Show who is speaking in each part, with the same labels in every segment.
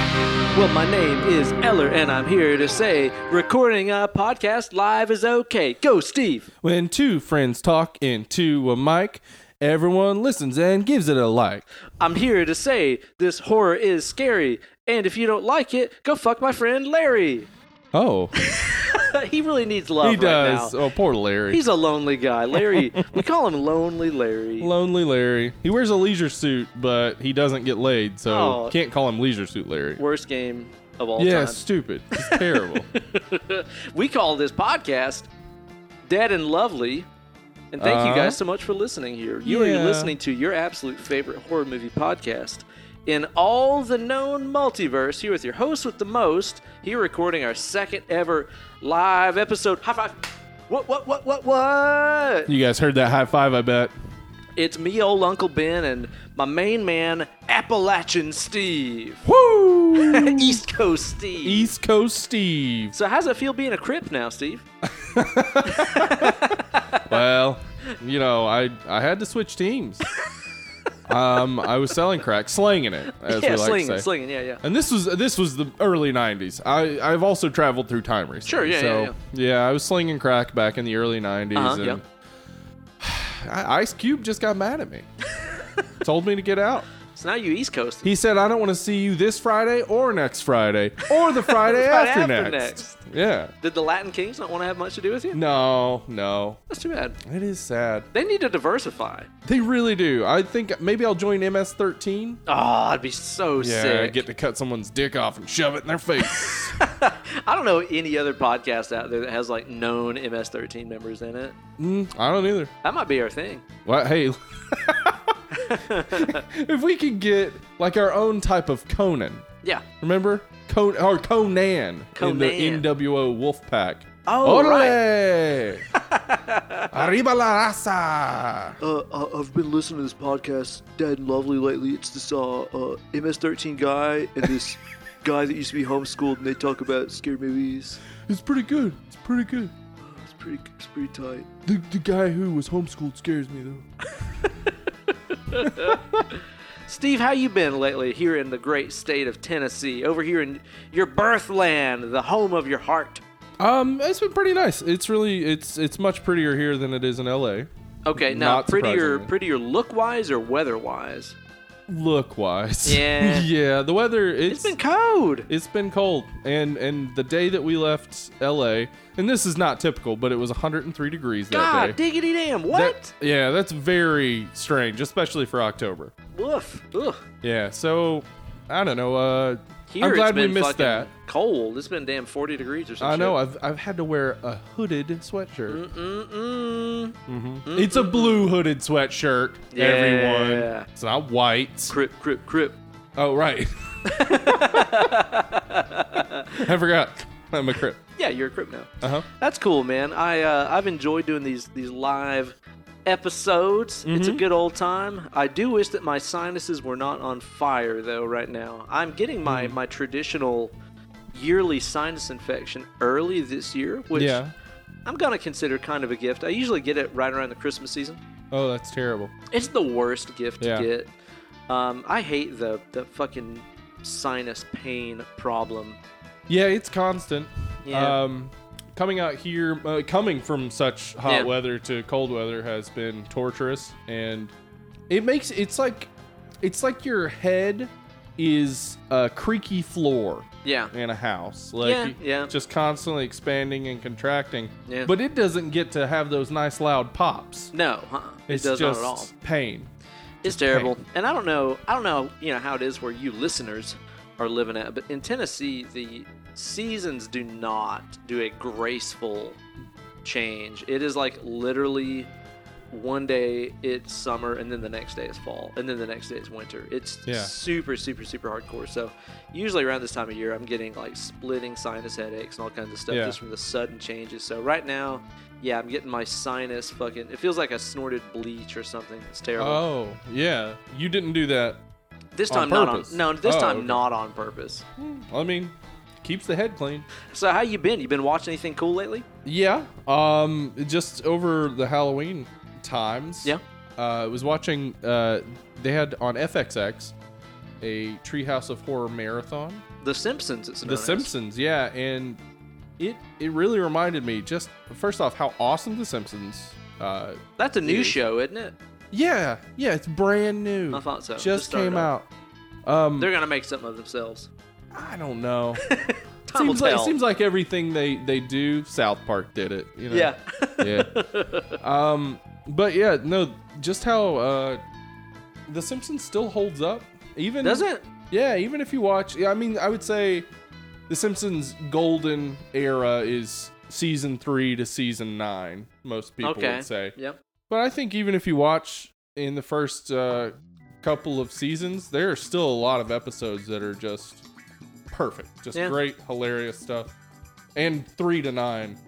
Speaker 1: Hello, my name is Eller, and I'm here to say recording a podcast live is okay. Go, Steve.
Speaker 2: When two friends talk into a mic, everyone listens and gives it a like.
Speaker 1: I'm here to say this horror is scary, and if you don't like it, go fuck my friend Larry.
Speaker 2: Oh,
Speaker 1: he really needs love
Speaker 2: he
Speaker 1: right
Speaker 2: does.
Speaker 1: now.
Speaker 2: Oh, poor Larry.
Speaker 1: He's a lonely guy. Larry, we call him Lonely Larry.
Speaker 2: Lonely Larry. He wears a leisure suit, but he doesn't get laid, so
Speaker 1: Oh.
Speaker 2: can't call him leisure suit Larry.
Speaker 1: Worst game of all
Speaker 2: Yeah, stupid. It's terrible.
Speaker 1: time. We call this podcast Dead and Lovely. And thank you
Speaker 2: Uh-huh.
Speaker 1: guys so much for listening here. You
Speaker 2: Yeah.
Speaker 1: are listening to your absolute favorite horror movie podcast in all the known multiverse. Here with your host with the most. Here recording our second ever live episode. High five. What, what, what, what, what?
Speaker 2: you guys heard that high five, I bet.
Speaker 1: It's me, old Uncle Ben, and my main man, Appalachian Steve.
Speaker 2: Woo!
Speaker 1: East Coast Steve.
Speaker 2: East Coast Steve.
Speaker 1: So, how's it feel being a Crip now, Steve?
Speaker 2: Well, you know, I I had to switch teams. Um, I was selling crack, slanging it, as
Speaker 1: yeah,
Speaker 2: we like
Speaker 1: slinging,
Speaker 2: to say.
Speaker 1: slinging, yeah, yeah.
Speaker 2: And this was this was the early '90s. I I've also traveled through time recently.
Speaker 1: Sure, yeah,
Speaker 2: so,
Speaker 1: yeah,
Speaker 2: I was slinging crack back in the early '90s,
Speaker 1: Uh-huh,
Speaker 2: and
Speaker 1: yep.
Speaker 2: I, Ice Cube just got mad at me. Told me to get out.
Speaker 1: So now you East Coast.
Speaker 2: He said, "I don't want to see you this Friday or next Friday or the
Speaker 1: Friday
Speaker 2: Friday after,
Speaker 1: after
Speaker 2: next." Yeah.
Speaker 1: Did the Latin Kings not want to have much to do with you?
Speaker 2: No, no,
Speaker 1: That's too bad.
Speaker 2: it is sad.
Speaker 1: They need to diversify.
Speaker 2: They really do. I think maybe I'll join MS13.
Speaker 1: Oh, I'd be so
Speaker 2: Yeah,
Speaker 1: sick.
Speaker 2: get to cut someone's dick off and shove it in their face.
Speaker 1: I don't know any other podcast out there that has like known MS13 members in it.
Speaker 2: Mm, I don't either.
Speaker 1: That might be our thing.
Speaker 2: Well, hey, if we could get like our own type of Conan,
Speaker 1: Yeah.
Speaker 2: remember Con or Conan, in
Speaker 1: Conan.
Speaker 2: the NWO Wolfpack.
Speaker 1: Oh,
Speaker 2: Ole! Arriba la raza!
Speaker 3: Uh, uh, I've been listening to this podcast, Dead and Lovely, lately. It's this uh, uh, MS-13 guy and this guy that used to be homeschooled, and they talk about scary movies.
Speaker 2: It's pretty good. It's pretty good.
Speaker 3: It's pretty, it's pretty tight.
Speaker 2: The, the guy who was homeschooled scares me though.
Speaker 1: Steve, how you been lately here in the great state of Tennessee, over here in your birthland, the home of your heart?
Speaker 2: Um, it's been pretty nice. It's really it's it's much prettier here than it is in LA.
Speaker 1: Okay, now
Speaker 2: Not
Speaker 1: prettier,
Speaker 2: surprisingly.
Speaker 1: prettier look wise or weather wise?
Speaker 2: Look wise.
Speaker 1: Yeah.
Speaker 2: yeah. The weather
Speaker 1: It's been cold.
Speaker 2: It's been cold, and and the day that we left L.A. and this is not typical, but it was 103 degrees
Speaker 1: God
Speaker 2: that day.
Speaker 1: diggity damn!
Speaker 2: That-
Speaker 1: What?
Speaker 2: yeah, that's very strange, especially for October.
Speaker 1: Woof. Ugh.
Speaker 2: Yeah, so I don't know. Uh,
Speaker 1: Here
Speaker 2: I'm glad
Speaker 1: it's
Speaker 2: we
Speaker 1: been
Speaker 2: missed
Speaker 1: fucking
Speaker 2: that.
Speaker 1: Cold. It's been damn forty degrees or something.
Speaker 2: I know. I've I've had to wear a hooded
Speaker 1: Mm,
Speaker 2: sweatshirt.
Speaker 1: Mm-mm. mm,
Speaker 2: It's a blue hooded sweatshirt.
Speaker 1: Yeah.
Speaker 2: Everyone, it's not white.
Speaker 1: Crip, crip, crip.
Speaker 2: Oh right. I forgot. I'm a crip.
Speaker 1: Yeah, you're a crip now.
Speaker 2: Uh huh.
Speaker 1: That's cool, man. I uh, I've enjoyed doing these these live episodes. It's a
Speaker 2: Mm-hmm.
Speaker 1: good old time. I do wish that my sinuses were not on fire though right now. I'm getting my
Speaker 2: Mm.
Speaker 1: my traditional yearly sinus infection early this year, which
Speaker 2: Yeah.
Speaker 1: I'm gonna consider kind of a gift. I usually get it right around the Christmas season.
Speaker 2: Oh, that's terrible.
Speaker 1: It's the worst gift
Speaker 2: Yeah.
Speaker 1: to get. Um, I hate the the fucking sinus pain problem.
Speaker 2: Yeah, it's constant.
Speaker 1: Yeah.
Speaker 2: Um, coming out here, uh, coming from such hot
Speaker 1: Yeah.
Speaker 2: weather to cold weather has been torturous, and it makes it's like it's like your head is a creaky floor
Speaker 1: Yeah.
Speaker 2: in a house, like
Speaker 1: Yeah, yeah.
Speaker 2: just constantly expanding and contracting.
Speaker 1: Yeah.
Speaker 2: But it doesn't get to have those nice loud pops.
Speaker 1: No, uh-uh. it
Speaker 2: It's
Speaker 1: does not
Speaker 2: just
Speaker 1: at all.
Speaker 2: pain.
Speaker 1: It's terrible. And I don't know. I don't know. You know how it is where you listeners are living at, but in Tennessee, the seasons do not do a graceful change. It is like literally one day it's summer and then the next day it's fall and then the next day it's winter it's
Speaker 2: Yeah.
Speaker 1: super super super hardcore so usually around this time of year i'm getting like splitting sinus headaches and all kinds of stuff
Speaker 2: Yeah.
Speaker 1: just from the sudden changes so right now yeah i'm getting my sinus fucking it feels like i snorted bleach or something it's terrible
Speaker 2: Oh yeah, you didn't do that.
Speaker 1: this
Speaker 2: On
Speaker 1: time not on
Speaker 2: purpose.
Speaker 1: no. This
Speaker 2: Oh,
Speaker 1: time
Speaker 2: okay.
Speaker 1: not on purpose.
Speaker 2: I mean, keeps the head clean.
Speaker 1: So how you been? You been watching anything cool lately?
Speaker 2: Yeah. Um, just over the Halloween times.
Speaker 1: Yeah.
Speaker 2: Uh, I was watching. Uh, they had on FXX a Treehouse of Horror marathon.
Speaker 1: The Simpsons. It's known
Speaker 2: The
Speaker 1: as.
Speaker 2: Simpsons, yeah, and it it really reminded me just first off how awesome The Simpsons. Uh,
Speaker 1: That's a new
Speaker 2: is.
Speaker 1: show, isn't it?
Speaker 2: yeah, yeah, it's brand new.
Speaker 1: I thought so.
Speaker 2: Just,
Speaker 1: Just started
Speaker 2: came
Speaker 1: up.
Speaker 2: out. Um,
Speaker 1: They're gonna make something of themselves.
Speaker 2: I don't know.
Speaker 1: Time
Speaker 2: seems
Speaker 1: will
Speaker 2: like
Speaker 1: tell.
Speaker 2: seems like everything they they do. South Park did it. You know?
Speaker 1: yeah.
Speaker 2: yeah. Um, but yeah, no, just how uh, The Simpsons still holds up. Even
Speaker 1: Does it?
Speaker 2: Yeah, even if you watch, yeah, I mean, I would say The Simpsons' golden era is season three to season nine. Most people
Speaker 1: Okay.
Speaker 2: would say,
Speaker 1: Yep.
Speaker 2: but I think even if you watch in the first uh, couple of seasons, there are still a lot of episodes that are just perfect, just
Speaker 1: Yeah.
Speaker 2: great, hilarious stuff. And three to nine,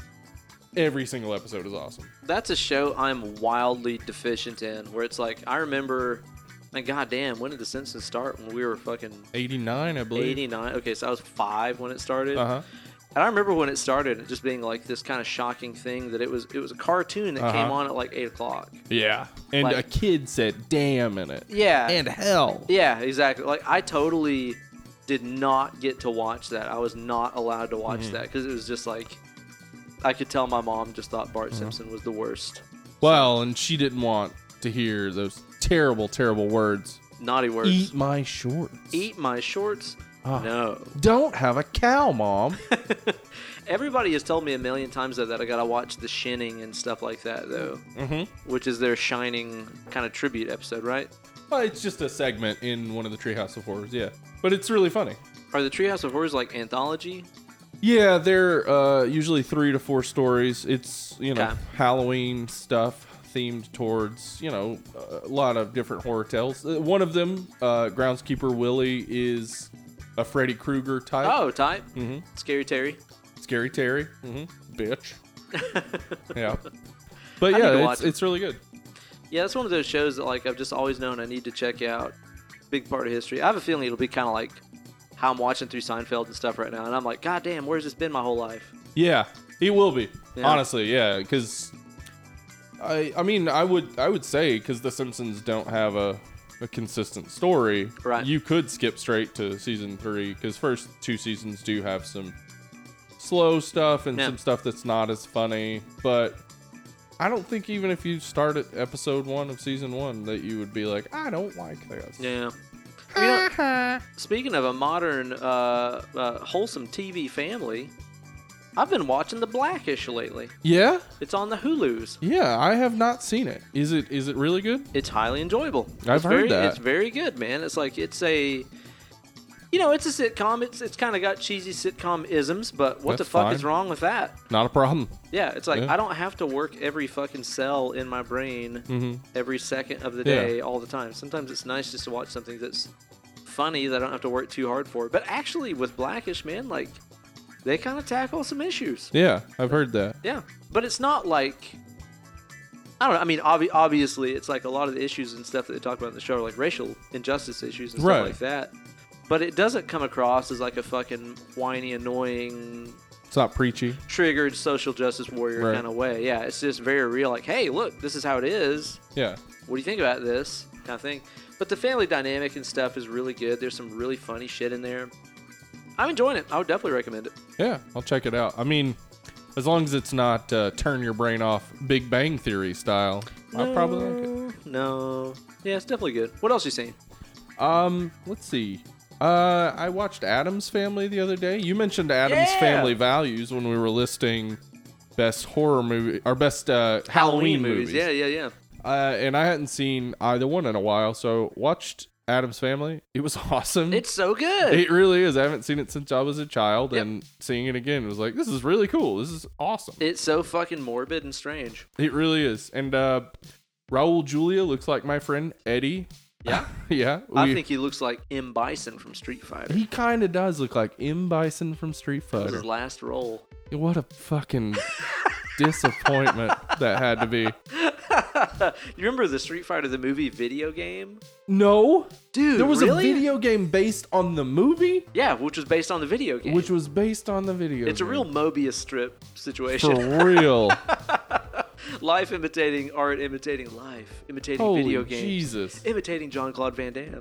Speaker 2: every single episode is awesome.
Speaker 1: That's a show I'm wildly deficient in. Where it's like I remember, like goddamn, when did The Simpsons start? When we were fucking
Speaker 2: Eighty nine, I believe.
Speaker 1: 89. Okay, so I was five when it started.
Speaker 2: Uh huh.
Speaker 1: And I remember when it started, it just being like this kind of shocking thing that it was. It was a cartoon that came
Speaker 2: Uh-huh.
Speaker 1: on at like eight o'clock.
Speaker 2: Yeah, and
Speaker 1: Like-
Speaker 2: a kid said "damn" in it,
Speaker 1: Yeah.
Speaker 2: and hell.
Speaker 1: Yeah, exactly. Like I totally did not get to watch that. I was not allowed to watch
Speaker 2: Mm-hmm.
Speaker 1: that because it was just like I could tell my mom just thought Bart
Speaker 2: Mm-hmm.
Speaker 1: Simpson was the worst.
Speaker 2: Well, and she didn't want to hear those terrible, terrible words.
Speaker 1: Naughty words.
Speaker 2: Eat
Speaker 1: Eat,
Speaker 2: my shorts.
Speaker 1: my shorts.
Speaker 2: Ah.
Speaker 1: No.
Speaker 2: Don't have a cow, mom.
Speaker 1: Everybody has told me a million times though that I gotta watch the Shining and stuff like that though,
Speaker 2: mm-hmm.
Speaker 1: which is their Shining kind of tribute episode, right?
Speaker 2: Well, it's just a segment in one of the Treehouse of Horrors, yeah. But it's really funny.
Speaker 1: Are the Treehouse of Horrors like anthology?
Speaker 2: Yeah, they're uh, usually three to four stories. It's you know
Speaker 1: Okay.
Speaker 2: Halloween stuff themed towards you know a lot of different horror tales. Uh, one of them, uh, Groundskeeper Willie, is a Freddy Krueger type.
Speaker 1: Oh, type.
Speaker 2: Mhm.
Speaker 1: Scary Terry.
Speaker 2: Scary Terry, mm-hmm. bitch. yeah, but
Speaker 1: I need to
Speaker 2: yeah,
Speaker 1: watch
Speaker 2: it's,
Speaker 1: it.
Speaker 2: it's really good.
Speaker 1: Yeah, that's one of those shows that like I've just always known I need to check out. Big part of history. I have a feeling it'll be kind of like how I'm watching through Seinfeld and stuff right now, and I'm like, God damn, where's this been my whole life?
Speaker 2: Yeah, he will be.
Speaker 1: Yeah.
Speaker 2: Honestly, yeah, because I I mean I would I would say because the Simpsons don't have a a consistent story.
Speaker 1: Right.
Speaker 2: You could skip straight to season three because first two seasons do have some slow stuff and
Speaker 1: Yeah.
Speaker 2: some stuff that's not as funny, but. I don't think even if you start at episode one of season one that you would be like, I don't like this.
Speaker 1: Yeah. You know, speaking of a modern, uh, uh, wholesome TV family, I've been watching The Blackish lately.
Speaker 2: Yeah?
Speaker 1: It's on the Hulu's.
Speaker 2: Yeah, I have not seen it. Is it is it really good?
Speaker 1: It's highly enjoyable.
Speaker 2: I've
Speaker 1: it's
Speaker 2: heard
Speaker 1: very,
Speaker 2: that.
Speaker 1: It's very good, man. It's like it's a, you know, it's a sitcom. It's it's kind of got cheesy sitcom isms, but what the
Speaker 2: That's
Speaker 1: fuck
Speaker 2: fine.
Speaker 1: is wrong with that?
Speaker 2: Not a problem.
Speaker 1: Yeah, it's like
Speaker 2: Yeah.
Speaker 1: I don't have to work every fucking cell in my brain
Speaker 2: Mhm.
Speaker 1: every second of the
Speaker 2: Yeah.
Speaker 1: day all the time. Sometimes it's nice just to watch something that's funny that I don't have to work too hard for. But actually, with Blackish, man, like they kind of tackle some issues.
Speaker 2: Yeah, I've heard that.
Speaker 1: Yeah, but it's not like I don't know. I mean, obvi- obviously, it's like a lot of the issues and stuff that they talk about in the show are like racial injustice issues and
Speaker 2: Right.
Speaker 1: stuff like that. But it doesn't come across as like a fucking whiny, annoying,
Speaker 2: It's not preachy.
Speaker 1: triggered social justice warrior
Speaker 2: Right.
Speaker 1: kind of way. Yeah, it's just very real. Like, hey, look, this is how it is.
Speaker 2: Yeah.
Speaker 1: What do you think about this kind of thing? But the family dynamic and stuff is really good. There's some really funny shit in there. I'm enjoying it. I would definitely recommend it.
Speaker 2: Yeah, I'll check it out. I mean, as long as it's not uh, turn your brain off Big Bang Theory style, I'll probably like it.
Speaker 1: Mm, No, yeah, it's definitely good. What else you seen?
Speaker 2: Um, let's see. Uh, I watched Adam's Family the other day. You mentioned Adam's
Speaker 1: Yeah.
Speaker 2: Family values when we were listing best horror movie or best uh, Halloween, movies.
Speaker 1: Yeah, yeah, yeah.
Speaker 2: Uh, and I hadn't seen either one in a while, so watched Adam's Family. It was awesome.
Speaker 1: It's so good.
Speaker 2: It really is. I haven't seen it since I was a child,
Speaker 1: Yep.
Speaker 2: and seeing it again was like, this is really cool. This is awesome. It,
Speaker 1: it's so fucking morbid and strange.
Speaker 2: really is. And uh, Raul Julia looks like my friend Eddie.
Speaker 1: Yeah.
Speaker 2: yeah.
Speaker 1: I
Speaker 2: we-
Speaker 1: think he looks like M. Bison from Street Fighter.
Speaker 2: he kind of does look like M. Bison from Street
Speaker 1: That was
Speaker 2: Fighter.
Speaker 1: his last role.
Speaker 2: What a fucking disappointment that had to be.
Speaker 1: you remember the Street Fighter the movie video game?
Speaker 2: No.
Speaker 1: Dude,
Speaker 2: There was
Speaker 1: really?
Speaker 2: a video game based on the movie,
Speaker 1: Yeah, which was based on the video game.
Speaker 2: which was based on the video.
Speaker 1: it's a
Speaker 2: game.
Speaker 1: real Mobius strip situation.
Speaker 2: For real.
Speaker 1: life imitating art, imitating life, imitating
Speaker 2: Holy
Speaker 1: video games,
Speaker 2: Jesus.
Speaker 1: imitating John Claude Van Damme.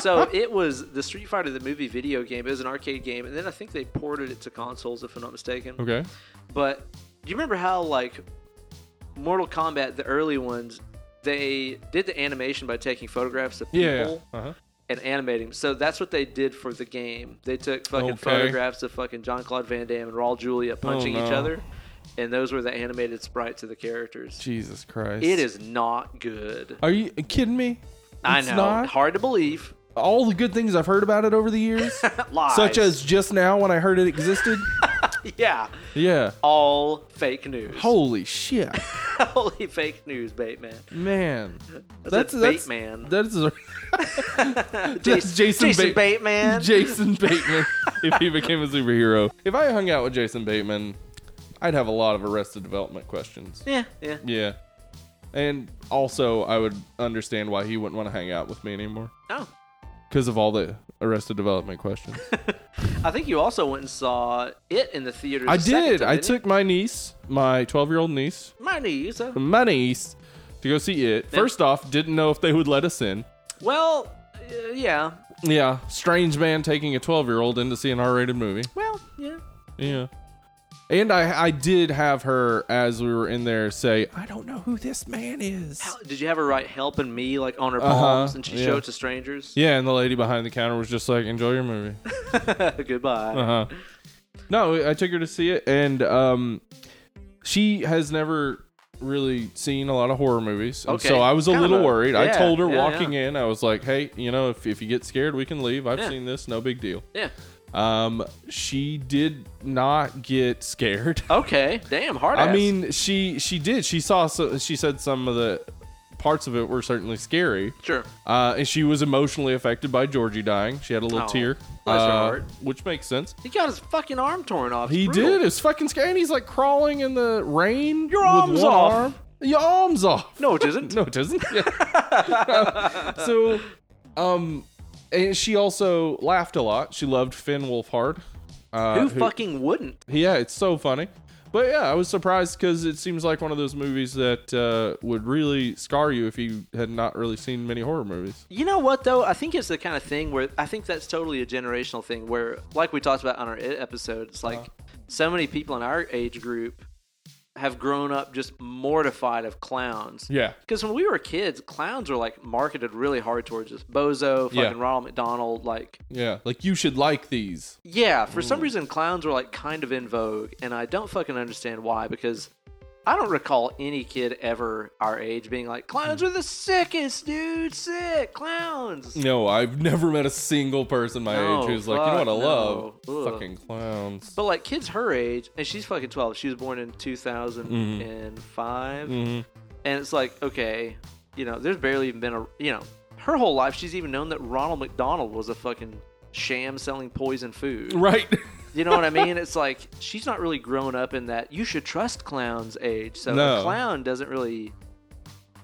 Speaker 1: so it was the Street Fighter the movie video game. It was an arcade game, and then I think they ported it to consoles, if I'm not mistaken.
Speaker 2: Okay.
Speaker 1: But do you remember how like Mortal Kombat, the early ones, they did the animation by taking photographs of people
Speaker 2: Yeah. yeah. Uh-huh.
Speaker 1: and animating. So that's what they did for the game. They took fucking
Speaker 2: Okay. Oh,
Speaker 1: photographs of fucking John Claude Van Damme and Raul Julia punching each
Speaker 2: no.
Speaker 1: other, and those were the animated sprites of the characters.
Speaker 2: Jesus Christ.
Speaker 1: It is not good.
Speaker 2: Are you kidding me?
Speaker 1: I
Speaker 2: It's
Speaker 1: know,
Speaker 2: not?
Speaker 1: hard to believe.
Speaker 2: All the good things I've heard about it over the years,
Speaker 1: Lies.
Speaker 2: such as just now when I heard it existed.
Speaker 1: yeah,
Speaker 2: yeah.
Speaker 1: all fake news.
Speaker 2: Holy shit,
Speaker 1: Holy fake news, Bateman.
Speaker 2: man.
Speaker 1: That's,
Speaker 2: that's
Speaker 1: Bateman.
Speaker 2: That's a-
Speaker 1: Jason,
Speaker 2: that's Jason
Speaker 1: Jason
Speaker 2: Bate-
Speaker 1: Bateman.
Speaker 2: Jason Bateman. if he became a superhero, if I hung out with Jason Bateman, I'd have a lot of Arrested Development questions.
Speaker 1: yeah, yeah.
Speaker 2: Yeah. And also, I would understand why he wouldn't want to hang out with me anymore
Speaker 1: Oh,
Speaker 2: because of all the Arrested Development questions.
Speaker 1: I think you also went and saw it in the theater.
Speaker 2: I did. I took my niece, my 12 year old niece,
Speaker 1: my knees. uh,
Speaker 2: my niece, to go see it.
Speaker 1: Yeah.
Speaker 2: First off, didn't know if they would let us in.
Speaker 1: Well, uh, yeah.
Speaker 2: Yeah, strange man taking a 12 year old in to see an R rated movie.
Speaker 1: Well, yeah.
Speaker 2: Yeah. And I, I did have her as we were in there say, I don't know who this man is.
Speaker 1: How- Did you have her write "helping me" like on her
Speaker 2: Uh-huh,
Speaker 1: palms, and she
Speaker 2: yeah.
Speaker 1: showed it to strangers?
Speaker 2: Yeah, and the lady behind the counter was just like, enjoy your movie.
Speaker 1: Goodbye.
Speaker 2: Uh-huh. No, I took her to see it, and um, she has never really seen a lot of horror movies. And
Speaker 1: Okay.
Speaker 2: So I was a
Speaker 1: Kind of
Speaker 2: little
Speaker 1: a-
Speaker 2: worried. I
Speaker 1: yeah,
Speaker 2: told her
Speaker 1: yeah,
Speaker 2: walking in, I was like, hey, you know, if, if you get scared, we can leave. I've
Speaker 1: Yeah.
Speaker 2: seen this, no big deal.
Speaker 1: Yeah.
Speaker 2: Um, she did not get scared.
Speaker 1: Okay. Damn. Hard.
Speaker 2: I
Speaker 1: ass.
Speaker 2: mean, she she did. She saw. So, she said some of the parts of it were certainly scary.
Speaker 1: sure.
Speaker 2: Uh, and she was emotionally affected by Georgie dying. She had a little
Speaker 1: Oh,
Speaker 2: tear,
Speaker 1: bless her
Speaker 2: uh,
Speaker 1: heart.
Speaker 2: which makes sense.
Speaker 1: He got his fucking arm torn off. It's
Speaker 2: He
Speaker 1: brutal.
Speaker 2: did. It's fucking scary. And he's like crawling in the rain.
Speaker 1: Your
Speaker 2: with
Speaker 1: arm's
Speaker 2: one
Speaker 1: off.
Speaker 2: arm. Your arms off.
Speaker 1: No, it isn't.
Speaker 2: No, it doesn't. Yeah. so, um, and she also laughed a lot. She loved Finn Wolfhard. Uh,
Speaker 1: Who
Speaker 2: who-
Speaker 1: fucking wouldn't?
Speaker 2: yeah, it's so funny. But yeah, I was surprised because it seems like one of those movies that uh, would really scar you if you had not really seen many horror movies.
Speaker 1: You know what though? I think it's the kind of thing where I think that's totally a generational thing. Where, like we talked about on our i- episode, it's like
Speaker 2: Uh-huh.
Speaker 1: so many people in our age group have grown up just mortified of clowns.
Speaker 2: Yeah.
Speaker 1: Because when we were kids, clowns were like marketed really hard towards us. Bozo, fucking
Speaker 2: Yeah.
Speaker 1: Ronald McDonald, like
Speaker 2: Yeah. Like you should like these.
Speaker 1: yeah. For some reason, clowns were like kind of in vogue, and I don't fucking understand why. Because I don't recall any kid ever our age being like, "Clowns are the sickest, dude! Sick clowns."
Speaker 2: No, I've never met a single person my
Speaker 1: No,
Speaker 2: age who's like, you know what I
Speaker 1: fuck
Speaker 2: love?
Speaker 1: no. Ugh.
Speaker 2: Fucking clowns.
Speaker 1: But like kids her age, and she's fucking twelve. She was born in two
Speaker 2: Mhm.
Speaker 1: and it's like okay, you know, there's barely even been a you know, her whole life she's even known that Ronald McDonald was a fucking sham selling poison food.
Speaker 2: Right.
Speaker 1: You know what I mean? It's like she's not really grown up in that you should trust clowns age. So a
Speaker 2: No.
Speaker 1: clown doesn't really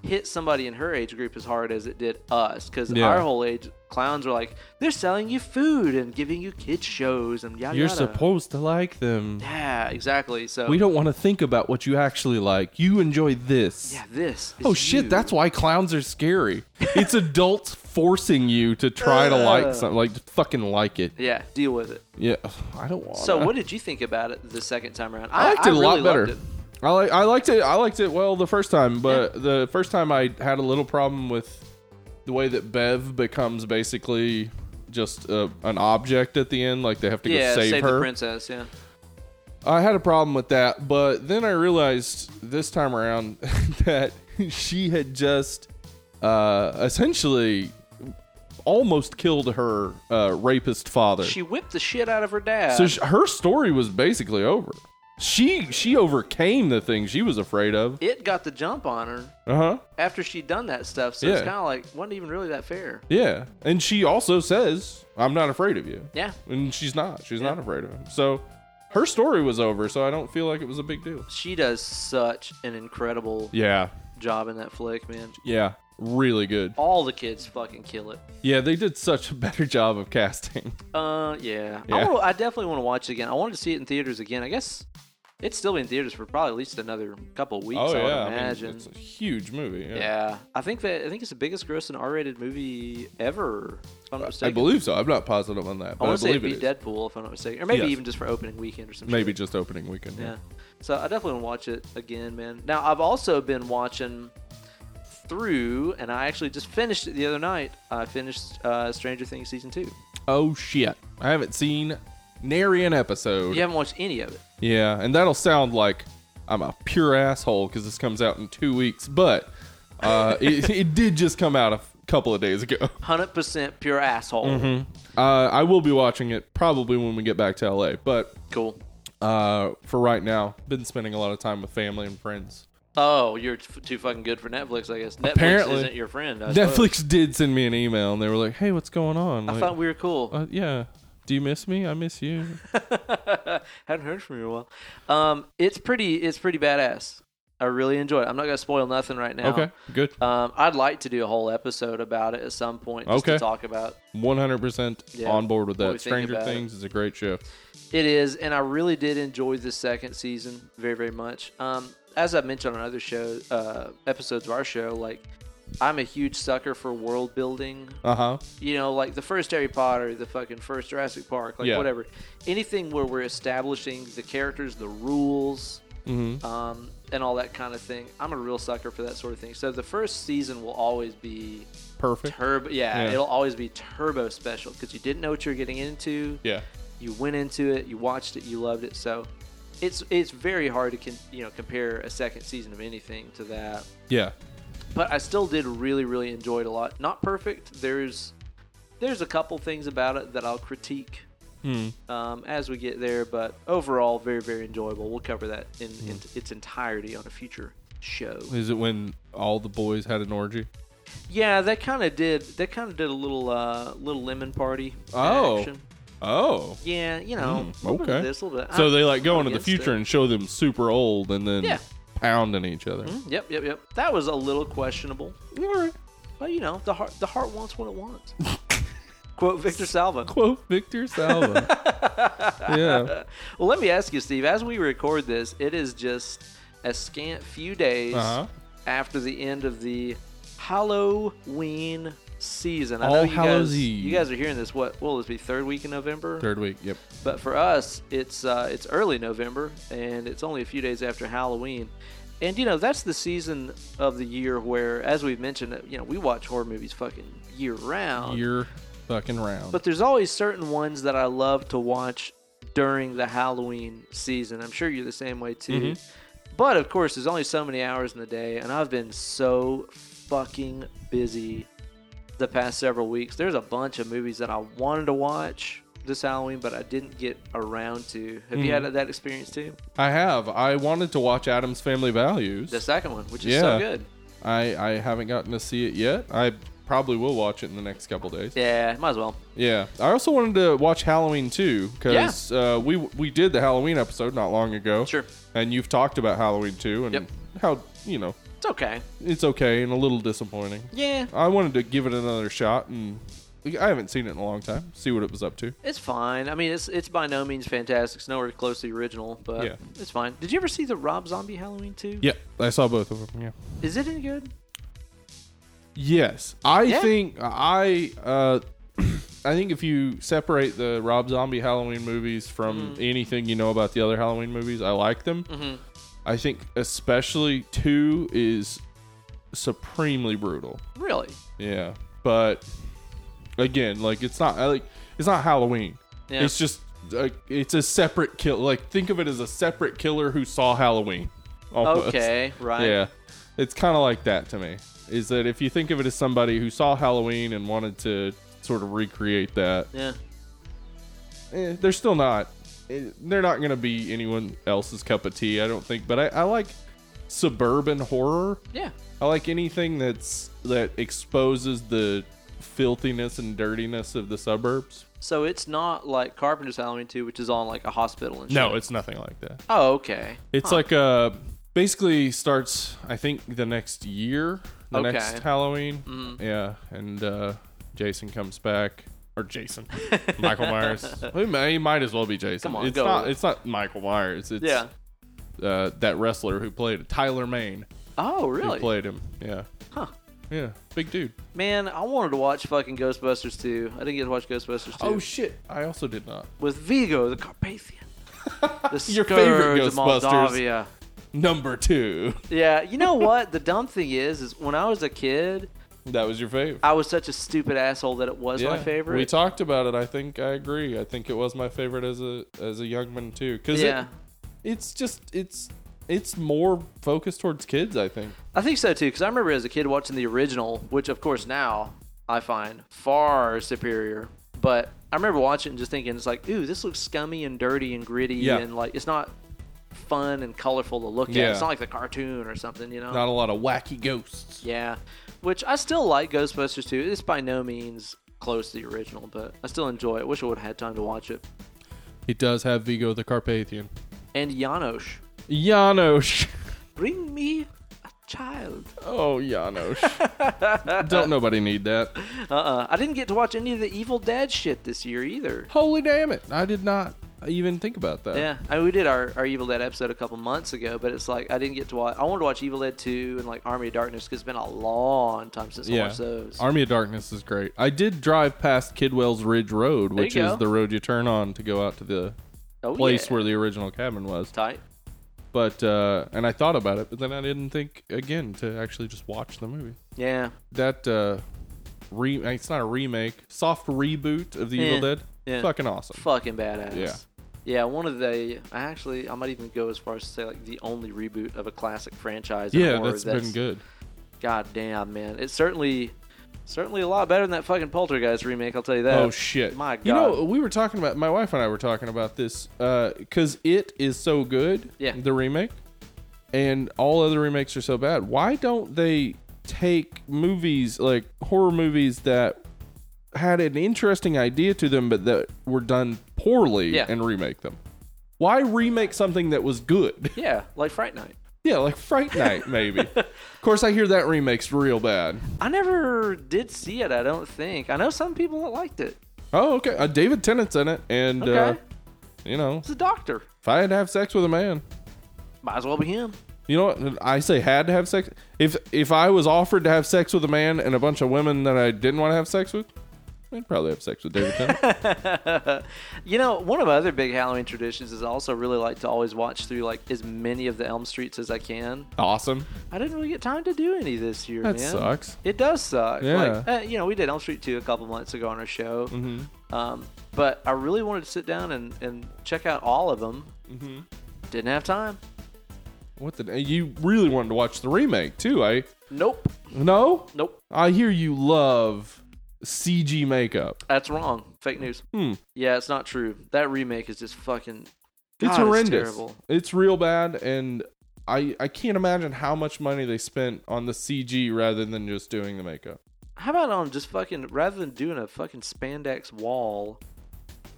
Speaker 1: hit somebody in her age group as hard as it did us because
Speaker 2: Yeah.
Speaker 1: our whole age clowns were like they're selling you food and giving you kids shows and yada
Speaker 2: You're
Speaker 1: yada.
Speaker 2: supposed to like them.
Speaker 1: yeah, exactly. So
Speaker 2: We don't want to think about what you actually like. You enjoy this.
Speaker 1: Yeah, this. Is
Speaker 2: Oh shit,
Speaker 1: you.
Speaker 2: that's why clowns are scary. It's adults forcing you to try to like something, like fucking like it.
Speaker 1: Yeah, deal with it.
Speaker 2: Yeah, ugh, I don't want.
Speaker 1: So, what did you think about it the second time around?
Speaker 2: I liked it a lot
Speaker 1: really
Speaker 2: better.
Speaker 1: loved it.
Speaker 2: I like I liked it. I liked it well the first time, but the first time I had a little problem with the way that Bev becomes basically just a, an object at the end. Like they have to
Speaker 1: Yeah,
Speaker 2: go
Speaker 1: save,
Speaker 2: save,
Speaker 1: the
Speaker 2: her.
Speaker 1: princess. Yeah,
Speaker 2: I had a problem with that, but then I realized this time around that she had just uh, essentially almost killed her uh, rapist father.
Speaker 1: she whipped the shit out of her dad.
Speaker 2: so sh her story was basically over. She she overcame the thing she was afraid of.
Speaker 1: it got the jump on her
Speaker 2: Uh huh.
Speaker 1: after she'd done that stuff. So it's
Speaker 2: Yeah.
Speaker 1: kind of like wasn't even really that fair.
Speaker 2: Yeah, and she also says, "I'm not afraid of you,"
Speaker 1: Yeah,
Speaker 2: and she's not. She's not afraid of him. So her story was over. So I don't feel like it was a big deal.
Speaker 1: she does such an incredible
Speaker 2: Yeah,
Speaker 1: job in that flick, man.
Speaker 2: yeah, really good.
Speaker 1: All the kids fucking kill it.
Speaker 2: Yeah, they did such a better job of casting.
Speaker 1: Uh, yeah. I,
Speaker 2: Yeah.
Speaker 1: wanna, I definitely want to watch it again. I wanted to see it in theaters again. I guess It's still in theaters for probably at least another couple weeks.
Speaker 2: Oh
Speaker 1: I would
Speaker 2: yeah, I mean,
Speaker 1: imagine.
Speaker 2: it's a huge movie. Yeah,
Speaker 1: yeah. I think that I think it's the biggest grossing R-rated movie ever. If I'm not
Speaker 2: I
Speaker 1: mistaken.
Speaker 2: believe so. I'm not positive on that,
Speaker 1: I
Speaker 2: but I,
Speaker 1: want to say it
Speaker 2: believe
Speaker 1: beat
Speaker 2: it is.
Speaker 1: Deadpool, if I'm not mistaken, or maybe
Speaker 2: Yes.
Speaker 1: even just for opening weekend or something.
Speaker 2: Maybe just opening weekend.
Speaker 1: Yeah. So I definitely want to watch it again, man. Now I've also been watching through, and I actually just finished it the other night. I finished uh, Stranger Things season two.
Speaker 2: Oh shit! I haven't seen nary an episode.
Speaker 1: You haven't watched any of it.
Speaker 2: Yeah, and that'll sound like I'm a pure asshole because this comes out in two weeks, but uh, it, it did just come out a f- couple of days ago.
Speaker 1: Hundred percent pure asshole.
Speaker 2: Uh, I will be watching it probably when we get back to LA, but
Speaker 1: Cool.
Speaker 2: uh, for right now, been spending a lot of time with family and friends.
Speaker 1: Oh, you're f- too fucking good for Netflix, I guess. Netflix
Speaker 2: Apparently.
Speaker 1: isn't your friend. I suppose.
Speaker 2: Netflix did send me an email and they were like, "Hey, what's going on?"
Speaker 1: I
Speaker 2: Like,
Speaker 1: thought we were cool.
Speaker 2: uh, yeah. Do you miss me? I miss you.
Speaker 1: Hadn't heard from you in a while. Um, it's pretty. It's pretty badass. I really enjoy it. I'm not gonna spoil nothing right now.
Speaker 2: Okay, good.
Speaker 1: Um, I'd like to do a whole episode about it at some point. Just
Speaker 2: Okay.
Speaker 1: To talk about
Speaker 2: 100%
Speaker 1: Yeah.
Speaker 2: on board with
Speaker 1: What we
Speaker 2: that.
Speaker 1: think
Speaker 2: Stranger
Speaker 1: about it.
Speaker 2: Things is a great show.
Speaker 1: It is, and I really did enjoy this second season very, very much. Um, as I've mentioned on other show uh, episodes of our show, like I'm a huge sucker for world building.
Speaker 2: Uh-huh.
Speaker 1: You know, like the first Harry Potter, the fucking first Jurassic Park, like
Speaker 2: Yeah.
Speaker 1: whatever. Anything where we're establishing the characters, the rules,
Speaker 2: Mhm.
Speaker 1: um, and all that kind of thing. I'm a real sucker for that sort of thing. So the first season will always be
Speaker 2: Perfect.
Speaker 1: turbo. Yeah,
Speaker 2: Yeah.
Speaker 1: it'll always be turbo special because you didn't know what you were getting into
Speaker 2: Yeah.
Speaker 1: you went into it, you watched it, you loved it. So it's it's very hard to con- you know compare a second season of anything to that.
Speaker 2: Yeah.
Speaker 1: But I still did really really enjoy it a lot. Not perfect. There's there's a couple things about it that I'll critique
Speaker 2: Hmm.
Speaker 1: um, as we get there, but overall very very enjoyable. We'll cover that in, in
Speaker 2: Hmm.
Speaker 1: its entirety on a future show.
Speaker 2: Is it when all the boys had an orgy?
Speaker 1: Yeah, that kind of did that kind of did a little uh, little lemon party.
Speaker 2: Oh.
Speaker 1: action.
Speaker 2: Oh.
Speaker 1: Yeah, you know, a
Speaker 2: Mm,
Speaker 1: little bit of
Speaker 2: okay.
Speaker 1: This, a little bit.
Speaker 2: So
Speaker 1: I'm-
Speaker 2: they like go
Speaker 1: I'm
Speaker 2: into the
Speaker 1: against it.
Speaker 2: future and show them super old and then
Speaker 1: Yeah.
Speaker 2: pounding each other.
Speaker 1: Yep, yep, yep. That was a little questionable,
Speaker 2: All right.
Speaker 1: but you know, the heart the heart wants what it wants. Quote Victor Salva.
Speaker 2: Quote Victor Salva. yeah.
Speaker 1: Well, let me ask you, Steve. As we record this, it is just a scant few days
Speaker 2: Uh-huh.
Speaker 1: after the end of the Halloween season. I
Speaker 2: All
Speaker 1: know you
Speaker 2: Hallows
Speaker 1: guys,
Speaker 2: Eve.
Speaker 1: you guys are hearing this. What will this be? Third week in November.
Speaker 2: Third week. Yep.
Speaker 1: But for us, it's uh, it's early November, and it's only a few days after Halloween. And you know that's the season of the year where, as we've mentioned, you know we watch horror movies fucking year round.
Speaker 2: Year fucking round.
Speaker 1: But there's always certain ones that I love to watch during the Halloween season. I'm sure you're the same way too. But of course, there's only so many hours in the day, and I've been so fucking busy the past several weeks. There's a bunch of movies that I wanted to watch this Halloween, but I didn't get around to. Have you had that experience too?
Speaker 2: I have. I wanted to watch Adam's Family Values.
Speaker 1: The second one, which is so
Speaker 2: Yeah.
Speaker 1: good.
Speaker 2: I I haven't gotten to see it yet. I probably will watch it in the next couple days.
Speaker 1: Yeah, might as well.
Speaker 2: Yeah, I also wanted to watch Halloween too because uh, we we did the Halloween episode not long ago.
Speaker 1: Sure.
Speaker 2: And you've talked about Halloween too and
Speaker 1: Yep.
Speaker 2: how you know
Speaker 1: It's okay.
Speaker 2: it's okay and a little disappointing.
Speaker 1: Yeah,
Speaker 2: I wanted to give it another shot and I haven't seen it in a long time. See what it was up to.
Speaker 1: it's fine. I mean, it's it's by no means fantastic. It's nowhere close to the original, but
Speaker 2: Yeah.
Speaker 1: it's fine. Did you ever see the Rob Zombie Halloween 2?
Speaker 2: Yeah, I saw both of them. Yeah.
Speaker 1: Is it any good?
Speaker 2: Yes, I
Speaker 1: Yeah.
Speaker 2: think I uh, I think if you separate the Rob Zombie Halloween movies from
Speaker 1: Mm-hmm.
Speaker 2: anything you know about the other Halloween movies, I like them. I think especially two is supremely brutal.
Speaker 1: Really?
Speaker 2: Yeah, but again, like it's not I like it's not Halloween.
Speaker 1: Yeah.
Speaker 2: It's just like it's a separate kill. Like think of it as a separate killer who saw Halloween. almost.
Speaker 1: Okay, right.
Speaker 2: Yeah. It's kind of like that to me. Is that if you think of it as somebody who saw Halloween and wanted to sort of recreate that,
Speaker 1: Yeah.
Speaker 2: eh, they're still not. eh, They're not going to be anyone else's cup of tea, I don't think. But I, I like suburban horror.
Speaker 1: Yeah.
Speaker 2: I like anything that's that exposes the filthiness and dirtiness of the suburbs.
Speaker 1: So it's not like Carpenter's Halloween 2, which is on like a hospital and shit.
Speaker 2: No, it's nothing like that.
Speaker 1: Oh, okay.
Speaker 2: It's like uh basically starts I think the next year, the
Speaker 1: Okay. Mm-hmm.
Speaker 2: next Halloween. Yeah, and uh Jason comes back or Jason, Michael Myers. He may- he might as well be Jason.
Speaker 1: Come on,
Speaker 2: it's
Speaker 1: go
Speaker 2: not.
Speaker 1: with it.
Speaker 2: It's not Michael Myers. It's
Speaker 1: Yeah.
Speaker 2: uh, that wrestler who played it, Tyler Maine,
Speaker 1: Oh,
Speaker 2: who
Speaker 1: really?
Speaker 2: played him. Yeah,
Speaker 1: Huh.
Speaker 2: yeah, big dude.
Speaker 1: Man, I wanted to watch fucking Ghostbusters 2. I didn't get to watch Ghostbusters 2.
Speaker 2: Oh shit! I also did not.
Speaker 1: With Vigo, the Carpathian. The
Speaker 2: Your favorite
Speaker 1: Scourge of
Speaker 2: Ghostbusters.
Speaker 1: Moldavia.
Speaker 2: Number two.
Speaker 1: Yeah, you know what? the dumb thing is, is when I was a kid,
Speaker 2: That was your favorite.
Speaker 1: I was such a stupid asshole that it was my favorite.
Speaker 2: We talked about it. I think I agree. I think it was my favorite as a as a young man too. Cause
Speaker 1: yeah,
Speaker 2: it, it's just it's it's more focused towards kids. I think.
Speaker 1: I think so too. Because I remember as a kid watching the original, which of course now I find far superior. But I remember watching it and just thinking, it's like, ooh, this looks scummy and dirty and gritty,
Speaker 2: Yeah.
Speaker 1: and like it's not fun and colorful to look at.
Speaker 2: Yeah.
Speaker 1: It's not like the cartoon or something, you know?
Speaker 2: Not a lot of wacky ghosts.
Speaker 1: Yeah, which I still like Ghostbusters 2. It's by no means close to the original, but I still enjoy it. Wish I would have had time to watch it.
Speaker 2: He does have Vigo the Carpathian.
Speaker 1: And Janosch,
Speaker 2: Janosch.
Speaker 1: bring me a child.
Speaker 2: Oh, Janosch. Don't nobody need that.
Speaker 1: Uh-uh. I didn't get to watch any of the Evil Dead shit this year either.
Speaker 2: Holy damn it. I did not even think about that.
Speaker 1: Yeah, I mean, we did our, our Evil Dead episode a couple months ago, but it's like I didn't get to watch. I wanted to watch Evil Dead 2 and like Army of Darkness because it's been a long time since I
Speaker 2: Yeah.
Speaker 1: watched those.
Speaker 2: Army of Darkness is great. I did drive past Kidwell's Ridge Road,
Speaker 1: you
Speaker 2: which
Speaker 1: go.
Speaker 2: is the road you turn on to go out to the
Speaker 1: oh,
Speaker 2: place
Speaker 1: yeah.
Speaker 2: where the original cabin was.
Speaker 1: tight.
Speaker 2: But uh and I thought about it, but then I didn't think again to actually just watch the movie.
Speaker 1: Yeah,
Speaker 2: That uh re it's not a remake, soft reboot of the
Speaker 1: Yeah.
Speaker 2: Evil Dead.
Speaker 1: Yeah.
Speaker 2: Fucking awesome.
Speaker 1: fucking badass.
Speaker 2: Yeah.
Speaker 1: Yeah, one of the I actually I might even go as far as to say like the only reboot of a classic franchise. in
Speaker 2: yeah,
Speaker 1: horror
Speaker 2: that's been good.
Speaker 1: God damn, man, it's certainly certainly a lot better than that fucking Poltergeist remake. I'll tell you that.
Speaker 2: Oh shit!
Speaker 1: my
Speaker 2: You know,
Speaker 1: God.
Speaker 2: we were talking about my wife and I were talking about this because it is so good.
Speaker 1: Yeah.
Speaker 2: The remake, and all other remakes are so bad. Why don't they take movies like horror movies that had an interesting idea to them, but that were done poorly,
Speaker 1: Yeah.
Speaker 2: and remake them? Why remake something that was good?
Speaker 1: Yeah, like Fright Night.
Speaker 2: yeah, like Fright Night, maybe. of course, I hear that remake's real bad.
Speaker 1: I never did see it. I don't think. I know some people that liked it.
Speaker 2: Oh, okay. Uh, David Tennant's in it, and
Speaker 1: Okay,
Speaker 2: uh, you know,
Speaker 1: it's a doctor.
Speaker 2: If I had to have sex with a man,
Speaker 1: Might as well be him.
Speaker 2: you know what? I say had to have sex. If if I was offered to have sex with a man and a bunch of women that I didn't want to have sex with, I'd probably have sex with David Tennant.
Speaker 1: You know, one of my other big Halloween traditions is I also really like to always watch through like as many of the Elm Streets as I can.
Speaker 2: awesome.
Speaker 1: I didn't really get time to do any this year,
Speaker 2: That
Speaker 1: man.
Speaker 2: sucks.
Speaker 1: It does suck.
Speaker 2: Yeah.
Speaker 1: Like, uh, you know, we did Elm Street 2 a couple months ago on our show. Mm-hmm. Um, but I really wanted to sit down and, and check out all of them. Mm-hmm. Didn't have time.
Speaker 2: What the? You really wanted to watch the remake too? I
Speaker 1: Nope.
Speaker 2: no.
Speaker 1: Nope.
Speaker 2: I hear you love CG makeup.
Speaker 1: That's wrong. Fake news.
Speaker 2: Hmm.
Speaker 1: Yeah, it's not true. That remake is just fucking. God,
Speaker 2: It's horrendous. It's,
Speaker 1: terrible.
Speaker 2: real bad, and I I can't imagine how much money they spent on the CG rather than just doing the makeup.
Speaker 1: How about on just fucking. Rather than doing a fucking spandex wall,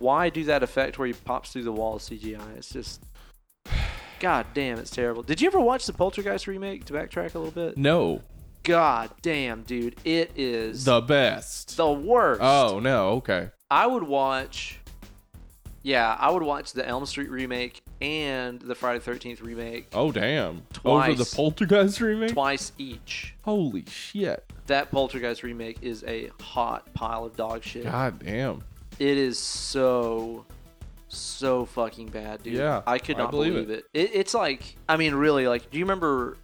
Speaker 1: why do that effect where he pops through the wall of CGI? It's just. God damn, it's terrible. Did you ever watch the Poltergeist remake to backtrack a little bit?
Speaker 2: No,
Speaker 1: God damn, dude. It is
Speaker 2: the best.
Speaker 1: the worst.
Speaker 2: oh no. Okay.
Speaker 1: I would watch. Yeah, I would watch the Elm Street remake and the Friday 13th remake
Speaker 2: Oh damn! Over
Speaker 1: Twice.
Speaker 2: the Poltergeist remake.
Speaker 1: twice each.
Speaker 2: Holy shit!
Speaker 1: That Poltergeist remake is a hot pile of dog shit.
Speaker 2: God damn!
Speaker 1: It is so, so fucking bad, dude.
Speaker 2: Yeah,
Speaker 1: I could
Speaker 2: I
Speaker 1: not
Speaker 2: believe
Speaker 1: believe, it. it. It's like, I mean, really, like, do you remember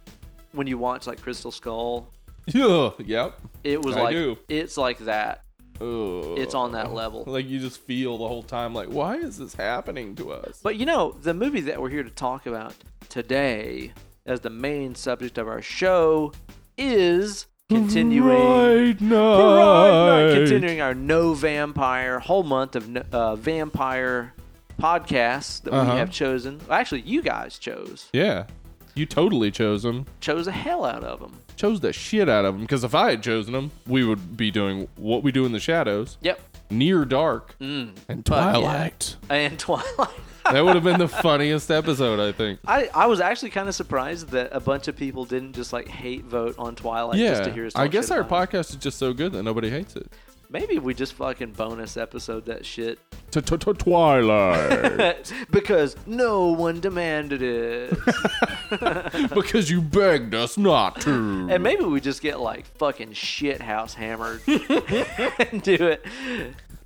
Speaker 1: when you watched, like, Crystal Skull?
Speaker 2: Yeah. Yep.
Speaker 1: It was
Speaker 2: I
Speaker 1: like,
Speaker 2: do.
Speaker 1: it's like that.
Speaker 2: Ugh.
Speaker 1: It's on that level.
Speaker 2: Like you just feel the whole time, like why is this happening to us?
Speaker 1: But you know, the movie that we're here to talk about today, as the main subject of our show, is continuing.
Speaker 2: Right now.
Speaker 1: Right, right, continuing our no vampire whole month of no, uh, vampire podcasts that
Speaker 2: Uh-huh.
Speaker 1: we have chosen. Well, actually, you guys chose
Speaker 2: Yeah. You totally chose them.
Speaker 1: chose the hell out of them.
Speaker 2: Chose the shit out of them. Because if I had chosen them, we would be doing what we do in the shadows,
Speaker 1: Yep,
Speaker 2: near dark, and
Speaker 1: Hmm. yeah.
Speaker 2: twilight.
Speaker 1: and Twilight.
Speaker 2: that would have been the funniest episode, I think.
Speaker 1: I, I was actually kind of surprised that a bunch of people didn't just like hate vote on Twilight
Speaker 2: yeah.
Speaker 1: just to hear us. Talk
Speaker 2: I guess
Speaker 1: shit
Speaker 2: our
Speaker 1: about it.
Speaker 2: podcast is just so good that nobody hates it.
Speaker 1: Maybe we just fucking bonus episode that shit
Speaker 2: To Twilight.
Speaker 1: because no one demanded it.
Speaker 2: because you begged us not to.
Speaker 1: And maybe we just get like fucking shit house hammered and do it.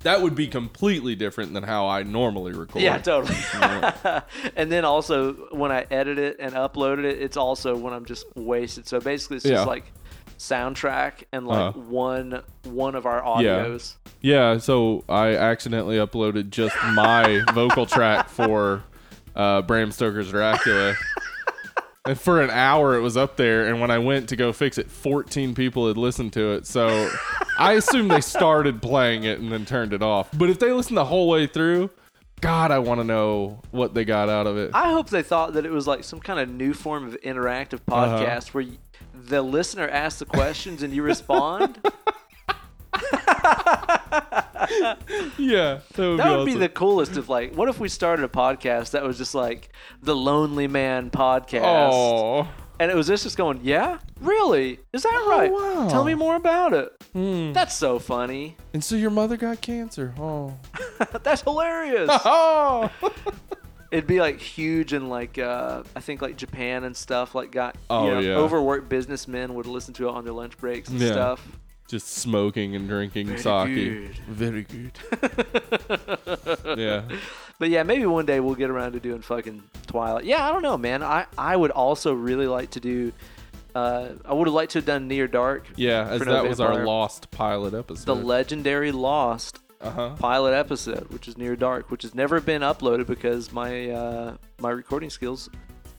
Speaker 2: that would be completely different than how I normally record.
Speaker 1: Yeah, totally. and then also when I edit it and upload it, it's also when I'm just wasted. So basically, it's just
Speaker 2: Yeah.
Speaker 1: like soundtrack and like
Speaker 2: Uh-huh.
Speaker 1: one one of our
Speaker 2: Yeah.
Speaker 1: audios.
Speaker 2: Yeah, so I accidentally uploaded just my vocal track for uh, Bram Stoker's Dracula. And for an hour it was up there, and when I went to go fix it, 14 people had listened to it. So I assume they started playing it and then turned it off. But if they listened the whole way through, God, I want to know what they got out of it.
Speaker 1: I hope they thought that it was like some kind of new form of interactive
Speaker 2: Uh-huh.
Speaker 1: podcast where y the listener asks the questions and you respond.
Speaker 2: yeah, that would,
Speaker 1: That
Speaker 2: be,
Speaker 1: would be the coolest if like what if we started a podcast that was just like the Lonely Man podcast.
Speaker 2: Oh,
Speaker 1: And it was this just going, Yeah? Really? Is that right?
Speaker 2: wow.
Speaker 1: Tell me more about it. That's so funny.
Speaker 2: Hmm. and so your mother got cancer. Oh,
Speaker 1: That's hilarious.
Speaker 2: oh,
Speaker 1: It'd be like huge and like uh, I think like Japan and stuff like got
Speaker 2: Oh,
Speaker 1: you know,
Speaker 2: yeah.
Speaker 1: overworked businessmen would listen to it on their lunch breaks and
Speaker 2: Yeah.
Speaker 1: stuff.
Speaker 2: just smoking and drinking sake.
Speaker 1: good.
Speaker 2: Very good. yeah.
Speaker 1: But yeah, maybe one day we'll get around to doing fucking Twilight. Yeah, I don't know, man. I, I would also really like to do. Uh, I would have liked to have done Near Dark.
Speaker 2: Yeah, as
Speaker 1: For No
Speaker 2: that was our
Speaker 1: Vampire.
Speaker 2: lost pilot episode.
Speaker 1: The legendary Lost
Speaker 2: uh-huh.
Speaker 1: pilot episode, which is Near Dark, which has never been uploaded because my uh, my recording skills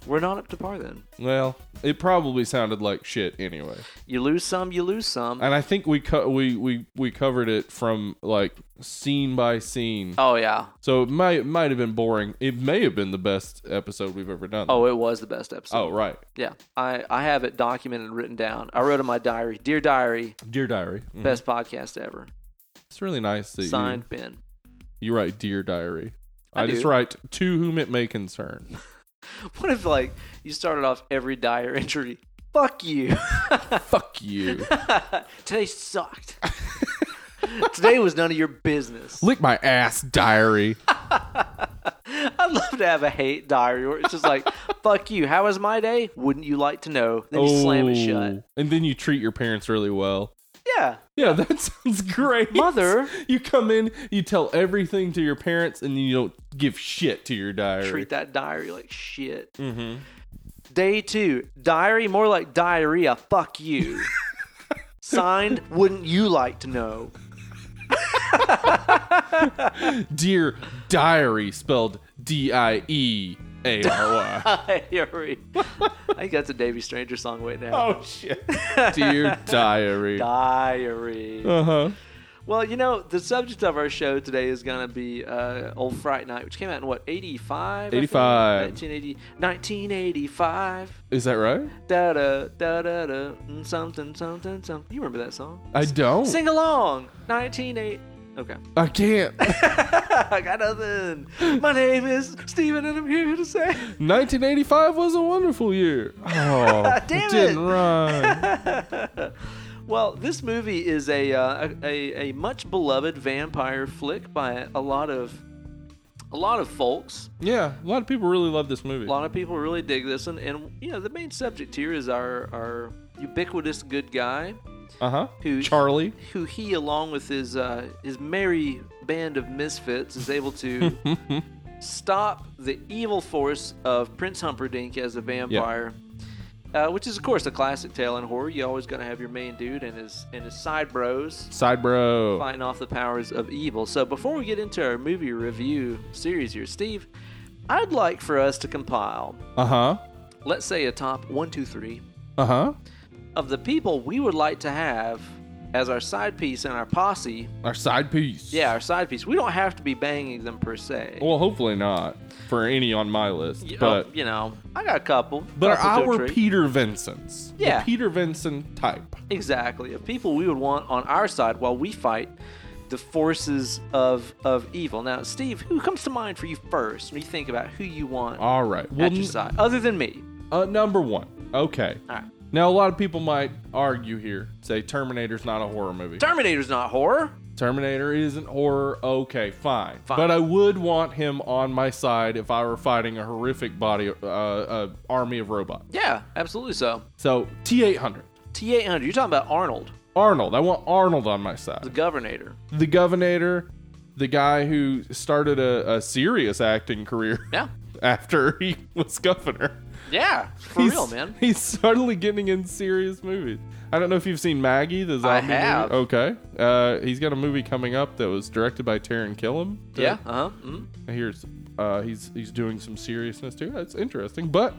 Speaker 1: were not up to par then.
Speaker 2: Well, it probably sounded like shit anyway.
Speaker 1: You lose some, you lose some.
Speaker 2: And I think we co- we we we covered it from like scene by scene.
Speaker 1: oh, yeah.
Speaker 2: So it might it might have been boring. It may have been the best episode we've ever done.
Speaker 1: Oh, it was the best episode.
Speaker 2: Oh, right.
Speaker 1: Yeah. I, I have it documented and written down. I wrote in my diary Dear Diary,
Speaker 2: Dear Diary. Mhm.
Speaker 1: best podcast ever.
Speaker 2: It's really nice that
Speaker 1: Signed, Ben.
Speaker 2: you you write Dear Diary.
Speaker 1: I
Speaker 2: I, just
Speaker 1: do.
Speaker 2: write to whom it may concern.
Speaker 1: What if like you started off every diary entry? Fuck you.
Speaker 2: Fuck you.
Speaker 1: Today sucked. Today was none of your business.
Speaker 2: Lick my ass, diary.
Speaker 1: I'd love to have a hate diary where it's just like, fuck you. How was my day? Wouldn't you like to know? Then you slam it shut.
Speaker 2: Oh. And then you treat your parents really well.
Speaker 1: Yeah.
Speaker 2: Yeah, that sounds great.
Speaker 1: Mother.
Speaker 2: you come in, you tell everything to your parents, and then you don't give shit to your diary.
Speaker 1: Treat that diary like shit.
Speaker 2: mm-hmm.
Speaker 1: Day two. Diary more like diarrhea. Fuck you. Signed, wouldn't you like to know?
Speaker 2: Dear diary, spelled D I E A R Y.
Speaker 1: Diary. I think that's a Davy Stranger song right now.
Speaker 2: oh shit. Dear diary.
Speaker 1: Diary.
Speaker 2: Uh huh.
Speaker 1: Well, you know, the subject of our show today is going to be uh, Old Fright Night, which came out in what, 85?
Speaker 2: 85.
Speaker 1: 1980, 1985.
Speaker 2: Is that right?
Speaker 1: Da da da da da. mm, Something, something, something. You remember that song?
Speaker 2: I don't.
Speaker 1: Sing along. 1980. Okay.
Speaker 2: I can't.
Speaker 1: I got nothing. My name is Steven, and I'm here to say.
Speaker 2: 1985 was a wonderful year. Oh,
Speaker 1: Damn it.
Speaker 2: didn't rhyme.
Speaker 1: Well, this movie is a, uh, a, a a much beloved vampire flick by a lot of a lot of folks.
Speaker 2: Yeah, a lot of people really love this movie.
Speaker 1: A lot of people really dig this one, and you know the main subject here is our our ubiquitous good guy
Speaker 2: Uh huh.
Speaker 1: who
Speaker 2: Charlie.
Speaker 1: who he along with his uh, his merry band of misfits is able to stop the evil force of Prince Humperdinck as a vampire. Uh, which is, of course, a classic tale in horror. You always got to have your main dude and his and his side bros
Speaker 2: Side bro.
Speaker 1: fighting off the powers of evil. So before we get into our movie review series here, Steve, I'd like for us to compile
Speaker 2: Uh huh.
Speaker 1: let's say a top one, two, three
Speaker 2: Uh huh.
Speaker 1: of the people we would like to have as our side piece and our posse.
Speaker 2: Our side piece.
Speaker 1: Yeah, our side piece. We don't have to be banging them per se.
Speaker 2: Well, hopefully not for any on my list,
Speaker 1: You-
Speaker 2: but
Speaker 1: oh, you know, I got a couple.
Speaker 2: but
Speaker 1: couple to a
Speaker 2: our
Speaker 1: tree.
Speaker 2: Peter Vincent's. the
Speaker 1: Yeah.
Speaker 2: Peter Vincent type.
Speaker 1: exactly of people we would want on our side while we fight the forces of of evil. Now, Steve, who comes to mind for you first when you think about who you want
Speaker 2: All right. Uh, Well,
Speaker 1: at your
Speaker 2: n-
Speaker 1: side, other than me?
Speaker 2: uh, number one. Okay.
Speaker 1: All right.
Speaker 2: Now a lot of people might argue here, say Terminator's not a horror movie.
Speaker 1: Terminator's not horror.
Speaker 2: Terminator isn't horror. Okay, fine.
Speaker 1: Fine.
Speaker 2: But I would want him on my side if I were fighting a horrific body, uh, uh, army of robots.
Speaker 1: Yeah, absolutely so.
Speaker 2: So T800,
Speaker 1: T eight hundred. You're talking about Arnold,
Speaker 2: Arnold. I want Arnold on my
Speaker 1: the
Speaker 2: side.
Speaker 1: Governator.
Speaker 2: The Governator, the guy who started a, a serious acting career
Speaker 1: Yeah,
Speaker 2: after he was governor.
Speaker 1: yeah, for
Speaker 2: he's,
Speaker 1: real, man.
Speaker 2: He's suddenly getting in serious movies. I don't know if you've seen Maggie, the zombie. movie.
Speaker 1: have.
Speaker 2: Okay. Uh, he's got a movie coming up that was directed by Taron Killam. that
Speaker 1: Yeah, uh huh. mm
Speaker 2: I hear it's, uh, he's he's doing some seriousness too. That's interesting. But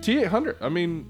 Speaker 2: T800, I mean,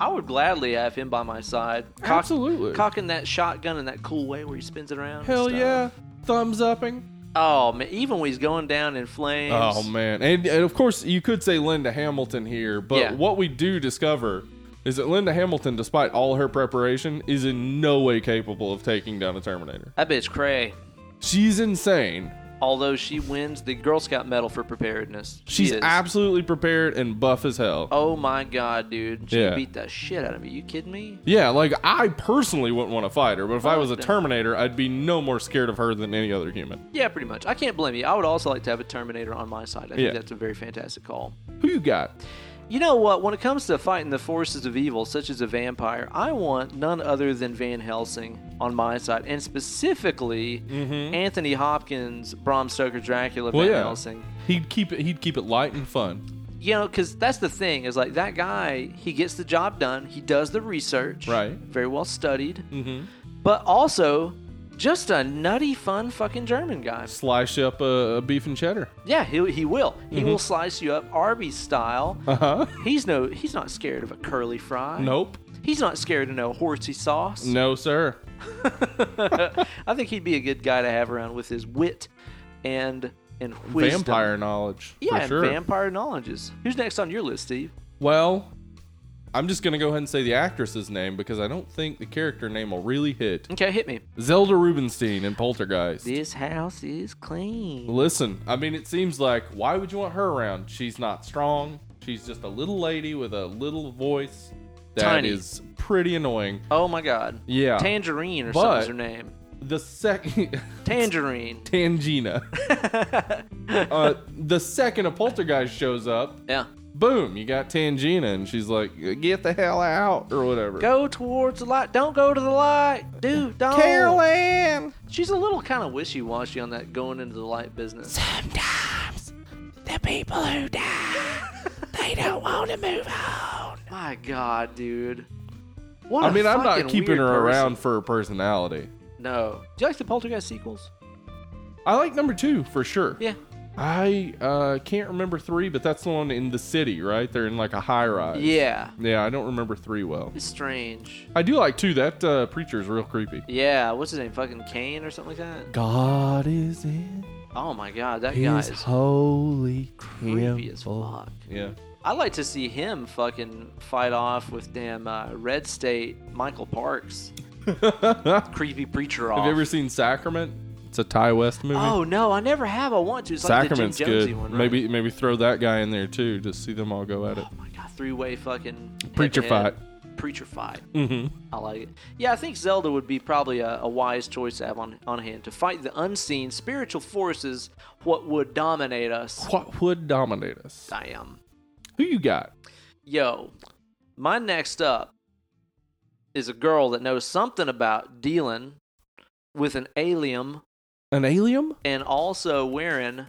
Speaker 1: I would gladly have him by my side, cock-
Speaker 2: absolutely.
Speaker 1: cocking that shotgun in that cool way where he spins it around. and
Speaker 2: Hell
Speaker 1: stuff.
Speaker 2: yeah. Thumbs upping.
Speaker 1: Oh man, even when he's going down in flames.
Speaker 2: Oh man, and, and of course you could say Linda Hamilton here, but
Speaker 1: Yeah.
Speaker 2: what we do discover is that Linda Hamilton, despite all her preparation, is in no way capable of taking down a Terminator.
Speaker 1: that bitch cray.
Speaker 2: She's insane.
Speaker 1: Although she wins the Girl Scout medal for preparedness, She
Speaker 2: She's
Speaker 1: is-
Speaker 2: absolutely prepared and buff as hell.
Speaker 1: Oh my god, dude, she
Speaker 2: Yeah.
Speaker 1: beat the shit out of me. You kidding me?
Speaker 2: Yeah, like I personally wouldn't want to fight her, but if I was a
Speaker 1: Fuck no.
Speaker 2: Terminator, I'd be no more scared of her than any other human.
Speaker 1: Yeah, pretty much. I can't blame you. I would also like to have a Terminator on my side. I think
Speaker 2: Yeah.
Speaker 1: that's a very fantastic call.
Speaker 2: Who you got?
Speaker 1: You know what? When it comes to fighting the forces of evil, such as a vampire, I want none other than Van Helsing on my side, and specifically Anthony Hopkins, Bram Stoker, Dracula,
Speaker 2: Mm-hmm. Well,
Speaker 1: Van
Speaker 2: yeah.
Speaker 1: Helsing.
Speaker 2: He'd keep it. He'd keep it light and fun,
Speaker 1: You know, because that's the thing is like that guy, he gets the job done, he does the research,
Speaker 2: Right.
Speaker 1: Very well studied, mm-hmm. but also just a nutty, fun fucking German guy.
Speaker 2: slice up a, a beef and cheddar.
Speaker 1: Yeah, he, he will. He
Speaker 2: Mm-hmm.
Speaker 1: will slice you up Arby's style.
Speaker 2: Uh huh.
Speaker 1: He's no he's not scared of a curly fry.
Speaker 2: Nope.
Speaker 1: He's not scared of no horsey sauce.
Speaker 2: No, sir.
Speaker 1: I think he'd be a good guy to have around with his wit and and wisdom.
Speaker 2: Vampire knowledge.
Speaker 1: Yeah,
Speaker 2: for
Speaker 1: and
Speaker 2: sure.
Speaker 1: vampire knowledges. Who's next on your list, Steve?
Speaker 2: Well, I'm just gonna go ahead and say the actress's name because I don't think the character name will really hit.
Speaker 1: Okay, hit me.
Speaker 2: Zelda Rubinstein in Poltergeist.
Speaker 1: This house is clean.
Speaker 2: Listen, I mean, it seems like why would you want her around? She's not strong. She's just a little lady with a little voice that is
Speaker 1: Tiny.
Speaker 2: pretty annoying.
Speaker 1: Oh my god.
Speaker 2: Yeah.
Speaker 1: Tangerine or
Speaker 2: But-
Speaker 1: something's her name.
Speaker 2: the second
Speaker 1: Tangerine.
Speaker 2: Tangina. uh, the second a poltergeist shows up,
Speaker 1: Yeah.
Speaker 2: boom, you got Tangina, and she's like, "Get the hell out" or whatever.
Speaker 1: Go towards the light. Don't go to the light. Dude, don't.
Speaker 2: Carolyn.
Speaker 1: She's a little kind of wishy washy on that going into the light business.
Speaker 2: Sometimes the people who die, they don't want to move on.
Speaker 1: My God, dude. What
Speaker 2: I
Speaker 1: a
Speaker 2: mean, I'm not
Speaker 1: fucking
Speaker 2: keeping
Speaker 1: weird
Speaker 2: her
Speaker 1: person.
Speaker 2: around for her personality.
Speaker 1: No. Do you like the Poltergeist sequels?
Speaker 2: I like number two for sure.
Speaker 1: Yeah.
Speaker 2: I uh, can't remember three, but that's the one in the city, right? They're in like a high rise.
Speaker 1: Yeah.
Speaker 2: Yeah, I don't remember three well.
Speaker 1: It's strange.
Speaker 2: I do like two. That uh, preacher's real creepy.
Speaker 1: Yeah. What's his name? Fucking Kane or something like that?
Speaker 2: God is in
Speaker 1: Oh my God, that guy is
Speaker 2: holy
Speaker 1: creepy as fuck.
Speaker 2: Yeah.
Speaker 1: I'd like to see him fucking fight off with damn uh, Red State Michael Parks,
Speaker 2: Have
Speaker 1: creepy preacher off.
Speaker 2: you ever seen Sacrament? It's a Ty West movie.
Speaker 1: Oh no, I never have. I want to. It's like
Speaker 2: Sacrament's
Speaker 1: the Jim Jonesy
Speaker 2: good.
Speaker 1: one. right?
Speaker 2: Maybe maybe throw that guy in there too. Just see them all go at it.
Speaker 1: Oh my God, three way fucking head
Speaker 2: Preacher
Speaker 1: to head. Preacher fight.
Speaker 2: Mm-hmm.
Speaker 1: I like it. Yeah, I think Zelda would be probably a, a wise choice to have on, on hand to fight the unseen spiritual forces, what would dominate us.
Speaker 2: What would dominate us?
Speaker 1: Damn.
Speaker 2: Who you got?
Speaker 1: Yo, my next up is a girl that knows something about dealing with an alien
Speaker 2: An alien?
Speaker 1: and also wearing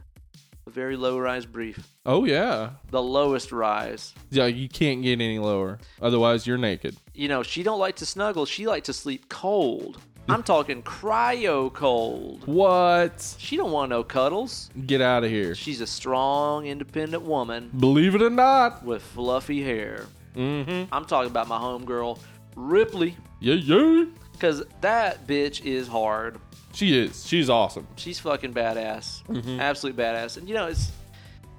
Speaker 1: a very low rise brief.
Speaker 2: Oh yeah.
Speaker 1: The lowest rise.
Speaker 2: Yeah, you can't get any lower. Otherwise, you're naked.
Speaker 1: You know, she don't like to snuggle, she like to sleep cold. I'm talking cryo cold.
Speaker 2: What?
Speaker 1: She don't want no cuddles.
Speaker 2: Get out of here.
Speaker 1: She's a strong, independent woman
Speaker 2: Believe it or not.
Speaker 1: with fluffy hair.
Speaker 2: Mm-hmm.
Speaker 1: I'm talking about my homegirl, Ripley,
Speaker 2: Yeah, yeah.
Speaker 1: because that bitch is hard.
Speaker 2: She is. She's awesome.
Speaker 1: She's fucking badass,
Speaker 2: Mm-hmm.
Speaker 1: absolute badass. And you know, it's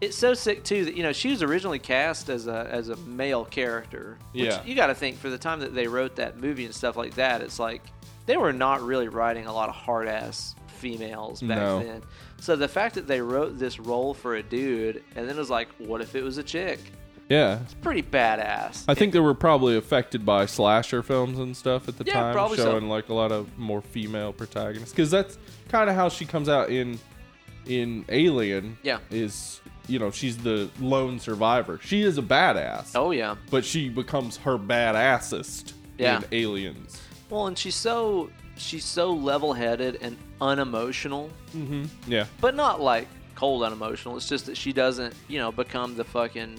Speaker 1: it's so sick too that you know she was originally cast as a as a male character. which
Speaker 2: Yeah.
Speaker 1: you got to think for the time that they wrote that movie and stuff like that. It's like they were not really writing a lot of hard ass females back
Speaker 2: No.
Speaker 1: then. So the fact that they wrote this role for a dude and then it was like, what if it was a chick?
Speaker 2: Yeah.
Speaker 1: It's pretty badass.
Speaker 2: I think they were probably affected by slasher films and stuff at the
Speaker 1: Yeah,
Speaker 2: time,
Speaker 1: probably so.
Speaker 2: showing like a lot of more female protagonists because that's kind of how she comes out in in Alien.
Speaker 1: Yeah.
Speaker 2: is you know she's the lone survivor. She is a badass,
Speaker 1: Oh yeah.
Speaker 2: but she becomes her badassest
Speaker 1: Yeah.
Speaker 2: in Aliens.
Speaker 1: Well, and she's so she's so level-headed and unemotional,
Speaker 2: Mm-hmm. Yeah,
Speaker 1: but not like cold unemotional. It's just that she doesn't, you know, become the fucking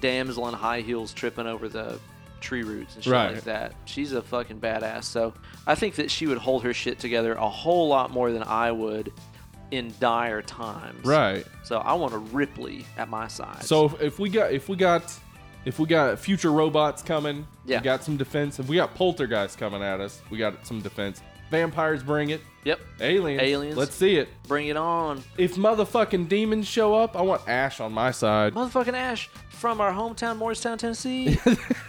Speaker 1: damsel in high heels tripping over the tree roots and shit
Speaker 2: Right.
Speaker 1: like that. She's a fucking badass. So I think that she would hold her shit together a whole lot more than I would in dire times.
Speaker 2: right.
Speaker 1: So I want a Ripley at my side.
Speaker 2: So if, if we got if we got if we got future robots coming,
Speaker 1: Yeah.
Speaker 2: we got some defense. If we got poltergeists coming at us, we got some defense. Vampires bring it.
Speaker 1: yep,
Speaker 2: Aliens.
Speaker 1: Aliens.
Speaker 2: Let's see it.
Speaker 1: bring it on.
Speaker 2: If motherfucking demons show up, I want Ash on my side.
Speaker 1: Motherfucking Ash from our hometown, Morristown, Tennessee.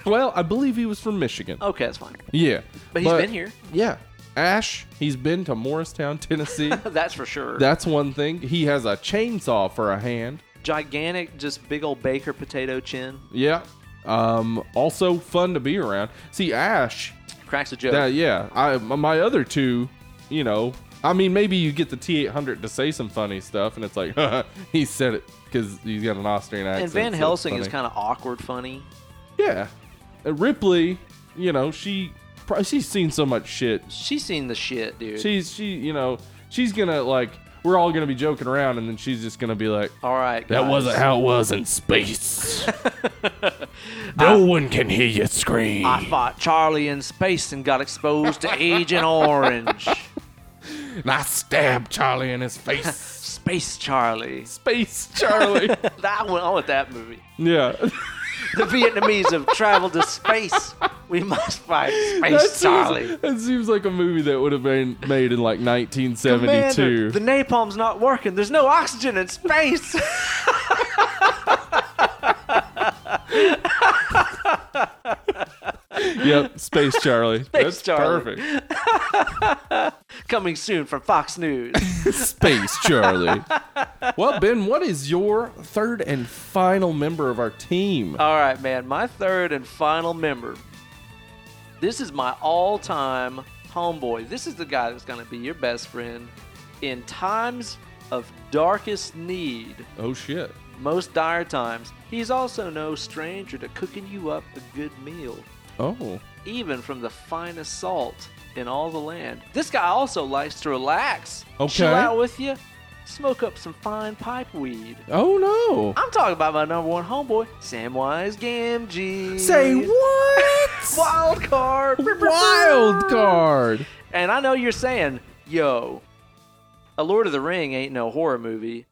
Speaker 2: Well, I believe he was from Michigan.
Speaker 1: okay, that's fine.
Speaker 2: Yeah.
Speaker 1: Oh. But
Speaker 2: he's
Speaker 1: he's been here.
Speaker 2: Yeah. Ash, he's been to Morristown, Tennessee.
Speaker 1: That's for sure.
Speaker 2: That's one thing. He has a chainsaw for a hand.
Speaker 1: Gigantic, just big old baker potato chin.
Speaker 2: Yeah. Um, also fun to be around. See, Ash,
Speaker 1: Cracks a joke.
Speaker 2: that, yeah. I my other two, you know, I mean, maybe you get the T800 to say some funny stuff, and it's like, he said it because he's got an Austrian accent.
Speaker 1: and Van
Speaker 2: so it's
Speaker 1: Helsing is
Speaker 2: funny.
Speaker 1: kind of awkward, funny.
Speaker 2: Yeah. And Ripley, you know, she pro- she's seen so much shit.
Speaker 1: She's seen the shit, dude.
Speaker 2: She's she, you know, she's gonna like we're all gonna be joking around, and then she's just gonna be like,
Speaker 1: All right,
Speaker 4: That
Speaker 1: guys.
Speaker 4: wasn't how it was in space. no one can hear you scream.
Speaker 1: I fought Charlie in space and got exposed to Agent Orange.
Speaker 4: and I stabbed Charlie in his face.
Speaker 1: Space Charlie.
Speaker 2: "Space Charlie."
Speaker 1: That went on with that movie.
Speaker 2: yeah,
Speaker 1: The Vietnamese have traveled to space. We must fight Space
Speaker 2: That seems-
Speaker 1: Charlie.
Speaker 2: that seems like a movie that would have been made in like 1972.
Speaker 1: Commander, the napalm's not working. There's no oxygen in space.
Speaker 2: yep, Space Charlie. That's
Speaker 1: Charlie.
Speaker 2: perfect.
Speaker 1: Coming soon from Fox News.
Speaker 2: Space Charlie. well, Ben, what is your third and final member of our team?
Speaker 1: All right, man. My third and final member. This is my all time homeboy. This is the guy that's going to be your best friend in times of darkest need,
Speaker 2: oh shit.
Speaker 1: most dire times. He's also no stranger to cooking you up a good meal,
Speaker 2: Oh.
Speaker 1: even from the finest salt in all the land. This guy also likes to relax,
Speaker 2: Okay.
Speaker 1: chill out with you, smoke up some fine pipe weed.
Speaker 2: Oh no.
Speaker 1: I'm talking about my number one homeboy, Samwise Gamgee.
Speaker 2: what?
Speaker 1: Wild card.
Speaker 2: Wild card.
Speaker 1: And I know you're saying, yo, A Lord of the Ring ain't no horror movie.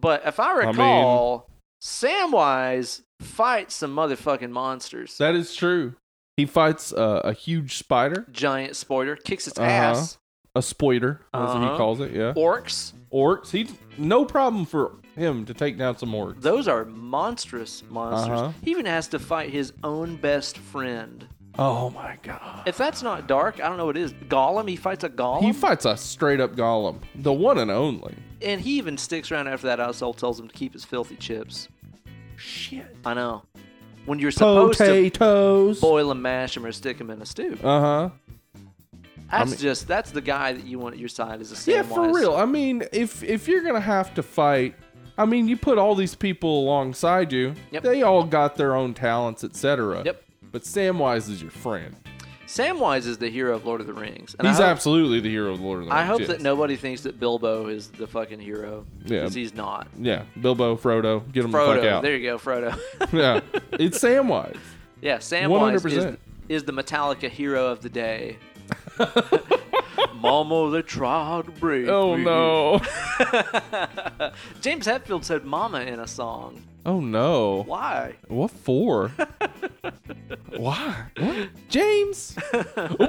Speaker 1: But if I
Speaker 2: mean-
Speaker 1: recall, Samwise fights some motherfucking monsters.
Speaker 2: That is true. He fights uh, a huge spider,
Speaker 1: Giant spoiler kicks its
Speaker 2: Uh-huh.
Speaker 1: ass.
Speaker 2: a spoider, as he
Speaker 1: Uh-huh.
Speaker 2: calls it. Yeah.
Speaker 1: Orcs.
Speaker 2: Orcs. He no problem for him to take down some orcs.
Speaker 1: Those are monstrous monsters.
Speaker 2: Uh-huh.
Speaker 1: He even has to fight his own best friend.
Speaker 2: Oh my god.
Speaker 1: If that's not dark, I don't know what is. Gollum, he fights a golem.
Speaker 2: He fights a straight up golem, the one and only.
Speaker 1: And he even sticks around after that asshole tells him to keep his filthy chips. Shit. I know. When you're supposed to
Speaker 2: Potatoes. Uh
Speaker 1: boil and mash them or stick them in a stew.
Speaker 2: huh.
Speaker 1: That's just, that's the guy that you want at your side as a Samwise.
Speaker 2: Yeah, for real. I mean, if if you're gonna have to fight, I mean, you put all these people alongside you.
Speaker 1: Yep.
Speaker 2: They all got their own talents, etc.
Speaker 1: Yep.
Speaker 2: But Samwise is your friend.
Speaker 1: Samwise is the hero of Lord of the Rings. And
Speaker 2: He's
Speaker 1: I hope,
Speaker 2: absolutely the hero of Lord of the Rings.
Speaker 1: I hope that
Speaker 2: yes.
Speaker 1: nobody thinks that Bilbo is the fucking hero.
Speaker 2: Yeah.
Speaker 1: Because he's not.
Speaker 2: Yeah, Bilbo, Frodo, get him the fuck
Speaker 1: Frodo.
Speaker 2: out.
Speaker 1: There you go, Frodo.
Speaker 2: yeah, it's Samwise.
Speaker 1: yeah, Samwise is,
Speaker 2: 100%.
Speaker 1: is the Metallica hero of the day. Mama, they tried to break
Speaker 2: Oh
Speaker 1: me.
Speaker 2: no.
Speaker 1: James Hetfield said "mama" in a song.
Speaker 2: Oh no.
Speaker 1: Why?
Speaker 2: What for? Why? What? James.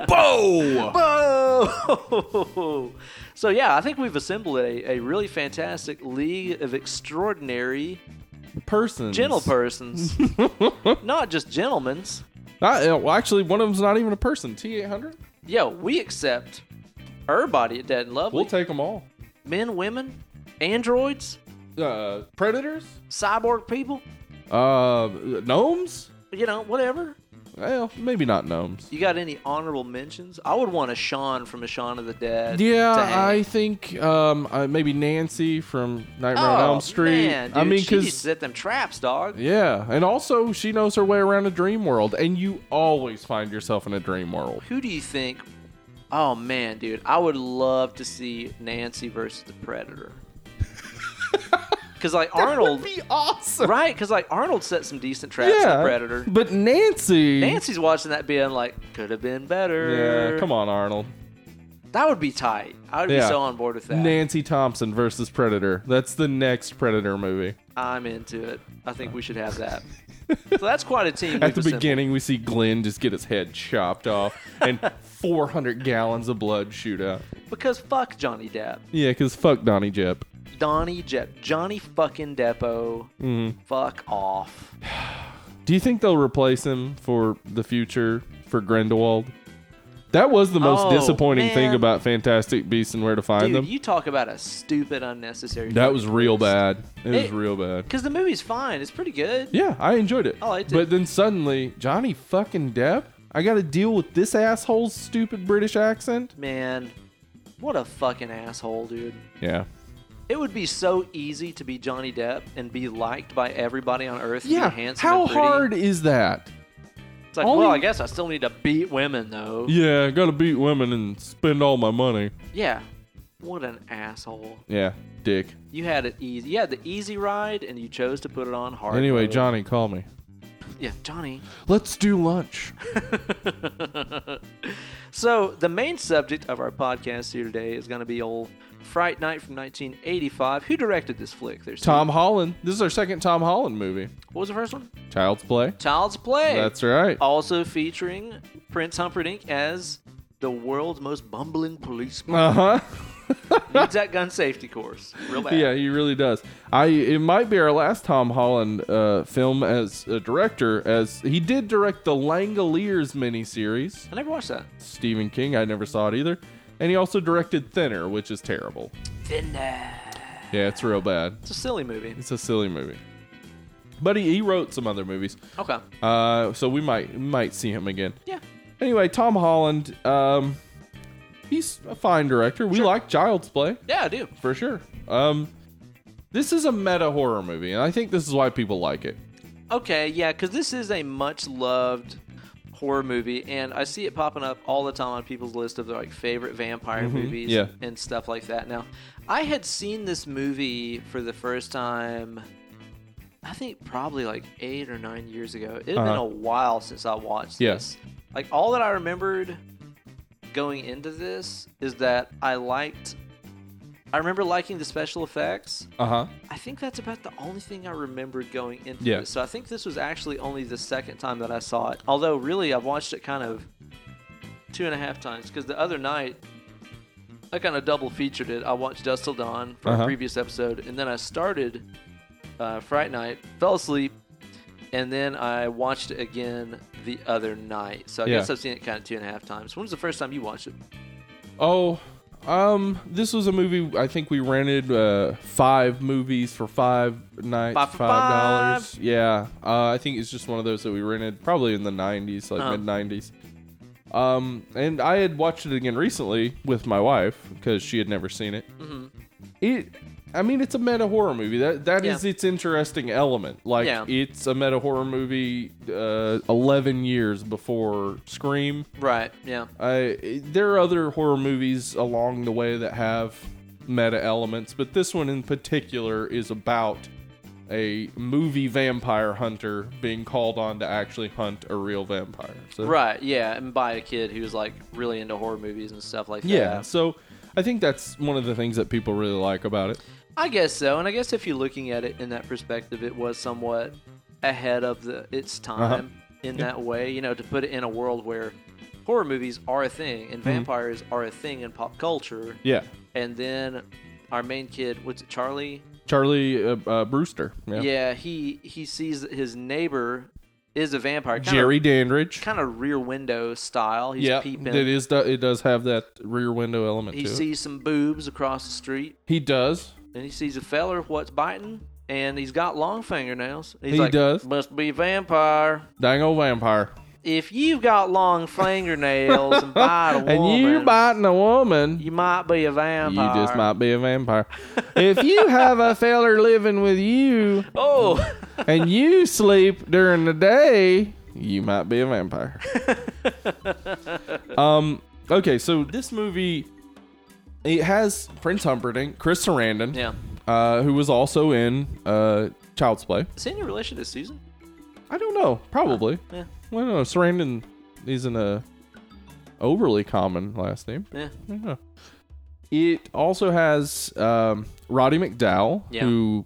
Speaker 1: Whoa! so yeah, I think we've assembled a, a really fantastic league of extraordinary
Speaker 2: Person.
Speaker 1: gentlepersons, not just gentlemen's.
Speaker 2: Not, uh, well, actually, one of them's not even a person. T eight hundred.
Speaker 1: Yo, we accept everybody at Dead and Lovely.
Speaker 2: We'll take them all.
Speaker 1: Men, women, androids,
Speaker 2: Uh, predators.
Speaker 1: cyborg people.
Speaker 2: Uh, gnomes?
Speaker 1: You know, whatever.
Speaker 2: Well, maybe not gnomes.
Speaker 1: You got any honorable mentions? I would want a Sean from a Shaun of the Dead. to
Speaker 2: Yeah,
Speaker 1: hang.
Speaker 2: I think um, uh, maybe Nancy from Nightmare on
Speaker 1: Oh,
Speaker 2: Elm Street.
Speaker 1: Man, dude,
Speaker 2: I mean,
Speaker 1: she used to
Speaker 2: because
Speaker 1: set them traps, dog.
Speaker 2: yeah, and also she knows her way around a dream world, and you always find yourself in a dream world.
Speaker 1: Who do you think? Oh man, dude, I would love to see Nancy versus the Predator. Because like Arnold,
Speaker 2: be awesome.
Speaker 1: right? Because like Arnold set some decent traps for
Speaker 2: Yeah,
Speaker 1: the Predator.
Speaker 2: But Nancy,
Speaker 1: Nancy's watching that being like, could have been better.
Speaker 2: yeah, come on, Arnold.
Speaker 1: That would be tight. I would be
Speaker 2: Yeah.
Speaker 1: so on board with that.
Speaker 2: Nancy Thompson versus Predator. That's the next Predator movie.
Speaker 1: I'm into it. I think we should have that. so that's quite a team.
Speaker 2: At the
Speaker 1: we've assembled.
Speaker 2: beginning, we see Glenn just get his head chopped off, and 400 gallons of blood shoot out.
Speaker 1: Because fuck Johnny Depp.
Speaker 2: Yeah, because fuck Donnie Jep.
Speaker 1: Donnie Depp. Johnny fucking Deppo.
Speaker 2: Mm-hmm.
Speaker 1: Fuck off.
Speaker 2: Do you think they'll replace him for the future for Grindelwald? That was the most
Speaker 1: Oh,
Speaker 2: disappointing thing
Speaker 1: man.
Speaker 2: about Fantastic Beasts and Where to Find
Speaker 1: Dude,
Speaker 2: Them.
Speaker 1: you talk about a stupid, unnecessary.
Speaker 2: that was real bad. It was
Speaker 1: It-
Speaker 2: real bad.
Speaker 1: Because the movie's fine. It's pretty good.
Speaker 2: Yeah, I enjoyed it.
Speaker 1: Oh, I liked it.
Speaker 2: But then suddenly, Johnny fucking Depp, I got to deal with this asshole's stupid British accent.
Speaker 1: Man, what a fucking asshole, dude.
Speaker 2: Yeah.
Speaker 1: It would be so easy to be Johnny Depp and be liked by everybody on Earth. and be
Speaker 2: Yeah.
Speaker 1: handsome
Speaker 2: How
Speaker 1: and pretty.
Speaker 2: hard is that?
Speaker 1: It's like,
Speaker 2: all
Speaker 1: well,
Speaker 2: you-
Speaker 1: I guess I still need to beat women though.
Speaker 2: Yeah, got to beat women and spend all my money.
Speaker 1: Yeah. What an asshole.
Speaker 2: Yeah, dick.
Speaker 1: You had it easy. You had the easy ride, and you chose to put it on hard.
Speaker 2: Anyway,
Speaker 1: mode.
Speaker 2: Johnny, call me.
Speaker 1: Yeah, Johnny.
Speaker 2: Let's do lunch.
Speaker 1: So the main subject of our podcast here today is going to be old Fright Night from 1985. Who directed this flick? There's
Speaker 2: Tom Holland. This is our second Tom Holland movie.
Speaker 1: What was the first one?
Speaker 2: Child's Play.
Speaker 1: Child's Play.
Speaker 2: That's right.
Speaker 1: Also featuring Prince Humperdinck as the world's most bumbling policeman.
Speaker 2: Uh huh.
Speaker 1: Needs that gun safety course. Real bad.
Speaker 2: Yeah, he really does. I it might be our last Tom Holland uh, film as a director, as he did direct the Langoliers miniseries.
Speaker 1: I never watched that.
Speaker 2: Stephen King, I never saw it either, and he also directed Thinner, which is terrible. Thinner. Yeah, it's real bad.
Speaker 1: It's a silly movie.
Speaker 2: It's a silly movie. But he, he wrote some other movies,
Speaker 1: Okay.
Speaker 2: uh, so we might we might see him again.
Speaker 1: Yeah.
Speaker 2: Anyway, Tom Holland, um, he's a fine director. We like Child's Play.
Speaker 1: Yeah, I do.
Speaker 2: for sure. Um, this is a meta horror movie, and I think this is why people like it.
Speaker 1: Okay, yeah, because this is a much loved horror movie, and I see it popping up all the time on people's list of their like favorite vampire movies
Speaker 2: Mm-hmm. yeah.
Speaker 1: and stuff like that. Now, I had seen this movie for the first time. I think probably like eight or nine years ago. It had been
Speaker 2: Uh-huh.
Speaker 1: a while since I watched
Speaker 2: Yeah.
Speaker 1: this. Like all that I remembered going into this is that I liked. I remember liking the special effects.
Speaker 2: Uh huh.
Speaker 1: I think that's about the only thing I remembered going into
Speaker 2: Yeah.
Speaker 1: this. So I think this was actually only the second time that I saw it. Although, really, I've watched it kind of two and a half times because the other night I kind of double featured it. I watched Dust Till Dawn from a
Speaker 2: Uh-huh.
Speaker 1: previous episode, and then I started uh, Fright Night, fell asleep, and then I watched it again the other night. So I
Speaker 2: Yeah.
Speaker 1: guess I've seen it kind of two and a half times. When was the first time you watched it?
Speaker 2: Oh, um, this was a movie. I think we rented uh, five movies for five nights,
Speaker 1: Five for
Speaker 2: dollars. Yeah, uh, I think it's just one of those that we rented probably in the '90s, like
Speaker 1: Uh-huh.
Speaker 2: mid '90s. Um, and I had watched it again recently with my wife because she had never seen it.
Speaker 1: Mm-hmm.
Speaker 2: It, I mean, it's a meta horror movie. That that is
Speaker 1: Yeah.
Speaker 2: its interesting element. Like
Speaker 1: Yeah.
Speaker 2: it's a meta horror movie. Uh, Eleven years before Scream.
Speaker 1: Right. Yeah.
Speaker 2: I there are other horror movies along the way that have meta elements, but this one in particular is about a movie vampire hunter being called on to actually hunt a real vampire. So
Speaker 1: Right. Yeah. And by a kid who's like really into horror movies and stuff like that.
Speaker 2: yeah, so I think that's one of the things that people really like about it.
Speaker 1: I guess so, and I guess if you're looking at it in that perspective, it was somewhat ahead of the its
Speaker 2: Uh-huh.
Speaker 1: time in that way. You know, to put it in a world where horror movies are a thing and vampires are a thing in pop culture,
Speaker 2: Mm-hmm. Yeah.
Speaker 1: and then our main kid, what's it, Charlie?
Speaker 2: Charlie uh, uh, Brewster. Yeah.
Speaker 1: Yeah, he he sees that his neighbor is a vampire. Kinda,
Speaker 2: Jerry Dandridge.
Speaker 1: kind of rear window style. He's
Speaker 2: yeah,
Speaker 1: peeping.
Speaker 2: it is. do- It does have that rear window element
Speaker 1: He
Speaker 2: to it.
Speaker 1: sees some boobs across the street,
Speaker 2: He does.
Speaker 1: and he sees a feller what's biting and he's got long fingernails. He's
Speaker 2: He
Speaker 1: like,
Speaker 2: does.
Speaker 1: Must be vampire.
Speaker 2: Dang old vampire.
Speaker 1: If you've got long fingernails and bite a woman,
Speaker 2: And you biting a woman.
Speaker 1: you might be a vampire.
Speaker 2: You just might be a vampire. if you have a feller living with you
Speaker 1: Oh,
Speaker 2: and you sleep during the day, you might be a vampire. um. Okay, so this movie it has Prince Humperdinck, Chris Sarandon,
Speaker 1: yeah.
Speaker 2: uh, who was also in uh, Child's Play.
Speaker 1: Is he in your relation to Susan?
Speaker 2: I don't know, probably.
Speaker 1: Yeah.
Speaker 2: Well, I don't know. Sarandon isn't a overly common last name.
Speaker 1: Yeah.
Speaker 2: I don't know. It also has um, Roddy McDowell,
Speaker 1: Yeah.
Speaker 2: who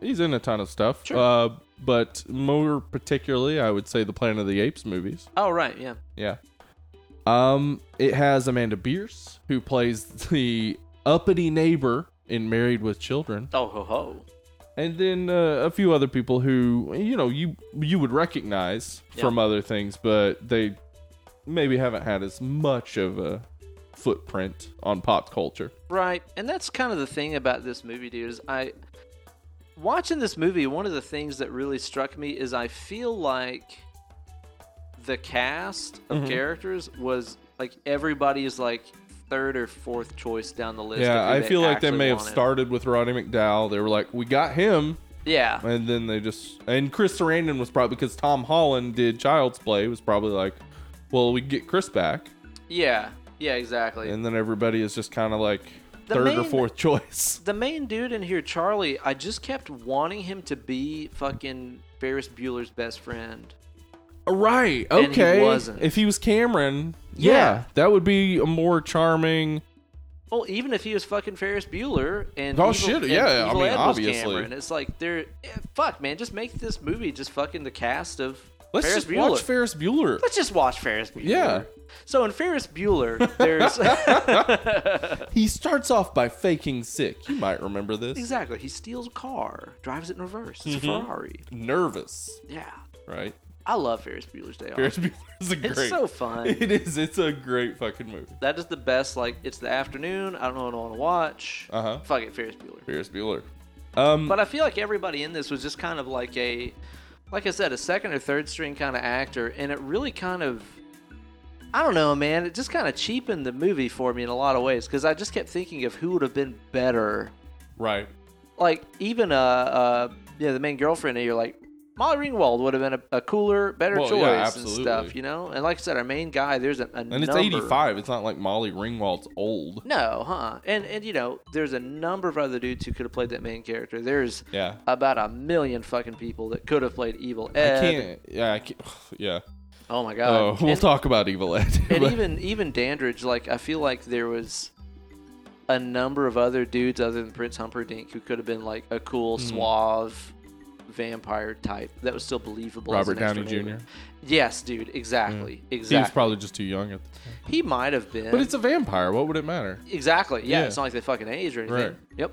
Speaker 2: he's in a ton of stuff.
Speaker 1: Sure.
Speaker 2: Uh, but more particularly, I would say the Planet of the Apes movies.
Speaker 1: Oh, right. Yeah.
Speaker 2: Yeah. Um, it has Amanda Bierce, who plays the uppity neighbor in Married with Children,
Speaker 1: Oh, ho, ho.
Speaker 2: and then uh, a few other people who you know you you would recognize
Speaker 1: Yeah.
Speaker 2: from other things, but they maybe haven't had as much of a footprint on pop culture.
Speaker 1: Right. And that's kind of the thing about this movie, dude, is I watching this movie, one of the things that really struck me is I feel like the cast of
Speaker 2: Mm-hmm.
Speaker 1: characters was like everybody is like third or fourth choice down the list. of
Speaker 2: Yeah,
Speaker 1: who
Speaker 2: I feel like they
Speaker 1: actually
Speaker 2: may have
Speaker 1: wanted.
Speaker 2: started with Roddy McDowell. They were like, "We got him,"
Speaker 1: Yeah.
Speaker 2: and then they just and Chris Sarandon was probably because Tom Holland did Child's Play was probably like, "Well, we get Chris back,"
Speaker 1: Yeah. Yeah, exactly.
Speaker 2: and then everybody is just kind of like
Speaker 1: The
Speaker 2: third or
Speaker 1: main-
Speaker 2: fourth choice.
Speaker 1: the main dude in here, Charlie, I just kept wanting him to be fucking Ferris Bueller's best friend.
Speaker 2: Right.
Speaker 1: And he
Speaker 2: Okay.
Speaker 1: wasn't.
Speaker 2: If he was Cameron, yeah,
Speaker 1: Yeah.
Speaker 2: that would be a more charming.
Speaker 1: Well, even if he was fucking Ferris Bueller and
Speaker 2: Oh,
Speaker 1: Evil-
Speaker 2: shit,
Speaker 1: and
Speaker 2: yeah, I
Speaker 1: Evil
Speaker 2: mean,
Speaker 1: Ed was
Speaker 2: obviously.
Speaker 1: Cameron. it's like they're eh, fuck, man, just make this movie just fucking the cast of
Speaker 2: Let's
Speaker 1: Ferris
Speaker 2: just
Speaker 1: Bueller.
Speaker 2: watch Ferris Bueller.
Speaker 1: Let's just watch Ferris Bueller.
Speaker 2: Yeah.
Speaker 1: So in Ferris Bueller, there's
Speaker 2: He starts off by faking sick. You might remember this.
Speaker 1: exactly he steals a car, drives it in reverse. It's a Ferrari.
Speaker 2: Nervous,
Speaker 1: Yeah,
Speaker 2: right?
Speaker 1: I love Ferris Bueller's Day Off.
Speaker 2: Ferris Bueller is a great.
Speaker 1: it's so fun.
Speaker 2: It is. It's a great fucking movie.
Speaker 1: that is the best. Like it's the afternoon. I don't know what I want to watch.
Speaker 2: Uh-huh.
Speaker 1: Fuck it, Ferris Bueller.
Speaker 2: Ferris Bueller. Um,
Speaker 1: But I feel like everybody in this was just kind of like a, like I said, a second or third string kind of actor, and it really kind of, I don't know, man, it just kind of cheapened the movie for me in a lot of ways because I just kept thinking of who would have been better.
Speaker 2: right.
Speaker 1: Like even uh, uh yeah, the main girlfriend, and you're like. Molly Ringwald would have been a, a cooler, better
Speaker 2: Well,
Speaker 1: choice
Speaker 2: yeah,
Speaker 1: and
Speaker 2: absolutely.
Speaker 1: stuff, you know. And like I said, our main guy, there's a, a
Speaker 2: And it's
Speaker 1: number.
Speaker 2: 85. It's not like Molly Ringwald's old.
Speaker 1: No, huh? And and you know, there's a number of other dudes who could have played that main character. There's
Speaker 2: Yeah.
Speaker 1: about a million fucking people that could have played Evil
Speaker 2: I
Speaker 1: Ed.
Speaker 2: can't. Yeah. I can't, yeah.
Speaker 1: Oh my
Speaker 2: Oh,
Speaker 1: god.
Speaker 2: we'll
Speaker 1: and,
Speaker 2: talk about Evil Ed.
Speaker 1: and
Speaker 2: but-
Speaker 1: even even Dandridge, like I feel like there was a number of other dudes other than Prince Humperdinck who could have been like a cool,
Speaker 2: Hmm.
Speaker 1: suave vampire type that was still believable. as
Speaker 2: Robert
Speaker 1: an extra
Speaker 2: Downey Jr.
Speaker 1: neighbor. Yes, dude, exactly,
Speaker 2: He was
Speaker 1: exactly.
Speaker 2: probably just too young at the time.
Speaker 1: He, might have been,
Speaker 2: But it's a vampire. What would it matter?
Speaker 1: Exactly. Yeah,
Speaker 2: Yeah.
Speaker 1: it's not like they fucking age or anything.
Speaker 2: Right.
Speaker 1: Yep.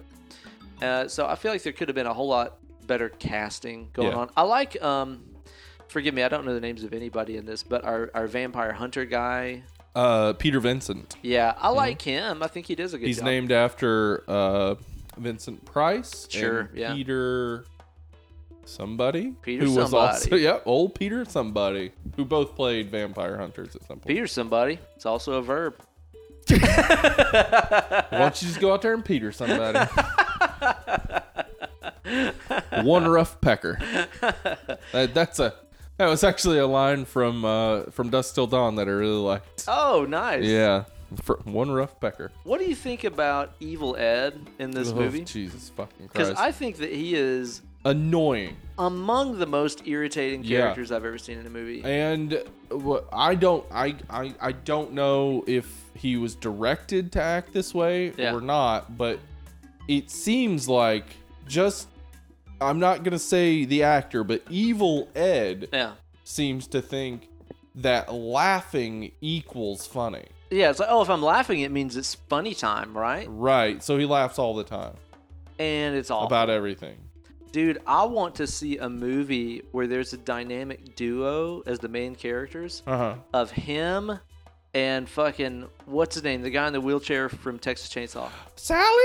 Speaker 1: Uh, so I feel like there could have been a whole lot better casting going
Speaker 2: Yeah.
Speaker 1: on. I like. Um, forgive me, I don't know the names of anybody in this, but our, our vampire hunter guy.
Speaker 2: Uh, Peter Vincent.
Speaker 1: Yeah, I like him. I think he does a good
Speaker 2: Mm-hmm. He's
Speaker 1: job.
Speaker 2: named after uh, Vincent Price. and
Speaker 1: Sure, yeah.
Speaker 2: Peter somebody.
Speaker 1: Peter
Speaker 2: who was
Speaker 1: somebody.
Speaker 2: also yeah, old Peter somebody who both played vampire hunters at some point.
Speaker 1: Peter somebody. It's also a verb.
Speaker 2: Why don't you just go out there and Peter somebody? One rough pecker. That- that's a that was actually a line from uh, from Dust Till Dawn that I really liked.
Speaker 1: Oh, nice.
Speaker 2: Yeah. For one rough pecker.
Speaker 1: What do you think about Evil Ed in this
Speaker 2: Oh,
Speaker 1: movie?
Speaker 2: Jesus fucking
Speaker 1: Because
Speaker 2: Christ.
Speaker 1: I think that he is
Speaker 2: Annoying.
Speaker 1: among the most irritating
Speaker 2: Yeah.
Speaker 1: characters I've ever seen in a movie.
Speaker 2: And wha- I don't I, I I don't know if he was directed to act this way
Speaker 1: Yeah.
Speaker 2: or not, but it seems like just I'm not going to say the actor, but evil Ed
Speaker 1: yeah.
Speaker 2: seems to think that laughing equals funny.
Speaker 1: Yeah, it's like, oh, if I'm laughing, it means it's funny time, right?
Speaker 2: Right. So he laughs all the time
Speaker 1: And it's all
Speaker 2: about everything.
Speaker 1: Dude, I want to see a movie where there's a dynamic duo as the main characters
Speaker 2: Uh-huh.
Speaker 1: of him and fucking what's his name? The guy in the wheelchair from Texas Chainsaw.
Speaker 2: Sally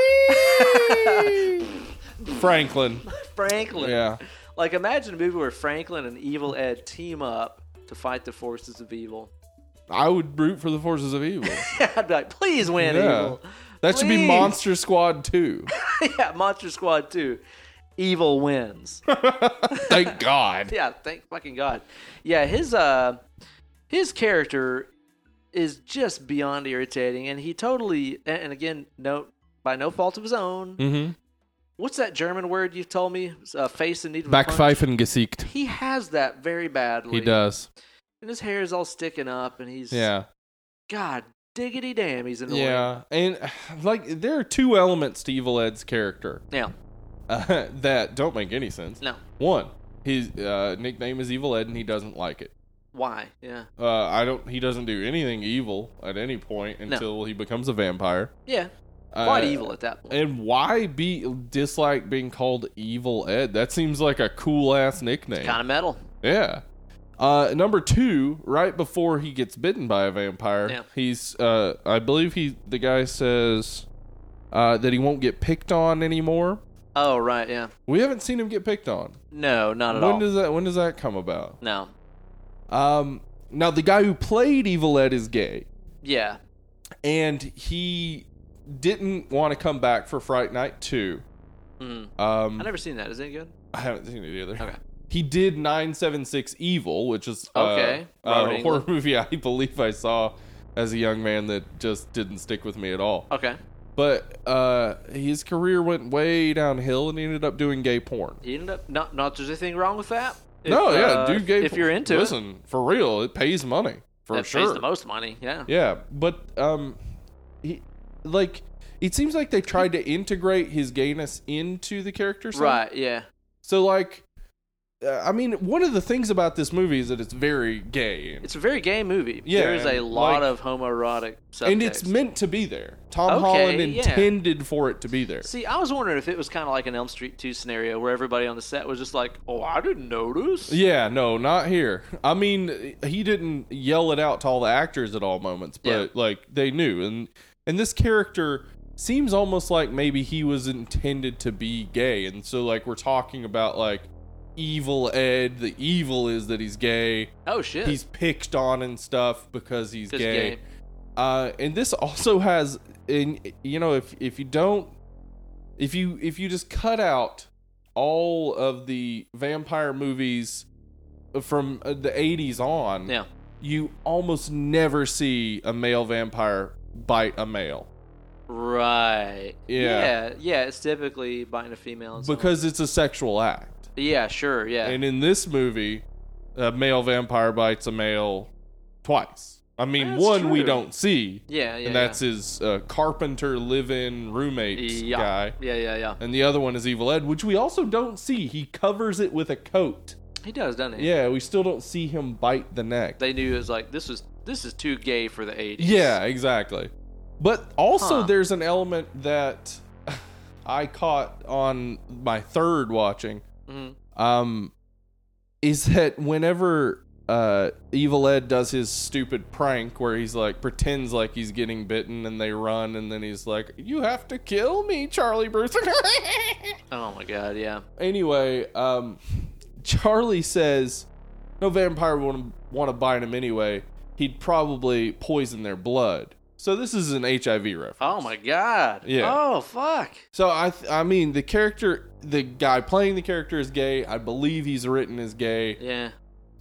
Speaker 2: Franklin.
Speaker 1: Franklin.
Speaker 2: Yeah.
Speaker 1: Like imagine a movie where Franklin and Evil Ed team up to fight the forces of evil.
Speaker 2: I would root for the forces of evil.
Speaker 1: I'd be like, please win
Speaker 2: Yeah.
Speaker 1: evil.
Speaker 2: That should be
Speaker 1: Please.
Speaker 2: Monster Squad 2.
Speaker 1: yeah, Monster Squad 2. Evil wins.
Speaker 2: Thank God.
Speaker 1: yeah, thank fucking God. Yeah, his uh his character is just beyond irritating and he totally and- and again, no by no fault of his own.
Speaker 2: Mm-hmm.
Speaker 1: What's
Speaker 2: What's
Speaker 1: that German word you told me? Uh, face in need of a punch?
Speaker 2: Backpfeifen gesiegt.
Speaker 1: He has that very badly.
Speaker 2: He does.
Speaker 1: And his hair is all sticking up and he's
Speaker 2: Yeah.
Speaker 1: God diggity damn, he's annoying.
Speaker 2: Yeah. And like there are two elements to Evil Ed's character
Speaker 1: Yeah.
Speaker 2: uh, that don't make any sense.
Speaker 1: No.
Speaker 2: One, his uh, nickname is Evil Ed and he doesn't like it.
Speaker 1: Why? Yeah.
Speaker 2: Uh, I don't he doesn't do anything evil at any point until he becomes a vampire.
Speaker 1: Yeah.
Speaker 2: Uh,
Speaker 1: Quite evil at that point.
Speaker 2: And why be dislike being called Evil Ed? That seems like a cool ass nickname.
Speaker 1: Kind of metal.
Speaker 2: Yeah. Uh, number two, right before he gets bitten by a vampire,
Speaker 1: Yeah.
Speaker 2: he's uh, I believe he the guy says uh, that he won't get picked on anymore.
Speaker 1: Oh right, yeah.
Speaker 2: We haven't seen him get picked on.
Speaker 1: No, not at
Speaker 2: When
Speaker 1: all.
Speaker 2: does that when does that come about?
Speaker 1: no.
Speaker 2: Um, now the guy who played Evil Ed is gay,
Speaker 1: Yeah.
Speaker 2: and he didn't want to come back for Fright Night Two.
Speaker 1: Mm.
Speaker 2: Um,
Speaker 1: I never seen that. Is it good?
Speaker 2: I haven't seen it either.
Speaker 1: Okay.
Speaker 2: He did 976 Evil, which is uh,
Speaker 1: Okay.
Speaker 2: uh,
Speaker 1: Robert
Speaker 2: a horror
Speaker 1: Englund.
Speaker 2: movie I believe I saw as a young man that just didn't stick with me at all.
Speaker 1: Okay.
Speaker 2: But uh, his career went way downhill and he ended up doing gay porn.
Speaker 1: You ended up not not there's anything wrong with that. If,
Speaker 2: no, yeah,
Speaker 1: uh,
Speaker 2: do gay
Speaker 1: If you're into it,
Speaker 2: Listen, for real, it pays money. For
Speaker 1: that
Speaker 2: sure.
Speaker 1: pays the most money. Yeah.
Speaker 2: Yeah, but um, he, like it seems like they tried to integrate his gayness into the character. somehow.
Speaker 1: Right. Yeah.
Speaker 2: So like, uh, I mean, one of the things about this movie is that it's very gay, and,
Speaker 1: It's a very gay movie.
Speaker 2: Yeah,
Speaker 1: There is a
Speaker 2: and,
Speaker 1: lot
Speaker 2: like-
Speaker 1: of homoerotic subtext.
Speaker 2: and it's meant to be there. Tom
Speaker 1: Okay,
Speaker 2: Holland
Speaker 1: yeah.
Speaker 2: intended for it to be there.
Speaker 1: See, I was wondering if it was kind of like an Elm Street 2 scenario where everybody on the set was just like, "Oh, I didn't notice."
Speaker 2: Yeah, no, not here. I mean, he didn't yell it out to all the actors at all moments, but
Speaker 1: Yeah.
Speaker 2: like they knew, and and this character seems almost like maybe he was intended to be gay, and so like we're talking about like evil Ed. The evil is that he's gay.
Speaker 1: Oh shit.
Speaker 2: He's picked on and stuff because he's
Speaker 1: 'Cause
Speaker 2: gay. Uh, and this also has, in you know, if if you don't, if you if you just cut out all of the vampire movies from uh, the '80s on,
Speaker 1: Yeah.
Speaker 2: you almost never see a male vampire bite a male
Speaker 1: Right.
Speaker 2: Yeah.
Speaker 1: Yeah. yeah, It's typically biting a female. and someone-
Speaker 2: because it's a sexual act.
Speaker 1: Yeah. Sure. Yeah.
Speaker 2: And in this movie, a male vampire bites a male twice. I mean,
Speaker 1: That's
Speaker 2: one we
Speaker 1: true.
Speaker 2: don't see,
Speaker 1: yeah. Yeah.
Speaker 2: and that's his uh, carpenter live-in roommate
Speaker 1: yeah.
Speaker 2: guy.
Speaker 1: Yeah. Yeah. Yeah.
Speaker 2: and the other one is Evil Ed, which we also don't see. He covers it with a coat.
Speaker 1: He does, doesn't he?
Speaker 2: Yeah, we still don't see him bite the neck.
Speaker 1: They knew it was like this was this is too gay for the 80s.
Speaker 2: yeah, exactly. But also,
Speaker 1: Huh.
Speaker 2: there's an element that I caught on my third watching.
Speaker 1: Mhm.
Speaker 2: Um, is that whenever uh, Evil Ed does his stupid prank where he's like pretends like he's getting bitten and they run and then he's like, "You have to kill me, Charlie Bruce."
Speaker 1: Oh my god. Yeah.
Speaker 2: anyway, um, Charlie says no vampire would want to bite him anyway. He'd probably poison their blood. So this is an HIV reference.
Speaker 1: Oh my god.
Speaker 2: Yeah.
Speaker 1: Oh fuck.
Speaker 2: So I, th- I mean, the character, the guy playing the character is gay. I believe he's written as gay.
Speaker 1: Yeah.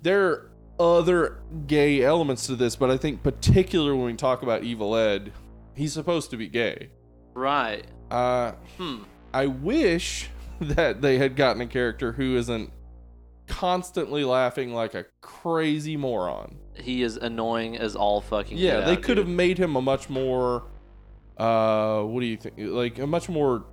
Speaker 2: There are other gay elements to this, but I think particularly when we talk about Evil Ed, he's supposed to be gay.
Speaker 1: Right.
Speaker 2: Uh,
Speaker 1: Hmm.
Speaker 2: I wish that they had gotten a character who isn't constantly laughing like a crazy moron.
Speaker 1: He is annoying as all fucking.
Speaker 2: Yeah,
Speaker 1: get
Speaker 2: they
Speaker 1: out,
Speaker 2: could have
Speaker 1: dude.
Speaker 2: made him a much more uh what do you think? Like a much more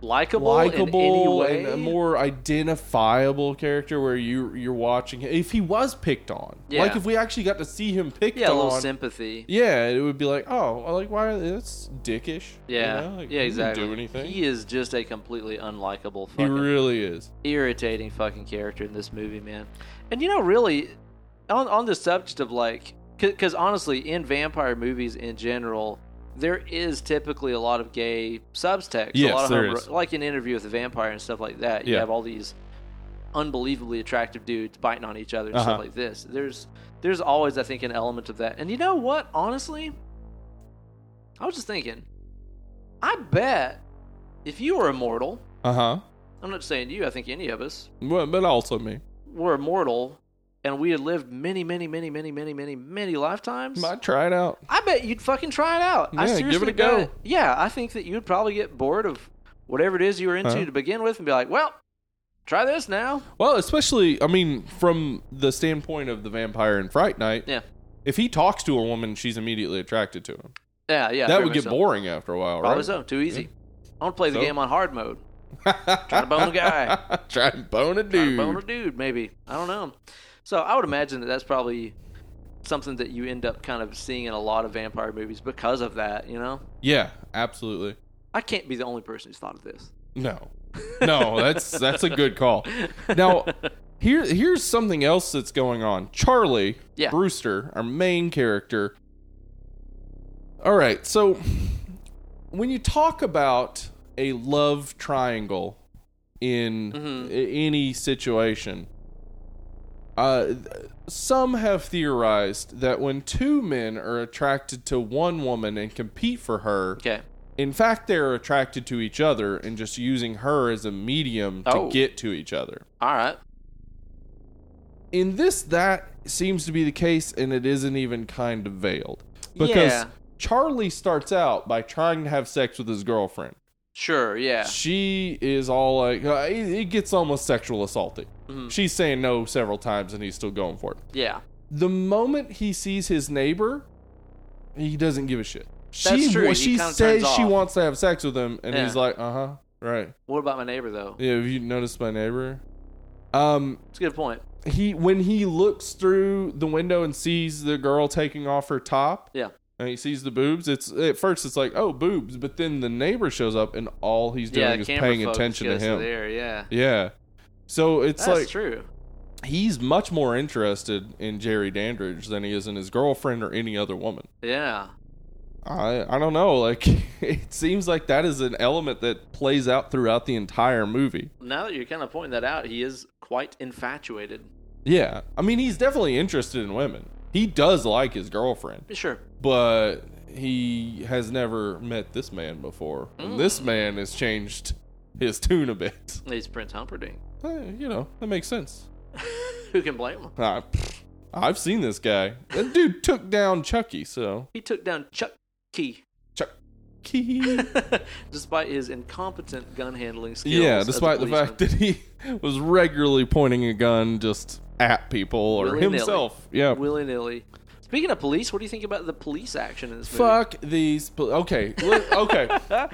Speaker 1: likable, in any
Speaker 2: likable
Speaker 1: way.
Speaker 2: and a more identifiable character where you you're watching him. If he was picked on.
Speaker 1: Yeah.
Speaker 2: Like if we actually got to see him picked
Speaker 1: yeah, a
Speaker 2: on.
Speaker 1: little sympathy.
Speaker 2: yeah, it would be like, oh, well, like why? That's dickish. you
Speaker 1: Yeah,
Speaker 2: know? Like,
Speaker 1: yeah,
Speaker 2: he didn't
Speaker 1: exactly.
Speaker 2: Do anything?
Speaker 1: He is just a completely unlikable,
Speaker 2: he
Speaker 1: fucking
Speaker 2: really is.
Speaker 1: irritating fucking character in this movie, man. And you know, really, on on the subject of like because honestly, in vampire movies in general, there is typically a lot of gay subtext.
Speaker 2: Yes,
Speaker 1: a lot of
Speaker 2: there
Speaker 1: homo-
Speaker 2: is.
Speaker 1: like an interview with a vampire and stuff like that. You
Speaker 2: Yeah.
Speaker 1: have all these unbelievably attractive dudes biting on each other and
Speaker 2: Uh-huh.
Speaker 1: stuff like this. There's there's always I think an element of that. And you know what? Honestly, I was just thinking. I bet if you were immortal,
Speaker 2: Uh huh.
Speaker 1: I'm not saying you. I think any of us
Speaker 2: Well, but also me.
Speaker 1: were immortal, and we had lived many, many, many, many, many, many, many lifetimes.
Speaker 2: I tried out.
Speaker 1: I bet you'd fucking try it out. I
Speaker 2: Yeah, give it
Speaker 1: seriously
Speaker 2: a go.
Speaker 1: bet- Yeah, I think that you'd probably get bored of whatever it is you were into
Speaker 2: Huh?
Speaker 1: to begin with, and be like, "Well, try this now."
Speaker 2: Well, especially I mean, from the standpoint of the vampire in Fright Night.
Speaker 1: Yeah.
Speaker 2: If he talks to a woman, she's immediately attracted to him.
Speaker 1: Yeah, yeah.
Speaker 2: that
Speaker 1: very
Speaker 2: would
Speaker 1: much
Speaker 2: get
Speaker 1: so.
Speaker 2: boring after a while,
Speaker 1: Probably
Speaker 2: right?
Speaker 1: so. Too easy. I want to play the
Speaker 2: So?
Speaker 1: game on hard mode. Try to bone a guy.
Speaker 2: Try to bone a
Speaker 1: Try
Speaker 2: dude.
Speaker 1: to bone a dude, maybe. I don't know. So I would imagine that that's probably something that you end up kind of seeing in a lot of vampire movies because of that. You know,
Speaker 2: Yeah, absolutely.
Speaker 1: I can't be the only person who's thought of this.
Speaker 2: No. No, that's that's a good call. Now, here here's something else that's going on. Charlie
Speaker 1: Yeah.
Speaker 2: Brewster, our main character. All right. So when you talk about a love triangle in
Speaker 1: Mhm.
Speaker 2: a- any situation, uh th- some have theorized that when two men are attracted to one woman and compete for her,
Speaker 1: Okay.
Speaker 2: in fact, they're attracted to each other and just using her as a medium to
Speaker 1: Oh.
Speaker 2: get to each other.
Speaker 1: All right.
Speaker 2: In this, that seems to be the case, and it isn't even kind of veiled. Because
Speaker 1: Yeah.
Speaker 2: Charlie starts out by trying to have sex with his girlfriend.
Speaker 1: Sure. Yeah.
Speaker 2: She is all like, uh, it, it gets almost sexual assaulty.
Speaker 1: Mhm.
Speaker 2: She's saying no several times, and he's still going for it.
Speaker 1: Yeah.
Speaker 2: The moment he sees his neighbor, he doesn't give a shit.
Speaker 1: That's
Speaker 2: she
Speaker 1: true,
Speaker 2: wa-
Speaker 1: he
Speaker 2: she
Speaker 1: kinda turns
Speaker 2: says she
Speaker 1: off.
Speaker 2: wants to have sex with him, and
Speaker 1: Yeah.
Speaker 2: he's like, uh huh, right.
Speaker 1: What about my neighbor though?
Speaker 2: Yeah, have you noticed my neighbor? Um,
Speaker 1: It's a good point.
Speaker 2: he when he looks through the window and sees the girl taking off her top,
Speaker 1: Yeah.
Speaker 2: and he sees the boobs. It's at first it's like oh boobs, but then the neighbor shows up and all he's doing
Speaker 1: yeah,
Speaker 2: is
Speaker 1: camera
Speaker 2: paying
Speaker 1: focus
Speaker 2: attention to
Speaker 1: goes
Speaker 2: him.
Speaker 1: There, yeah.
Speaker 2: Yeah, so it's
Speaker 1: That's
Speaker 2: like
Speaker 1: true.
Speaker 2: he's much more interested in Jerry Dandridge than he is in his girlfriend or any other woman.
Speaker 1: Yeah.
Speaker 2: I I don't know. Like it seems like that is an element that plays out throughout the entire movie.
Speaker 1: Now that you're kind of pointing that out, he is quite infatuated.
Speaker 2: Yeah. I mean, he's definitely interested in women. He does like his girlfriend,
Speaker 1: Sure.
Speaker 2: but he has never met this man before. And
Speaker 1: Mm.
Speaker 2: this man has changed his tune a bit.
Speaker 1: He's Prince Humperdinck.
Speaker 2: Eh, you know, that makes sense.
Speaker 1: Who can blame him?
Speaker 2: I, I've seen this guy. That dude took down Chucky, so.
Speaker 1: He took down Chuck Key.
Speaker 2: Chucky.
Speaker 1: despite his incompetent gun handling skills.
Speaker 2: yeah,
Speaker 1: as a
Speaker 2: despite the fact
Speaker 1: policeman.
Speaker 2: that he was regularly pointing a gun just at people or
Speaker 1: Willy-nilly.
Speaker 2: himself. Yeah.
Speaker 1: willy nilly. Speaking of police, what do you think about the police action in this movie?
Speaker 2: Fuck these. pol- Okay. li- Okay.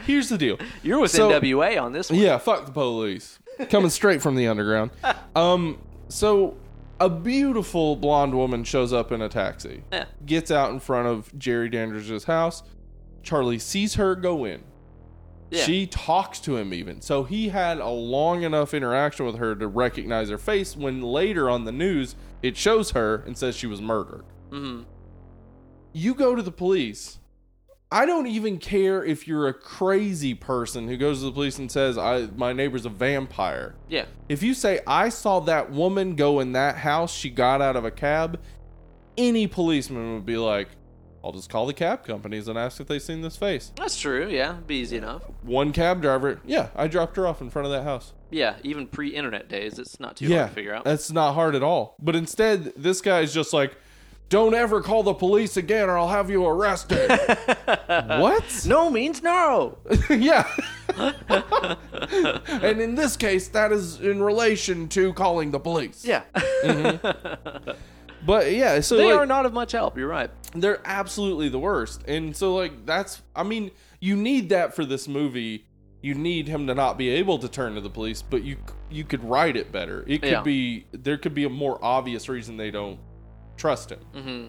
Speaker 2: Here's the deal.
Speaker 1: You're with
Speaker 2: So-
Speaker 1: NWA on this one.
Speaker 2: Yeah, fuck the police. Coming straight from the underground. Um, so a beautiful blonde woman shows up in a taxi,
Speaker 1: Yeah.
Speaker 2: gets out in front of Jerry Dandridge's house. Charlie sees her go in.
Speaker 1: Yeah.
Speaker 2: She talks to him even. So he had a long enough interaction with her to recognize her face when later on the news it shows her and says she was murdered.
Speaker 1: Mhm.
Speaker 2: You go to the police. I don't even care if you're a crazy person who goes to the police and says, I, my neighbor's a vampire.
Speaker 1: Yeah.
Speaker 2: If you say, I saw that woman go in that house, she got out of a cab, any policeman would be like, I'll just call the cab companies and ask if they've seen this face.
Speaker 1: That's true. Yeah. Be easy enough.
Speaker 2: One cab driver, yeah, I dropped her off in front of that house.
Speaker 1: Yeah. Even pre internet days, it's not too
Speaker 2: yeah,
Speaker 1: hard to figure out.
Speaker 2: that's not hard at all. But instead, this guy is just like, don't ever call the police again or I'll have you arrested. what?
Speaker 1: No means no.
Speaker 2: yeah. and in this case, that is in relation to calling the police.
Speaker 1: Yeah.
Speaker 2: But yeah, so
Speaker 1: they
Speaker 2: like,
Speaker 1: are not of much help. You're right.
Speaker 2: they're absolutely the worst. And so like that's I mean, you need that for this movie. You need him to not be able to turn to the police, but you you could write it better. It could
Speaker 1: Yeah.
Speaker 2: be there could be a more obvious reason they don't trust him.
Speaker 1: hmm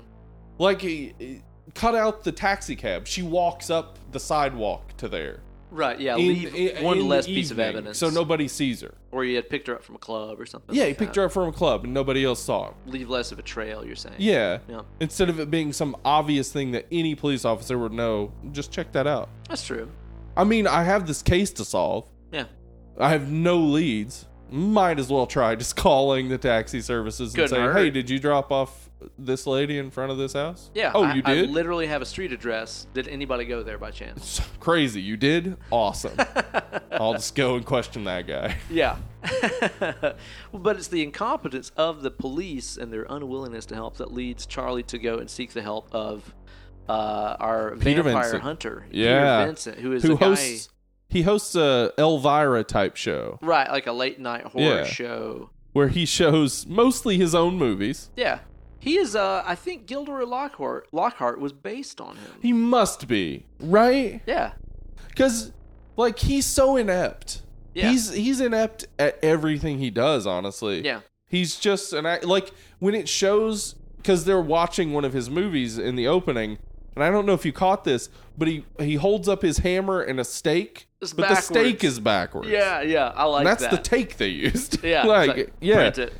Speaker 2: Like eh, eh, cut out the taxi cab. She walks up the sidewalk to there.
Speaker 1: Right, yeah,
Speaker 2: in-
Speaker 1: leave
Speaker 2: in-
Speaker 1: one
Speaker 2: in the
Speaker 1: less piece of
Speaker 2: evening,
Speaker 1: evidence.
Speaker 2: so nobody sees her.
Speaker 1: or you had picked her up from a club or something.
Speaker 2: Yeah, he
Speaker 1: like
Speaker 2: picked
Speaker 1: that.
Speaker 2: her up from a club and nobody else saw him.
Speaker 1: Leave less of a trail. You're saying.
Speaker 2: Yeah.
Speaker 1: Yeah.
Speaker 2: Instead of it being some obvious thing that any police officer would know, just check that out.
Speaker 1: that's true.
Speaker 2: I mean, I have this case to solve.
Speaker 1: Yeah,
Speaker 2: I have no leads. Might as well try just calling the taxi services and
Speaker 1: Couldn't
Speaker 2: say,
Speaker 1: hurt.
Speaker 2: "Hey, did you drop off this lady in front of this house?"
Speaker 1: yeah.
Speaker 2: Oh,
Speaker 1: I-
Speaker 2: you
Speaker 1: I
Speaker 2: did.
Speaker 1: literally have a street address. Did anybody go there by chance?
Speaker 2: It's Crazy. You did. Awesome. I'll just go and question that guy.
Speaker 1: Yeah. Well, but it's the incompetence of the police and their unwillingness to help that leads Charlie to go and seek the help of uh, our
Speaker 2: Peter
Speaker 1: vampire
Speaker 2: Vincent.
Speaker 1: hunter,
Speaker 2: Yeah.
Speaker 1: Peter Vincent, who is
Speaker 2: Who
Speaker 1: a guy,
Speaker 2: hosts? He hosts a Elvira type show
Speaker 1: right, like a late night horror
Speaker 2: Yeah.
Speaker 1: show.
Speaker 2: where he shows mostly his own movies.
Speaker 1: Yeah. He is, uh, I think Gilderoy Lockhart, Lockhart was based on him.
Speaker 2: He must be right.
Speaker 1: yeah.
Speaker 2: Because, like, he's so inept.
Speaker 1: Yeah.
Speaker 2: He's he's inept at everything he does. Honestly.
Speaker 1: Yeah.
Speaker 2: He's just an act- like when it shows because they're watching one of his movies in the opening, and I don't know if you caught this, but he he holds up his hammer and a stake,
Speaker 1: It's
Speaker 2: but
Speaker 1: backwards.
Speaker 2: the stake is backwards.
Speaker 1: Yeah, yeah. I like
Speaker 2: And that's
Speaker 1: that.
Speaker 2: the take they used.
Speaker 1: yeah. it's
Speaker 2: like, yeah.
Speaker 1: print it.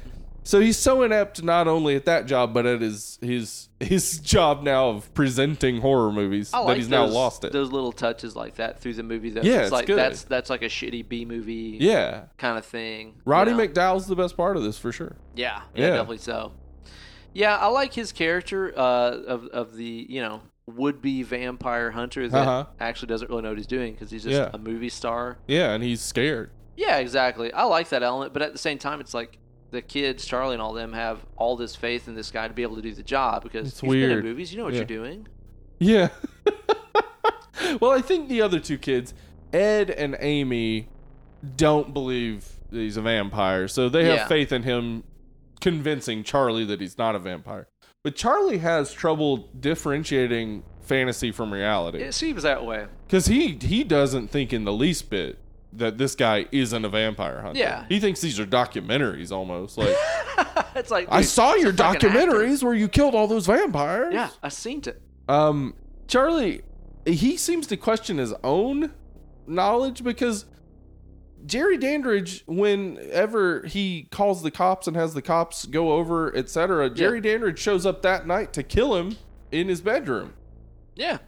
Speaker 2: So he's so inept not only at that job, but at his his his job now of presenting horror movies
Speaker 1: I
Speaker 2: that
Speaker 1: like
Speaker 2: he's
Speaker 1: those,
Speaker 2: now lost it.
Speaker 1: Those little touches like that through the movie, though.
Speaker 2: Yeah,
Speaker 1: it's,
Speaker 2: it's
Speaker 1: like
Speaker 2: good.
Speaker 1: that's that's like a shitty B movie
Speaker 2: yeah,
Speaker 1: kind of thing.
Speaker 2: Roddy
Speaker 1: you know?
Speaker 2: McDowell's the best part of this for sure.
Speaker 1: Yeah, yeah,
Speaker 2: Yeah.
Speaker 1: definitely so. Yeah, I like his character uh, of of the you know would be vampire hunter that
Speaker 2: Uh-huh.
Speaker 1: actually doesn't really know what he's doing because he's just
Speaker 2: Yeah.
Speaker 1: a movie star.
Speaker 2: Yeah, and he's scared.
Speaker 1: Yeah, exactly. I like that element, but at the same time, it's like the kids, Charlie and all them, have all this faith in this guy to be able to do the job because
Speaker 2: It's
Speaker 1: you've been in
Speaker 2: weird.
Speaker 1: movies, you know what
Speaker 2: Yeah.
Speaker 1: you're doing.
Speaker 2: Yeah. well, I think the other two kids, Ed and Amy, don't believe that he's a vampire, so they have
Speaker 1: Yeah.
Speaker 2: faith in him convincing Charlie that he's not a vampire. But Charlie has trouble differentiating fantasy from reality
Speaker 1: It seems that way.
Speaker 2: because he he doesn't think in the least bit that this guy isn't a vampire hunter.
Speaker 1: Yeah.
Speaker 2: he thinks these are documentaries almost. Like
Speaker 1: it's like
Speaker 2: I
Speaker 1: dude,
Speaker 2: saw
Speaker 1: it's a
Speaker 2: your
Speaker 1: fucking actor.
Speaker 2: documentaries where you killed all those vampires.
Speaker 1: Yeah, I seen it.
Speaker 2: Um, Charlie, he seems to question his own knowledge because Jerry Dandridge, whenever he calls the cops and has the cops go over, etc., Jerry Dandridge shows up that night to kill him in his bedroom.
Speaker 1: Yeah,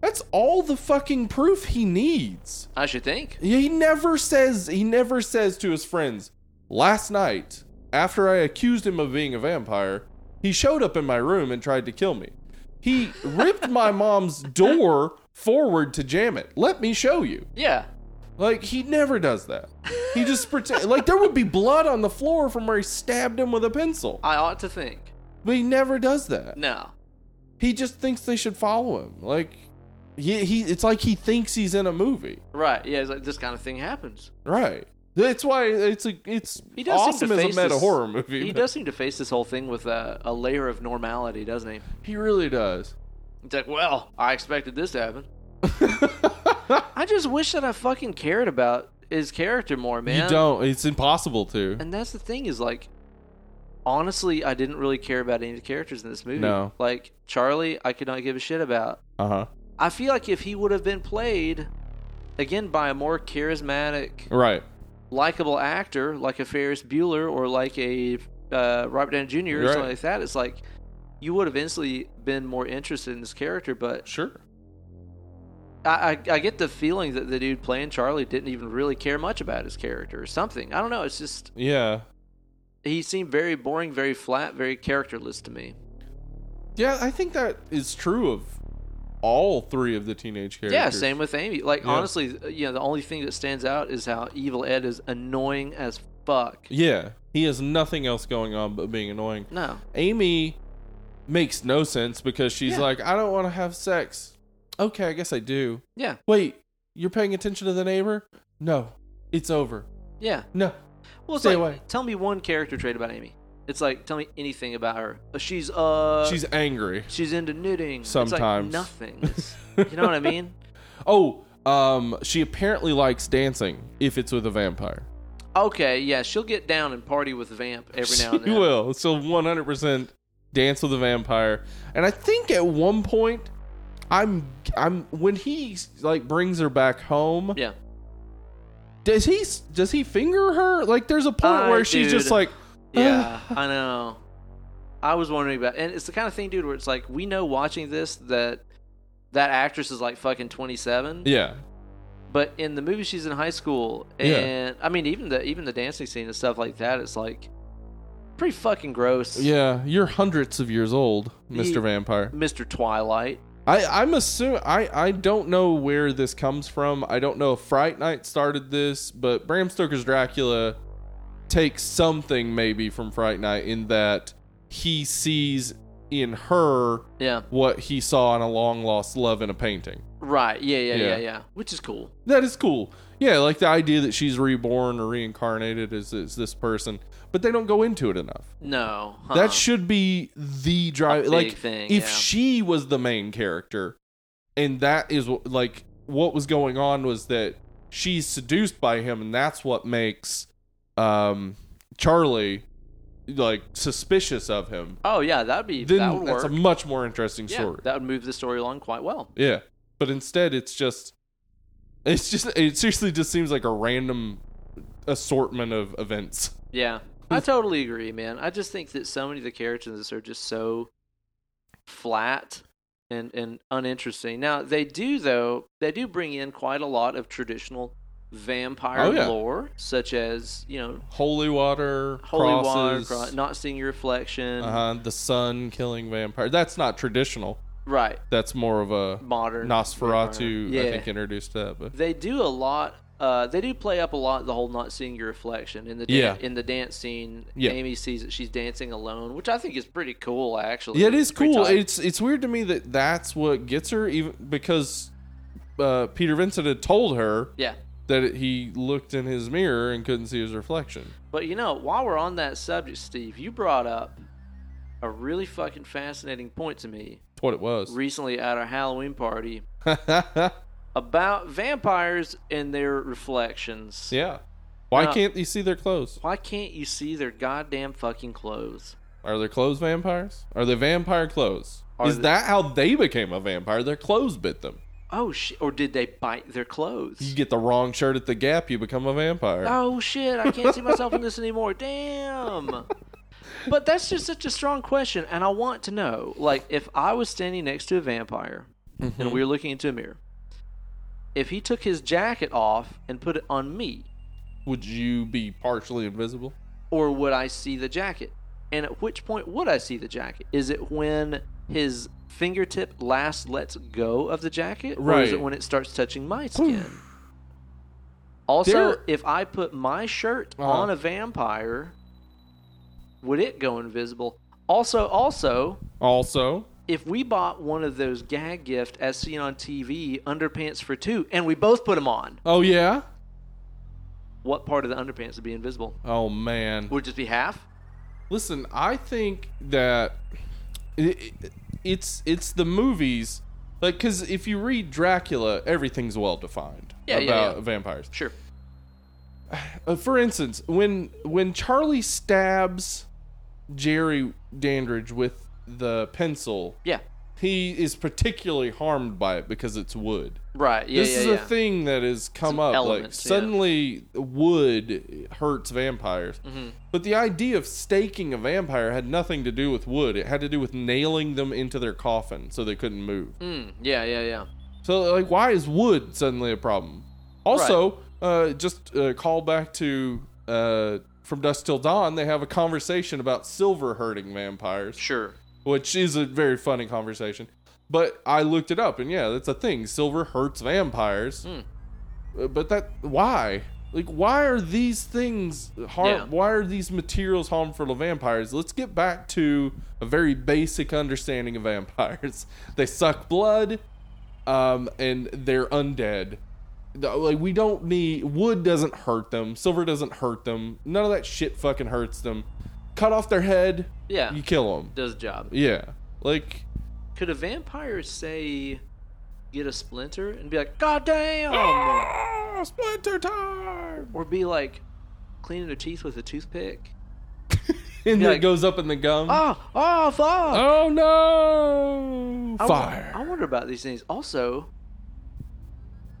Speaker 2: That's all the fucking proof he needs.
Speaker 1: I should think.
Speaker 2: He never says he never says to his friends, "Last night, after I accused him of being a vampire, he showed up in my room and tried to kill me. He ripped my mom's door forward to jam it. Let me show you."
Speaker 1: Yeah,
Speaker 2: Like he never does that. He just pretend like there would be blood on the floor from where he stabbed him with a pencil.
Speaker 1: I ought to think.
Speaker 2: But he never does that.
Speaker 1: No,
Speaker 2: He just thinks they should follow him. Like he, he it's like he thinks he's in a movie.
Speaker 1: right? Yeah, it's like this kind of thing happens.
Speaker 2: Right. That's why it's a it's
Speaker 1: He does seem
Speaker 2: awesome
Speaker 1: to
Speaker 2: as a
Speaker 1: face
Speaker 2: meta
Speaker 1: this-
Speaker 2: horror movie.
Speaker 1: He
Speaker 2: but
Speaker 1: does seem to face this whole thing with a, a layer of normality, doesn't he?
Speaker 2: He really does.
Speaker 1: It's like, well, I expected this to happen. I just wish that I fucking cared about his character more, man.
Speaker 2: You don't. It's impossible to.
Speaker 1: And that's the thing is like, honestly, I didn't really care about any of the characters in this movie.
Speaker 2: No.
Speaker 1: Like Charlie, I could not give a shit about.
Speaker 2: Uh huh.
Speaker 1: I feel like if he would have been played again by a more charismatic,
Speaker 2: Right.
Speaker 1: likable actor like a Ferris Bueller or like a uh, Robert Downey Jr. or
Speaker 2: Right.
Speaker 1: something like that, it's like you would have instantly been more interested in this character. But
Speaker 2: Sure.
Speaker 1: I, I, I get the feeling that the dude playing Charlie didn't even really care much about his character or something. I don't know. It's just
Speaker 2: Yeah.
Speaker 1: he seemed very boring, very flat, very characterless to me.
Speaker 2: Yeah. I think that is true of all three of the teenage characters.
Speaker 1: Yeah, same with Amy. Like
Speaker 2: Yeah.
Speaker 1: honestly, you know, the only thing that stands out is how Evil Ed is annoying as fuck.
Speaker 2: Yeah. He has nothing else going on but being annoying.
Speaker 1: No.
Speaker 2: Amy makes no sense because she's
Speaker 1: Yeah.
Speaker 2: like, I don't want to have sex. Okay, I guess I do.
Speaker 1: Yeah.
Speaker 2: Wait, you're paying attention to the neighbor? No. It's over.
Speaker 1: Yeah.
Speaker 2: No.
Speaker 1: Well, it's
Speaker 2: Stay
Speaker 1: like,
Speaker 2: away.
Speaker 1: tell me one character trait about Amy. It's like, tell me anything about her. Uh, She's uh, she's
Speaker 2: She's angry.
Speaker 1: she's into knitting. it's like
Speaker 2: Sometimes.
Speaker 1: nothing. It's- you know what I mean?
Speaker 2: Oh, um, she apparently likes dancing if it's with a vampire.
Speaker 1: Okay, yeah, she'll get down and party with Vamp every now and
Speaker 2: She
Speaker 1: then.
Speaker 2: will. So 100% dance with a vampire. And I think at one point, I'm I'm when he like brings her back home.
Speaker 1: Yeah.
Speaker 2: Does he does he finger her? Like there's a point
Speaker 1: Uh,
Speaker 2: where she's
Speaker 1: dude.
Speaker 2: just like
Speaker 1: Yeah, I know. I was wondering about, and it's the kind of thing, dude, where it's like we know watching this that that actress is like fucking twenty seven,
Speaker 2: yeah.
Speaker 1: but in the movie she's in high school,
Speaker 2: Yeah.
Speaker 1: and I mean even the even the dancing scene and stuff like that, it's like pretty fucking gross.
Speaker 2: Yeah, you're hundreds of years old, Mr.
Speaker 1: Ye-
Speaker 2: Vampire.
Speaker 1: Mr. Twilight.
Speaker 2: I I'm assuming I I don't know where this comes from. I don't know if Fright Night started this, but Bram Stoker's Dracula takes something maybe from Fright Night in that he sees in her
Speaker 1: Yeah,
Speaker 2: what he saw in a long lost love in a painting.
Speaker 1: right. Yeah, yeah, yeah,
Speaker 2: Yeah.
Speaker 1: yeah. Which is cool.
Speaker 2: That is cool. Yeah, like the idea that she's reborn or reincarnated as, as this person, but they don't go into it enough.
Speaker 1: No, huh.
Speaker 2: That should be the drive.
Speaker 1: Uh-huh. big
Speaker 2: Like,
Speaker 1: thing,
Speaker 2: if
Speaker 1: yeah.
Speaker 2: she was the main character, and that is what, like what was going on was that she's seduced by him, and that's what makes um, Charlie like suspicious of him.
Speaker 1: oh yeah, that'd be that
Speaker 2: Then
Speaker 1: would
Speaker 2: that's
Speaker 1: work.
Speaker 2: a much more interesting
Speaker 1: yeah,
Speaker 2: story.
Speaker 1: that would move the story along quite well.
Speaker 2: Yeah. But instead it's just it's just it seriously just seems like a random assortment of events.
Speaker 1: Yeah, I totally agree, man. I just think that so many of the characters in this are just so flat and and uninteresting. Now they do though they do bring in quite a lot of traditional vampire
Speaker 2: Oh, yeah.
Speaker 1: lore, such as you know
Speaker 2: Holy water,
Speaker 1: holy water,
Speaker 2: crosses,
Speaker 1: cro- not seeing your reflection,
Speaker 2: uh, the sun killing vampire. That's not traditional.
Speaker 1: right?
Speaker 2: That's more of a
Speaker 1: Modern
Speaker 2: Nosferatu
Speaker 1: vampire.
Speaker 2: I
Speaker 1: Yeah.
Speaker 2: think introduced that, but
Speaker 1: They do a lot. Uh, they do play up a lot the whole not seeing your reflection in the dan-
Speaker 2: Yeah.
Speaker 1: in the dance scene.
Speaker 2: Yeah.
Speaker 1: Amy sees that she's dancing alone, which I think is pretty cool actually.
Speaker 2: Yeah, it is
Speaker 1: It's pretty
Speaker 2: cool.
Speaker 1: tight.
Speaker 2: It's it's weird to me that that's what gets her even because uh, Peter Vincent had told her
Speaker 1: yeah.
Speaker 2: that he looked in his mirror and couldn't see his reflection.
Speaker 1: But you know, while we're on that subject, Steve, you brought up a really fucking fascinating point to me
Speaker 2: That's what it was.
Speaker 1: recently at our Halloween party about vampires and their reflections.
Speaker 2: Yeah. Why
Speaker 1: Now-
Speaker 2: can't you see their clothes?
Speaker 1: Why can't you see their goddamn fucking clothes?
Speaker 2: Are their clothes vampires? Are they vampire clothes?
Speaker 1: Are
Speaker 2: Is
Speaker 1: they-
Speaker 2: that how they became a vampire? Their clothes bit them.
Speaker 1: Oh shit! Or did they bite their
Speaker 2: You
Speaker 1: clothes?
Speaker 2: get the wrong shirt at the Gap, you become a vampire.
Speaker 1: Oh shit! I can't see myself in this anymore. Damn. But that's just such a strong question, and I want to know, like, if I was standing next to a vampire and we were looking into a mirror, if he took his jacket off and put it on me,
Speaker 2: Would you be partially invisible?
Speaker 1: or would I see the jacket? And at which point would I see the jacket? Is it when his fingertip last lets go of the jacket, or is
Speaker 2: Right.
Speaker 1: it when it starts touching my skin? also,
Speaker 2: There-
Speaker 1: if I put my shirt
Speaker 2: Uh-huh.
Speaker 1: on a vampire, would it go invisible? Also, also,
Speaker 2: Also,
Speaker 1: if we bought one of those gag gift as seen on TV underpants for two, and we both put them on,
Speaker 2: oh yeah.
Speaker 1: what part of the underpants would be invisible?
Speaker 2: Oh man.
Speaker 1: Would it just be half?
Speaker 2: Listen, I think that it, it- it's it's the movies, like because if you read Dracula, everything's well defined
Speaker 1: Yeah,
Speaker 2: about
Speaker 1: yeah, yeah.
Speaker 2: vampires.
Speaker 1: Sure.
Speaker 2: Uh, for instance, when when Charlie stabs Jerry Dandridge with the pencil,
Speaker 1: Yeah.
Speaker 2: he is particularly harmed by it because it's wood.
Speaker 1: Right. Yeah.
Speaker 2: this
Speaker 1: yeah,
Speaker 2: is
Speaker 1: yeah.
Speaker 2: a thing that has come
Speaker 1: an
Speaker 2: up. like
Speaker 1: element, yeah.
Speaker 2: suddenly, wood hurts vampires.
Speaker 1: Mm-hmm.
Speaker 2: But the idea of staking a vampire had nothing to do with wood. It had to do with nailing them into their coffin so they couldn't move.
Speaker 1: Mm, yeah, yeah, yeah.
Speaker 2: So, like, why is wood suddenly a problem? Also, uh, just uh, call back to uh, From Dusk Till Dawn, they have a conversation about silver hurting vampires,
Speaker 1: Sure.
Speaker 2: which is a very funny conversation. But I looked it up, and yeah, that's a thing. Silver hurts vampires.
Speaker 1: Hmm.
Speaker 2: Uh, But that, why? Like, why are these things harm?
Speaker 1: Yeah.
Speaker 2: Why are these materials harmful to vampires? Let's get back to a very basic understanding of vampires. They suck blood um, and they're undead. The- Like we don't need wood doesn't hurt them, silver doesn't hurt them, none of that shit fucking hurts them. Cut off their head,
Speaker 1: Yeah.
Speaker 2: you kill them.
Speaker 1: Does the job.
Speaker 2: Yeah, like
Speaker 1: Could a vampire say get a splinter and be like, God damn
Speaker 2: oh, splinter time,
Speaker 1: Or be like cleaning their teeth with a toothpick?
Speaker 2: and
Speaker 1: Yeah,
Speaker 2: it
Speaker 1: like-
Speaker 2: Ah. goes up in the gum.
Speaker 1: Oh, oh ah, fuck.
Speaker 2: oh no,
Speaker 1: I wa-
Speaker 2: fire!
Speaker 1: I wonder, wonder about these things. Also,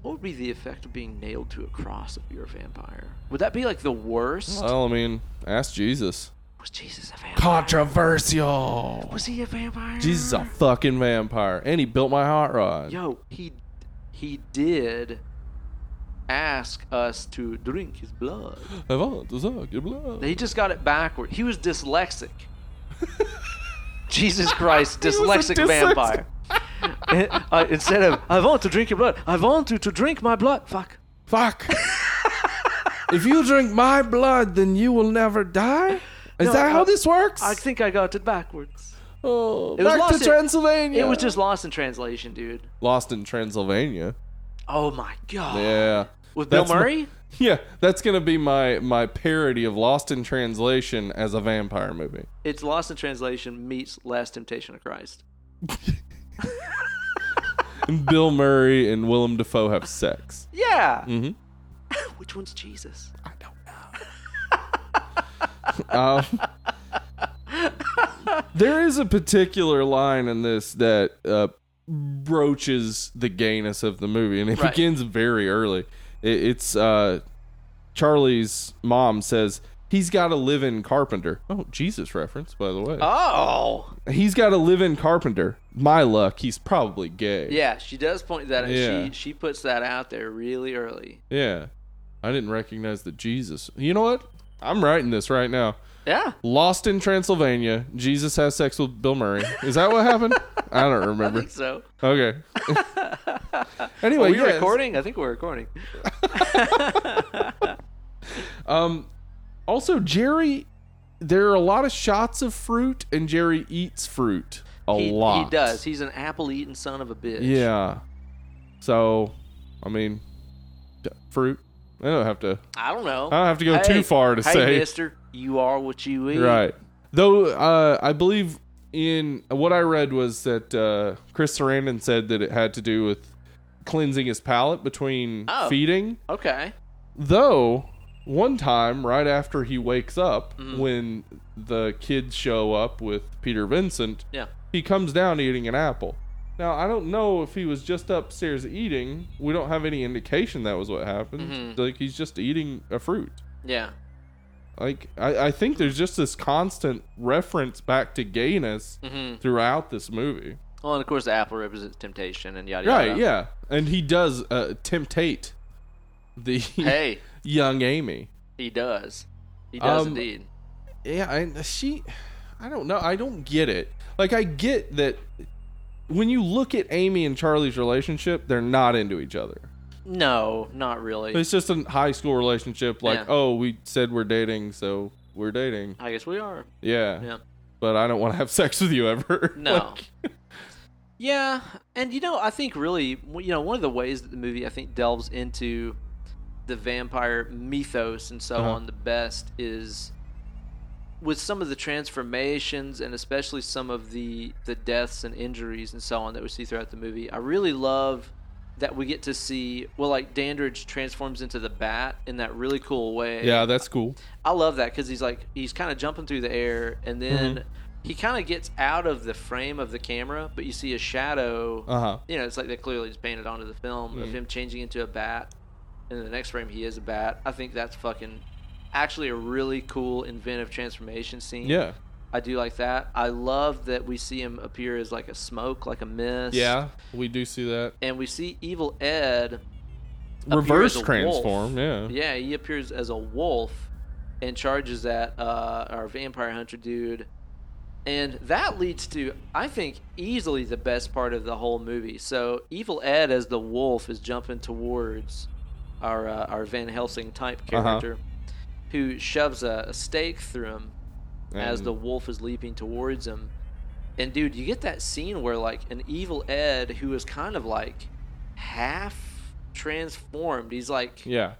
Speaker 1: what would be the effect of being nailed to a cross if you're a vampire? Would that be like the worst?
Speaker 2: Well, I mean, ask Jesus.
Speaker 1: was Jesus a vampire?
Speaker 2: Controversial.
Speaker 1: was he a vampire?
Speaker 2: Jesus is a fucking vampire, and he built my hot rod.
Speaker 1: Yo, he he did ask us to drink his blood.
Speaker 2: I want to suck your blood.
Speaker 1: He just got it backward. He was dyslexic. Jesus Christ, dyslexic,
Speaker 2: dyslexic.
Speaker 1: vampire. Uh, instead of I want to drink your blood, I want you to drink my blood. Fuck.
Speaker 2: Fuck. if you drink my blood, then you will never die. Is
Speaker 1: No,
Speaker 2: that how
Speaker 1: I-
Speaker 2: this works?
Speaker 1: I think I got it backwards.
Speaker 2: oh,
Speaker 1: was
Speaker 2: back to
Speaker 1: lost in-
Speaker 2: Transylvania.
Speaker 1: It was just lost in translation, dude.
Speaker 2: lost in Transylvania.
Speaker 1: Oh my god.
Speaker 2: Yeah.
Speaker 1: With Bill
Speaker 2: That's my-
Speaker 1: Murray?
Speaker 2: Yeah, that's gonna be my my parody of Lost in Translation as a vampire movie.
Speaker 1: It's Lost in Translation meets Last Temptation of Christ.
Speaker 2: And Bill Murray and Willem Dafoe have sex.
Speaker 1: Yeah.
Speaker 2: Mhm.
Speaker 1: Which one's Jesus?
Speaker 2: Um, there is a particular line in this that uh, broaches the gayness of the movie, and it
Speaker 1: Right.
Speaker 2: begins very early. It, it's uh, Charlie's mom says he's got a live-in carpenter. Oh, Jesus reference, by the way.
Speaker 1: Oh.
Speaker 2: he's got a live-in carpenter. My luck, he's probably gay.
Speaker 1: Yeah, she does point that out.
Speaker 2: Yeah.
Speaker 1: She she puts that out there really early.
Speaker 2: Yeah. I didn't recognize the Jesus. You know what? I'm writing this right now.
Speaker 1: Yeah.
Speaker 2: Lost in Transylvania, Jesus has sex with Bill Murray. Is that what happened? I don't
Speaker 1: I
Speaker 2: remember.
Speaker 1: think so.
Speaker 2: Okay. anyway,
Speaker 1: Are we
Speaker 2: yes.
Speaker 1: recording? I think we're recording.
Speaker 2: Um also Jerry there are a lot of shots of fruit and Jerry eats fruit a
Speaker 1: he,
Speaker 2: lot.
Speaker 1: He does. He's an apple eating son of a bitch.
Speaker 2: Yeah. So, I mean d- fruit. I don't have to
Speaker 1: I don't know.
Speaker 2: I don't have to go too far to
Speaker 1: hey,
Speaker 2: say.
Speaker 1: mister, you are what you eat.
Speaker 2: Right. Though uh, I believe in what I read was that uh, Chris Sarandon said that it had to do with cleansing his palate between
Speaker 1: Oh.
Speaker 2: feeding.
Speaker 1: Okay.
Speaker 2: Though one time, right after he wakes up, when the kids show up with Peter Vincent,
Speaker 1: Yeah.
Speaker 2: he comes down eating an apple. Now I don't know if he was just upstairs eating. We don't have any indication that was what happened. Like he's just eating a fruit
Speaker 1: Yeah.
Speaker 2: like I, I think there's just this constant reference back to gayness
Speaker 1: Mm-hmm.
Speaker 2: throughout this movie
Speaker 1: Well, and of course, the apple represents temptation and yada yada.
Speaker 2: right yeah and he does uh temptate the
Speaker 1: Hey,
Speaker 2: young amy
Speaker 1: he does. He does
Speaker 2: Um,
Speaker 1: indeed.
Speaker 2: yeah and she i don't know i don't get it like i get that when you look at amy and charlie's relationship they're not into each other
Speaker 1: No, not really.
Speaker 2: it's just a high school relationship like
Speaker 1: Yeah.
Speaker 2: oh we said we're dating so we're dating
Speaker 1: I guess we are.
Speaker 2: yeah,
Speaker 1: Yeah.
Speaker 2: but i don't want to have sex with you ever
Speaker 1: No.
Speaker 2: Like,
Speaker 1: Yeah, and you know, I think really, you know, one of the ways that the movie I think delves into the vampire mythos and so
Speaker 2: Uh-huh.
Speaker 1: on the best is with some of the transformations and especially some of the the deaths and injuries and so on that we see throughout the movie. I really love that we get to see well like Dandridge transforms into the bat in that really cool way.
Speaker 2: yeah that's cool
Speaker 1: I love that because he's like he's kind of jumping through the air, and then
Speaker 2: Mm-hmm.
Speaker 1: he kind of gets out of the frame of the camera, but you see a shadow.
Speaker 2: uh-huh
Speaker 1: You know, it's like they clearly just painted onto the film
Speaker 2: Mm-hmm.
Speaker 1: of him changing into a bat, and in the next frame he is a bat. I think that's fucking actually a really cool inventive transformation scene.
Speaker 2: Yeah.
Speaker 1: I do like that. I love that we see him appear as like a smoke, like a mist.
Speaker 2: Yeah, we do see that.
Speaker 1: and we see Evil Ed appear
Speaker 2: Reverse
Speaker 1: as a
Speaker 2: transform,
Speaker 1: wolf.
Speaker 2: yeah.
Speaker 1: Yeah, he appears as a wolf and charges at uh, our vampire hunter dude. And that leads to, I think, easily the best part of the whole movie. So, Evil Ed as the wolf is jumping towards our uh, our Van Helsing type
Speaker 2: Uh-huh.
Speaker 1: character, who shoves a, a stake through him as
Speaker 2: And-
Speaker 1: the wolf is leaping towards him. And dude, you get that scene where like an evil Ed who is kind of like half transformed. He's like
Speaker 2: Yeah.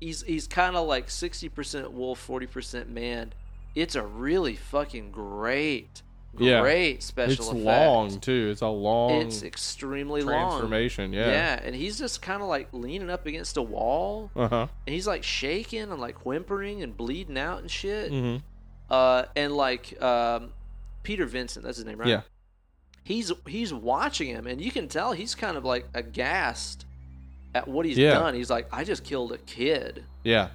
Speaker 1: he's he's kind of like 60% wolf, 40% man. It's a really fucking great
Speaker 2: Yeah.
Speaker 1: great special
Speaker 2: it's
Speaker 1: effect.
Speaker 2: long too. It's a long
Speaker 1: It's extremely long.
Speaker 2: transformation, yeah.
Speaker 1: and he's just kind of like leaning up against a wall
Speaker 2: Uh-huh.
Speaker 1: and he's like shaking and like whimpering and bleeding out and shit
Speaker 2: Mhm.
Speaker 1: uh, and like um, Peter Vincent, that's his name, right?
Speaker 2: Yeah.
Speaker 1: he's he's watching him, and you can tell he's kind of like aghast at what he's
Speaker 2: Yeah.
Speaker 1: done. He's like, I just killed a kid,
Speaker 2: Yeah.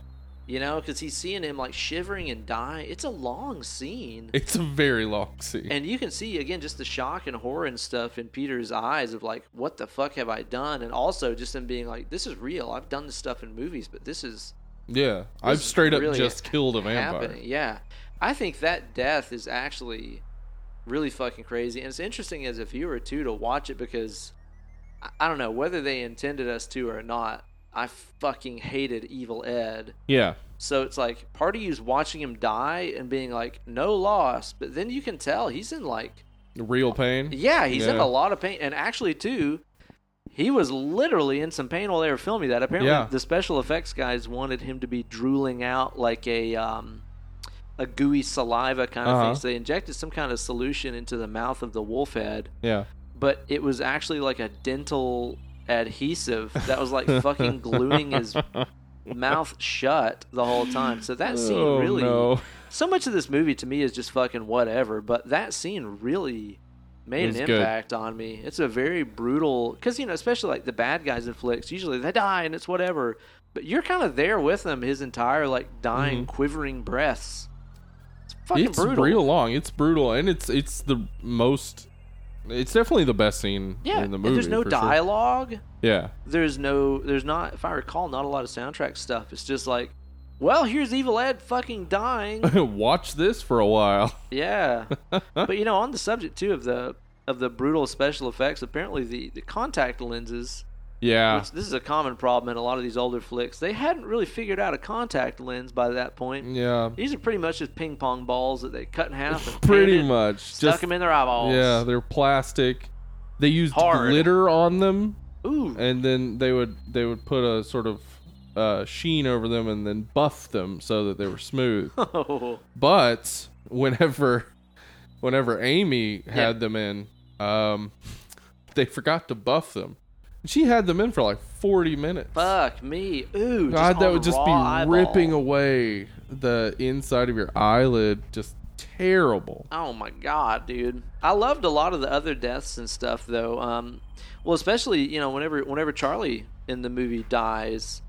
Speaker 1: you know, because he's seeing him like shivering and dying. It's a long scene.
Speaker 2: It's a very long scene.
Speaker 1: And you can see again just the shock and horror and stuff in Peter's eyes of like, what the fuck have I done? And also just him being like, this is real. I've done this stuff in movies, but this is
Speaker 2: yeah. I've
Speaker 1: is
Speaker 2: straight up
Speaker 1: really
Speaker 2: just killed a vampire.
Speaker 1: happening. Yeah. I think that death is actually really fucking crazy. And it's interesting as a viewer, too, to watch it because I- I don't know whether they intended us to or not. I fucking hated Evil Ed.
Speaker 2: Yeah.
Speaker 1: So it's like part of you's watching him die and being like, no loss. But then you can tell he's in like
Speaker 2: Real pain.
Speaker 1: yeah, he's in
Speaker 2: Yeah.
Speaker 1: a lot of pain, and actually too, he was literally in some pain while they were filming that. Apparently,
Speaker 2: Yeah.
Speaker 1: the special effects guys wanted him to be drooling out like a um, a gooey saliva kind of
Speaker 2: Uh-huh.
Speaker 1: thing. So they injected some kind of solution into the mouth of the wolf head,
Speaker 2: Yeah.
Speaker 1: but it was actually like a dental adhesive that was like fucking gluing his mouth shut the whole time. So that scene
Speaker 2: Oh,
Speaker 1: really
Speaker 2: no.
Speaker 1: so much of this movie to me is just fucking whatever, but that scene really
Speaker 2: It
Speaker 1: made an
Speaker 2: was good.
Speaker 1: impact on me. It's a very brutal cuz you know, especially like the bad guys in flicks, usually they die and it's whatever, but you're kind of there with them his entire like dying quivering breaths. It's fucking
Speaker 2: Mm-hmm. it's
Speaker 1: brutal.
Speaker 2: real long. It's brutal, and it's it's the most. It's definitely the best scene
Speaker 1: yeah,
Speaker 2: in the
Speaker 1: and
Speaker 2: movie.
Speaker 1: there's no
Speaker 2: for sure.
Speaker 1: dialogue.
Speaker 2: Yeah,
Speaker 1: There's no there's not if I recall not a lot of soundtrack stuff. It's just like well, here's Evil Ed fucking dying.
Speaker 2: watch this for a while.
Speaker 1: Yeah. but you know, on the subject too of the of the brutal special effects, apparently the the contact lenses,
Speaker 2: Yeah,
Speaker 1: which this is a common problem in a lot of these older flicks, they hadn't really figured out a contact lens by that point.
Speaker 2: yeah,
Speaker 1: These are pretty much just ping pong balls that they cut in half and
Speaker 2: pretty
Speaker 1: painted,
Speaker 2: much.
Speaker 1: stuck
Speaker 2: Just
Speaker 1: them in their eyeballs.
Speaker 2: yeah, they're plastic. They used
Speaker 1: Hard.
Speaker 2: glitter on them,
Speaker 1: Ooh.
Speaker 2: and then they would they would put a sort of uh, sheen over them, and then buff them so that they were smooth. But whenever whenever Amy had
Speaker 1: Yeah.
Speaker 2: them in, um, they forgot to buff them. She had them in for like forty minutes.
Speaker 1: Fuck me. Ooh. just
Speaker 2: God, that
Speaker 1: on
Speaker 2: would just
Speaker 1: raw
Speaker 2: be
Speaker 1: eyeball.
Speaker 2: ripping away the inside of your eyelid. Just terrible.
Speaker 1: Oh my god, dude! I loved a lot of the other deaths and stuff, though. Um, well, especially you know whenever whenever Charlie in the movie dies,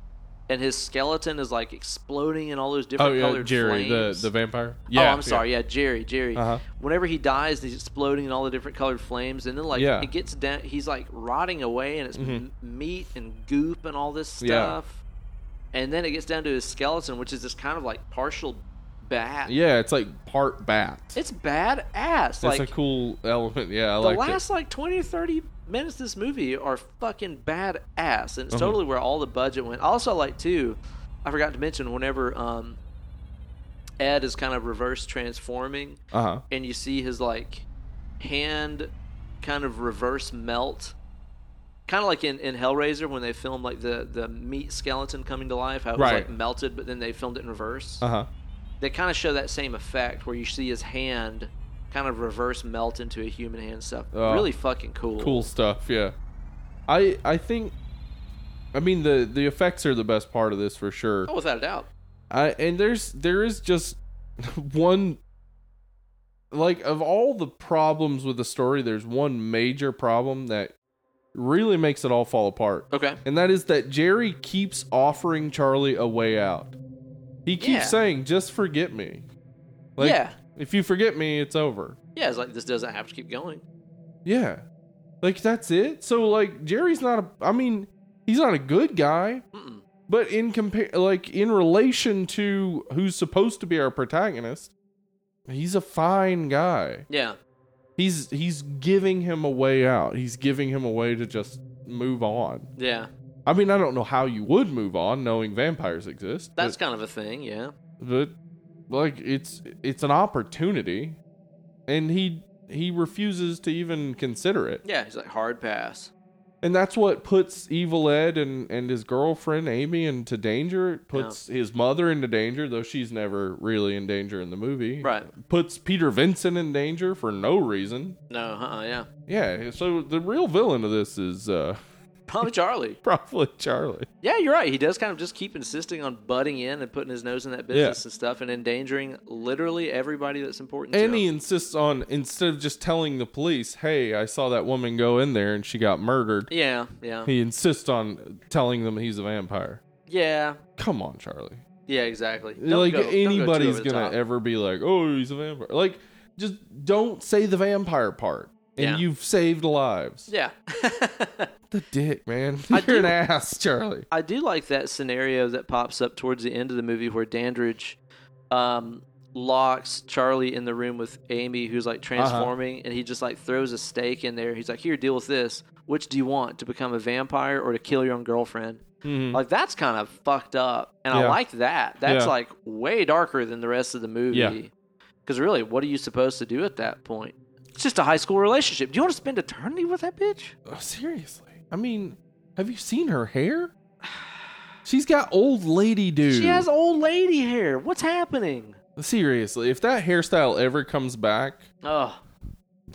Speaker 1: and his skeleton is like exploding in all those different
Speaker 2: Oh yeah,
Speaker 1: colored
Speaker 2: Jerry,
Speaker 1: flames.
Speaker 2: the the vampire.
Speaker 1: oh, I'm sorry. Yeah, Jerry, Jerry.
Speaker 2: Uh-huh.
Speaker 1: Whenever he dies, he's exploding in all the different colored flames, and then like
Speaker 2: Yeah. Mm-hmm.
Speaker 1: it gets down, he's like rotting away, and it's m- meat and goop and all this
Speaker 2: Yeah.
Speaker 1: stuff. And then it gets down to his skeleton, which is this kind of like partial bat.
Speaker 2: Yeah, it's like part bat. It's,
Speaker 1: It's badass. like
Speaker 2: a cool element. Yeah,
Speaker 1: the
Speaker 2: I like it.
Speaker 1: last like 20 or 30 minutes of this movie are fucking badass and it's
Speaker 2: Uh-huh.
Speaker 1: totally where all the budget went also like too i forgot to mention whenever um ed is kind of reverse transforming
Speaker 2: Uh huh.
Speaker 1: and you see his like hand kind of reverse melt kind of like in, in hellraiser when they filmed like the the meat skeleton coming to life how it was
Speaker 2: Right.
Speaker 1: like melted but then they filmed it in reverse
Speaker 2: Uh huh.
Speaker 1: they kind of show that same effect where you see his hand kind of reverse melt into a human hand and stuff.
Speaker 2: Oh.
Speaker 1: really fucking cool.
Speaker 2: cool stuff yeah i i think i mean the the effects are the best part of this for sure
Speaker 1: Oh, without a doubt.
Speaker 2: i and there's there is just one like of all the problems with the story there's one major problem that really makes it all fall apart
Speaker 1: Okay.
Speaker 2: and that is that jerry keeps offering charlie a way out he keeps
Speaker 1: Yeah.
Speaker 2: saying just forget me like
Speaker 1: Yeah.
Speaker 2: if you forget me it's over
Speaker 1: Yeah, it's like this doesn't have to keep going.
Speaker 2: yeah. Like that's it. So like Jerry's not a I mean, he's not a good guy,
Speaker 1: Mm-mm.
Speaker 2: but in compare like in relation to who's supposed to be our protagonist, he's a fine guy.
Speaker 1: Yeah.
Speaker 2: He's he's giving him a way out. He's giving him a way to just move on.
Speaker 1: Yeah.
Speaker 2: I mean, I don't know how you would move on knowing vampires exist. but-
Speaker 1: That's kind of a thing. Yeah.
Speaker 2: but like it's it's an opportunity and he he refuses to even consider it.
Speaker 1: Yeah. He's like hard pass.
Speaker 2: And that's what puts Evil Ed and, and his girlfriend Amy into danger. It puts his mother into danger, though she's never really in danger in the movie.
Speaker 1: Right.
Speaker 2: Puts Peter Vincent in danger for no reason.
Speaker 1: No. Uh. uh Yeah.
Speaker 2: Yeah. So the real villain of this is uh,
Speaker 1: Probably Charlie.
Speaker 2: Probably Charlie.
Speaker 1: Yeah, you're right. He does kind of just keep insisting on butting in and putting his nose in that business and stuff and endangering literally everybody that's important
Speaker 2: And
Speaker 1: to
Speaker 2: he
Speaker 1: him.
Speaker 2: insists on instead of just telling the police, "Hey, I saw that woman go in there and she got murdered."
Speaker 1: Yeah, yeah.
Speaker 2: He insists on telling them he's a vampire.
Speaker 1: Yeah.
Speaker 2: Come on, Charlie.
Speaker 1: Yeah, exactly. Don't
Speaker 2: like
Speaker 1: go- don't go too
Speaker 2: anybody's
Speaker 1: over the
Speaker 2: gonna
Speaker 1: top.
Speaker 2: ever be like, "Oh, he's a vampire." Like, just don't say the vampire part, and
Speaker 1: Yeah.
Speaker 2: you've saved lives.
Speaker 1: Yeah.
Speaker 2: The dick, man.
Speaker 1: I
Speaker 2: You're an
Speaker 1: do-
Speaker 2: ass, Charlie.
Speaker 1: I do like that scenario that pops up towards the end of the movie where Dandridge um, locks Charlie in the room with Amy, who's like
Speaker 2: Uh-huh.
Speaker 1: transforming, and he just like throws a stake in there. He's like, "Here, deal with this. Which do you want? To become a vampire or to kill your own girlfriend?" Like that's kind of fucked up, and I
Speaker 2: Mm-hmm. Yeah.
Speaker 1: like that. That's
Speaker 2: Yeah.
Speaker 1: like way darker than the rest of the movie.
Speaker 2: Yeah.
Speaker 1: Because really, what are you supposed to do at that point? It's just a high school relationship. Do you want to spend eternity with that bitch?
Speaker 2: Oh, seriously. I mean, have you seen her hair? She's got old lady dude.
Speaker 1: She has old lady hair. What's happening?
Speaker 2: seriously. If that hairstyle ever comes back,
Speaker 1: Oh,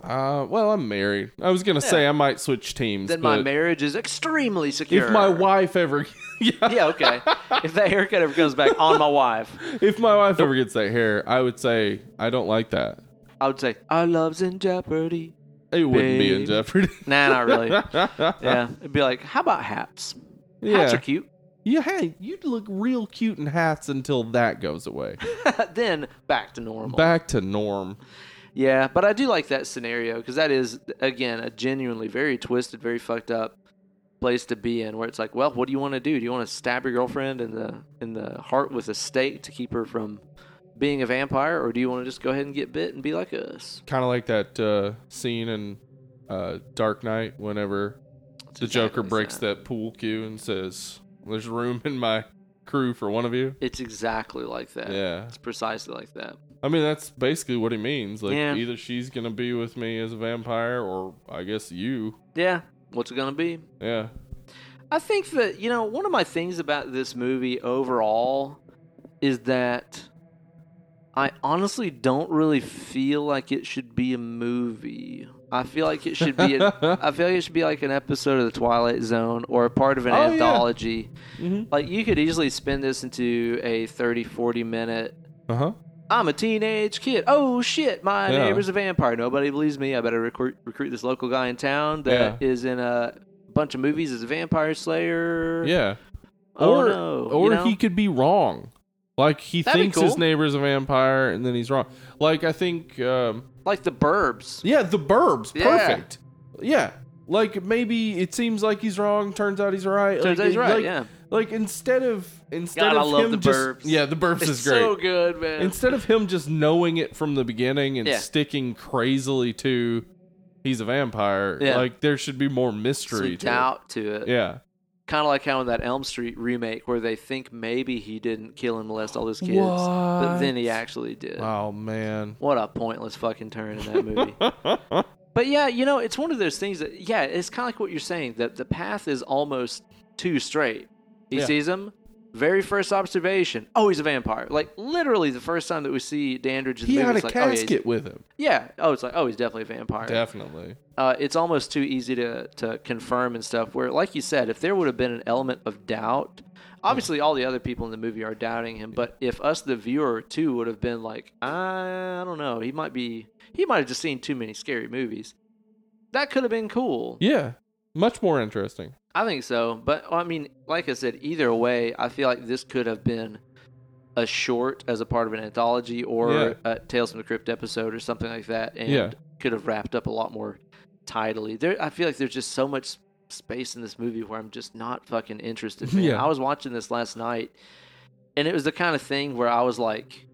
Speaker 2: uh, well, I'm married. I was gonna say I might switch teams.
Speaker 1: then my
Speaker 2: but
Speaker 1: marriage is extremely secure.
Speaker 2: if my wife ever, yeah,
Speaker 1: yeah, okay. if that haircut ever comes back on my wife,
Speaker 2: if my wife ever gets that hair, I would say I don't like that.
Speaker 1: I would say our love's in jeopardy.
Speaker 2: It wouldn't be in
Speaker 1: Babe.
Speaker 2: jeopardy.
Speaker 1: Nah, not really. yeah, it'd be like, how about hats? Hats are
Speaker 2: yeah,
Speaker 1: cute.
Speaker 2: yeah. Hey, you'd look real cute in hats until that goes away.
Speaker 1: then back to normal.
Speaker 2: Back to norm.
Speaker 1: Yeah, but I do like that scenario because that is again a genuinely very twisted, very fucked up place to be in, where it's like, well, what do you want to do? Do you want to stab your girlfriend in the in the heart with a stake to keep her from being a vampire, or do you want to just go ahead and get bit and be like us?
Speaker 2: kind of like that uh, scene in uh, Dark Knight whenever
Speaker 1: It's
Speaker 2: the
Speaker 1: exactly
Speaker 2: Joker breaks that. pool cue and says, "There's room in my crew for one of you."
Speaker 1: It's exactly like that.
Speaker 2: Yeah,
Speaker 1: It's precisely like that.
Speaker 2: I mean that's basically what he means. Like
Speaker 1: Yeah.
Speaker 2: either she's gonna be with me as a vampire, or I guess you.
Speaker 1: Yeah. What's it gonna be?
Speaker 2: Yeah,
Speaker 1: I think that you know one of my things about this movie overall is that I honestly don't really feel like it should be a movie. I feel like it should be. A, I feel like it should be like an episode of the Twilight Zone or a part of an
Speaker 2: Oh, yeah. Mm-hmm.
Speaker 1: anthology. Like you could easily spin this into a 30, 40 minute.
Speaker 2: uh huh.
Speaker 1: I'm a teenage kid. Oh shit, my
Speaker 2: Yeah.
Speaker 1: neighbor's a vampire. Nobody believes me. I better recruit recruit this local guy in town that is
Speaker 2: Yeah.
Speaker 1: in a bunch of movies as a vampire slayer.
Speaker 2: Yeah,
Speaker 1: Oh,
Speaker 2: or
Speaker 1: no, you
Speaker 2: or
Speaker 1: know?
Speaker 2: he could be wrong. Like he
Speaker 1: That'd be
Speaker 2: thinks
Speaker 1: cool.
Speaker 2: his neighbor's a vampire, and then he's wrong. Like I think. Um,
Speaker 1: like the Burbs.
Speaker 2: Yeah, the burbs.
Speaker 1: Yeah.
Speaker 2: Perfect. Yeah. Like maybe it seems like he's wrong, turns out he's right.
Speaker 1: Turns
Speaker 2: like,
Speaker 1: out he's right,
Speaker 2: Like,
Speaker 1: yeah.
Speaker 2: Like instead of instead
Speaker 1: God, I
Speaker 2: of
Speaker 1: love
Speaker 2: him
Speaker 1: The
Speaker 2: just
Speaker 1: Burbs.
Speaker 2: yeah, the burbs
Speaker 1: It's
Speaker 2: is great.
Speaker 1: so good, man.
Speaker 2: instead of him just knowing it from the beginning and
Speaker 1: Yeah.
Speaker 2: sticking crazily to he's a vampire,
Speaker 1: Yeah.
Speaker 2: like there should be more mystery
Speaker 1: Some
Speaker 2: to
Speaker 1: doubt to it.
Speaker 2: it. Yeah.
Speaker 1: Kind of like how in that Elm Street remake where they think maybe he didn't kill and molest all those kids, but
Speaker 2: What?
Speaker 1: then he actually did.
Speaker 2: Oh man.
Speaker 1: What a pointless fucking turn in that movie. but yeah, you know, it's one of those things that yeah, it's kind of like what you're saying that the path is almost too straight. He
Speaker 2: Yeah.
Speaker 1: sees him. Very first observation. Oh, he's a vampire. Like literally, the first time that we see Dandridge in the
Speaker 2: He
Speaker 1: movie,
Speaker 2: had a
Speaker 1: it's like, oh, yeah, he's-
Speaker 2: casket with him.
Speaker 1: yeah. Oh, it's like, oh, he's definitely a vampire.
Speaker 2: Definitely.
Speaker 1: uh, it's almost too easy to, to confirm and stuff. Where, like you said, if there would have been an element of doubt, obviously all the other people in the movie are doubting him. But if us, the viewer, too, would have been like, I don't know, he might be, he might have just seen too many scary movies. That could have been cool.
Speaker 2: Yeah. Much more interesting.
Speaker 1: I think so. But I mean, like I said, either way, I feel like this could have been a short as a part of an anthology or
Speaker 2: Yeah.
Speaker 1: a Tales from the Crypt episode or something like that, and
Speaker 2: Yeah.
Speaker 1: could have wrapped up a lot more tidily. There, I feel like there's just so much space in this movie where I'm just not fucking interested. Man.
Speaker 2: Yeah.
Speaker 1: I was watching this last night, and it was the kind of thing where I was like,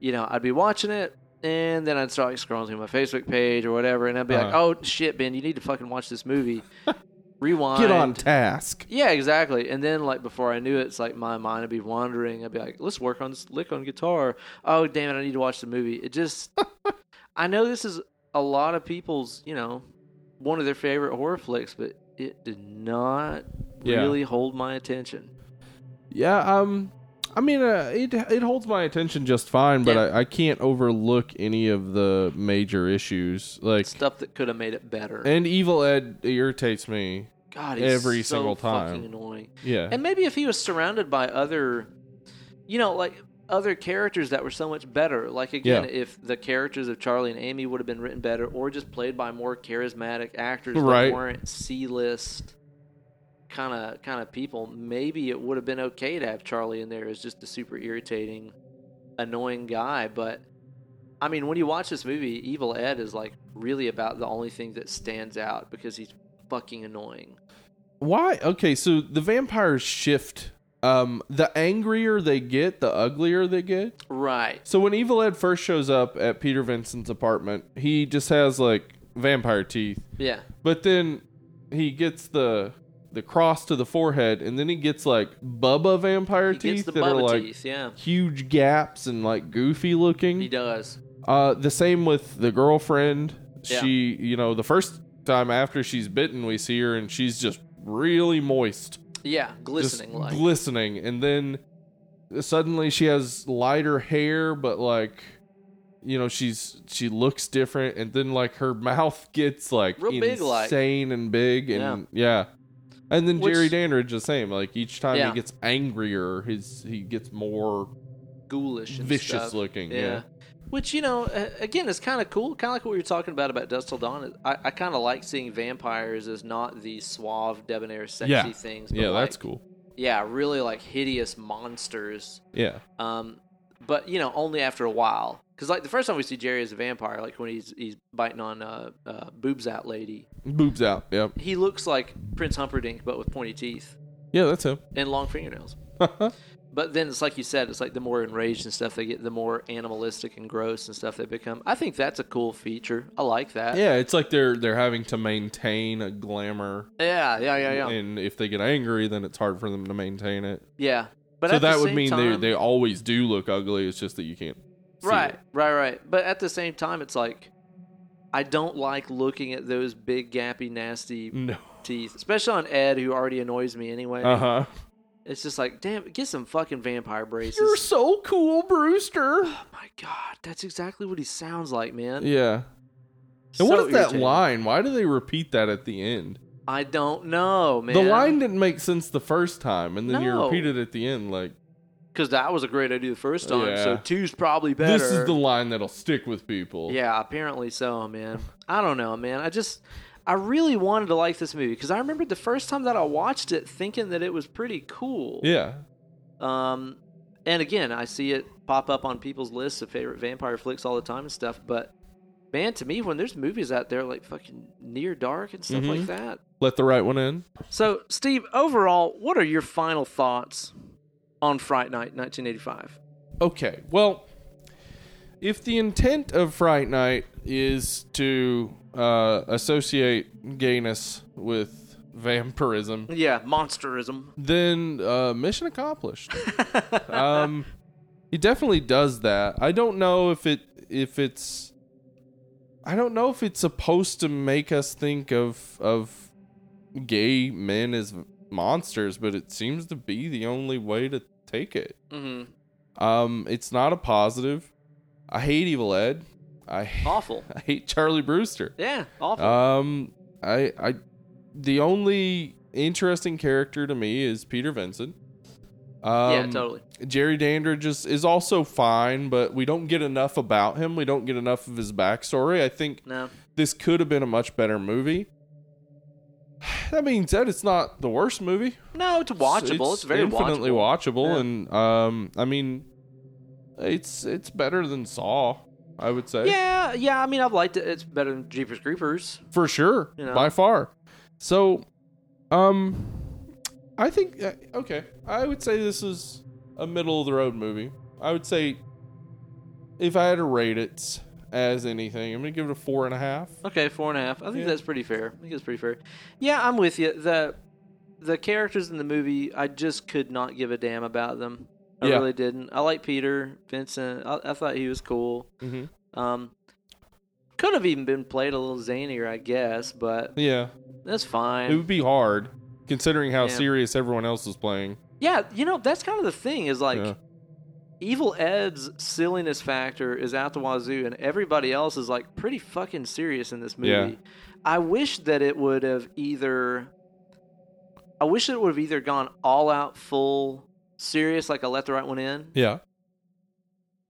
Speaker 1: you know, I'd be watching it. And then I'd start like, scrolling through my Facebook page or whatever, and I'd be like,
Speaker 2: Uh-huh.
Speaker 1: "Oh shit, Ben, you need to fucking watch this movie." Rewind.
Speaker 2: Get on task.
Speaker 1: Yeah, exactly. And then like before I knew it, it's like my mind would be wandering. I'd be like, let's work on this lick on guitar. Oh damn it, I need to watch the movie. It just I know this is a lot of people's, you know, one of their favorite horror flicks, but it did not
Speaker 2: Yeah.
Speaker 1: really hold my attention.
Speaker 2: Yeah, um, I mean, uh, it it holds my attention just fine, but
Speaker 1: Yeah.
Speaker 2: I, I can't overlook any of the major issues. Like,
Speaker 1: Stuff that could have made it better.
Speaker 2: and Evil Ed irritates me
Speaker 1: God, he's
Speaker 2: Every
Speaker 1: so
Speaker 2: single time.
Speaker 1: fucking annoying.
Speaker 2: Yeah.
Speaker 1: And maybe if he was surrounded by other, you know, like other characters that were so much better. Like again,
Speaker 2: Yeah.
Speaker 1: if the characters of Charlie and Amy would have been written better, or just played by more charismatic actors
Speaker 2: Right.
Speaker 1: that weren't C-list kind of kind of people, maybe it would have been okay to have Charlie in there as just a super irritating, annoying guy. But I mean, when you watch this movie, Evil Ed is like really about the only thing that stands out because he's fucking annoying.
Speaker 2: Why? Okay, so the vampires shift. Um, the angrier they get, the uglier they get.
Speaker 1: Right.
Speaker 2: So when Evil Ed first shows up at Peter Vincent's apartment, he just has like vampire teeth,
Speaker 1: Yeah.
Speaker 2: but then he gets the the cross to the forehead, and then he gets like Bubba vampire
Speaker 1: He
Speaker 2: teeth
Speaker 1: gets the
Speaker 2: that are
Speaker 1: bubba
Speaker 2: like
Speaker 1: teeth. Yeah,
Speaker 2: huge gaps and like goofy looking.
Speaker 1: he does.
Speaker 2: Uh, the same with the girlfriend.
Speaker 1: Yeah.
Speaker 2: She, you know, the first time after she's bitten, we see her and she's just really moist,
Speaker 1: Yeah, glistening
Speaker 2: just
Speaker 1: like.
Speaker 2: glistening, and then suddenly she has lighter hair, but like, you know, she's she looks different, and then like her mouth gets like
Speaker 1: Real big, like.
Speaker 2: insane and big, and yeah. And then
Speaker 1: Which-
Speaker 2: Jerry Dandridge the same. Like each time
Speaker 1: Yeah.
Speaker 2: he gets angrier, his he gets more
Speaker 1: ghoulish, and
Speaker 2: vicious
Speaker 1: stuff.
Speaker 2: looking.
Speaker 1: Yeah.
Speaker 2: yeah.
Speaker 1: Which you know, a- again, is kind of cool. Kind of like what we were talking about about Dust Till Dawn. I, I kind of like seeing vampires as not the suave, debonair, sexy
Speaker 2: Yeah.
Speaker 1: things. But
Speaker 2: Yeah,
Speaker 1: like,
Speaker 2: that's cool.
Speaker 1: Yeah, really like hideous monsters.
Speaker 2: Yeah.
Speaker 1: Um, but you know, only after a while. Because like the first time we see Jerry as a vampire, like when he's he's biting on uh, uh, boobs out lady,
Speaker 2: Boobs out. Yep.
Speaker 1: he looks like Prince Humperdinck but with pointy teeth
Speaker 2: Yeah, that's him.
Speaker 1: and long fingernails. But then it's like you said, it's like the more enraged and stuff they get, the more animalistic and gross and stuff they become. I think that's a cool feature. I like that.
Speaker 2: yeah, it's like they're they're having to maintain a glamour,
Speaker 1: yeah, yeah, yeah, yeah.
Speaker 2: and if they get angry, then it's hard for them to maintain it.
Speaker 1: Yeah. But
Speaker 2: so
Speaker 1: at the
Speaker 2: that would
Speaker 1: same
Speaker 2: mean
Speaker 1: time-
Speaker 2: they they always do look ugly. It's just that you can't. see
Speaker 1: right,
Speaker 2: it.
Speaker 1: right, right. But at the same time, it's like I don't like looking at those big gappy nasty
Speaker 2: No.
Speaker 1: teeth, especially on Ed, who already annoys me anyway.
Speaker 2: Mm. Uh huh.
Speaker 1: It's just like, damn, get some fucking vampire braces.
Speaker 2: You're so cool, Brewster.
Speaker 1: oh my god, that's exactly what he sounds like, man.
Speaker 2: Yeah.
Speaker 1: So
Speaker 2: And what if that
Speaker 1: irritating.
Speaker 2: line? Why do they repeat that at the end?
Speaker 1: I don't know, man.
Speaker 2: The line didn't make sense the first time, and then you
Speaker 1: No.
Speaker 2: repeat it at the end. Like
Speaker 1: because that was a great idea the first time.
Speaker 2: Yeah.
Speaker 1: So two's probably better.
Speaker 2: this is the line that'll stick with people.
Speaker 1: yeah, apparently so, man. I don't know, man. I just I really wanted to like this movie because I remember the first time that I watched it thinking that it was pretty cool.
Speaker 2: Yeah.
Speaker 1: Um, and again, I see it pop up on people's lists of favorite vampire flicks all the time and stuff. But man, to me, when there's movies out there like fucking Near Dark and stuff like
Speaker 2: Mm-hmm.
Speaker 1: that.
Speaker 2: Let the right one in.
Speaker 1: So, Steve, overall, what are your final thoughts on Fright Night 1985?
Speaker 2: Okay. Well, if the intent of Fright Night is to uh, associate gayness with vampirism,
Speaker 1: Yeah, monsterism.
Speaker 2: then uh, mission accomplished. um, he definitely does that. I don't know if it if it's I don't know if it's supposed to make us think of of gay men as monsters, but it seems to be the only way to take it.
Speaker 1: hmm
Speaker 2: Um, it's not a positive. I hate Evil Ed. I
Speaker 1: Awful.
Speaker 2: I hate Charlie Brewster.
Speaker 1: Yeah, awful.
Speaker 2: Um, I I the only interesting character to me is Peter Vincent. Um,
Speaker 1: yeah, totally.
Speaker 2: Jerry Dandridge is, is also fine, but we don't get enough about him. We don't get enough of his backstory. I think
Speaker 1: No.
Speaker 2: this could have been a much better movie. That being said, it's not the worst movie
Speaker 1: No, it's watchable. It's, very
Speaker 2: infinitely
Speaker 1: watchable.
Speaker 2: watchable,
Speaker 1: Yeah.
Speaker 2: and um, I mean, it's it's better than Saw, I would say,
Speaker 1: Yeah, yeah. I mean, I've liked it. It's better than Jeepers Creepers.
Speaker 2: for sure,
Speaker 1: You know.
Speaker 2: by far. So, um, I think uh, okay, I would say this is a middle of the road movie. I would say if I had to rate it as anything, I'm gonna give it a four and a half.
Speaker 1: Okay, four and a half. I think
Speaker 2: Yeah.
Speaker 1: that's pretty fair. I think it's pretty fair. Yeah, I'm with you. The the characters in the movie, I just could not give a damn about them. I
Speaker 2: Yeah.
Speaker 1: really didn't. I like Peter Vincent. I, I thought he was cool.
Speaker 2: Mm-hmm.
Speaker 1: Um, could have even been played a little zanier, I guess, but
Speaker 2: Yeah,
Speaker 1: that's
Speaker 2: it would
Speaker 1: fine.
Speaker 2: be hard considering how
Speaker 1: Yeah.
Speaker 2: serious everyone else is playing.
Speaker 1: Yeah, you know, that's kind of the thing is like
Speaker 2: Yeah.
Speaker 1: Evil Ed's silliness factor is out the wazoo, and everybody else is like pretty fucking serious in this movie.
Speaker 2: Yeah.
Speaker 1: I wish that it would have either I wish it would have either gone all out, full, serious, like I let the right one in,
Speaker 2: Yeah.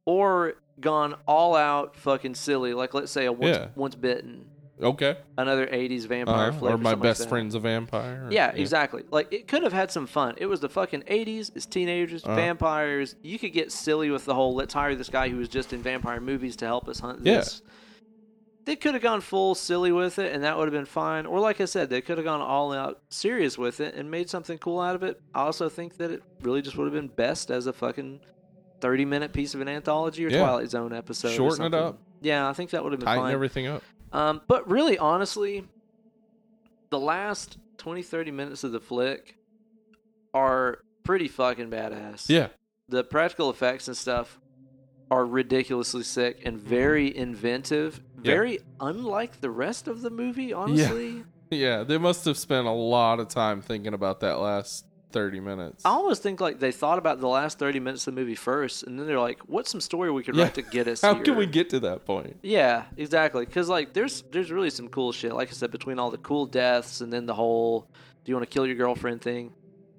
Speaker 1: or gone all out, fucking silly, like let's say a once,
Speaker 2: Yeah.
Speaker 1: once bitten,
Speaker 2: Okay.
Speaker 1: another '80s vampire
Speaker 2: Uh,
Speaker 1: flick,
Speaker 2: or my
Speaker 1: something like
Speaker 2: best
Speaker 1: that.
Speaker 2: friend's a vampire. or-
Speaker 1: Yeah, exactly. Like it could have had some fun. It was the fucking '80s. It's teenagers,
Speaker 2: Uh-huh.
Speaker 1: vampires. You could get silly with the whole "let's hire this guy who was just in vampire movies to help us hunt
Speaker 2: Yeah.
Speaker 1: this." They could have gone full silly with it, and that would have been fine. Or like I said, they could have gone all out serious with it and made something cool out of it. I also think that it really just would have been best as a fucking thirty-minute piece of an anthology or
Speaker 2: Yeah.
Speaker 1: Twilight Zone episode. or
Speaker 2: Shorten it
Speaker 1: something.
Speaker 2: up.
Speaker 1: Yeah, I think that would have been
Speaker 2: Tighten
Speaker 1: fine.
Speaker 2: everything up.
Speaker 1: Um, but really, honestly, the last 20, 30 minutes of the flick are pretty fucking badass.
Speaker 2: Yeah.
Speaker 1: The practical effects and stuff are ridiculously sick and very inventive,
Speaker 2: Yeah.
Speaker 1: very unlike the rest of the movie, honestly.
Speaker 2: Yeah. They must have spent a lot of time thinking about that last 30 minutes.
Speaker 1: I almost think like they thought about the last 30 minutes of the movie first, and then they're like, what's some story we could
Speaker 2: Yeah.
Speaker 1: write to get us
Speaker 2: How
Speaker 1: here?
Speaker 2: can we get to that point?
Speaker 1: Yeah, exactly. Because like, there's there's really some cool shit. Like I said, between all the cool deaths and then the whole "do you want to kill your girlfriend" thing,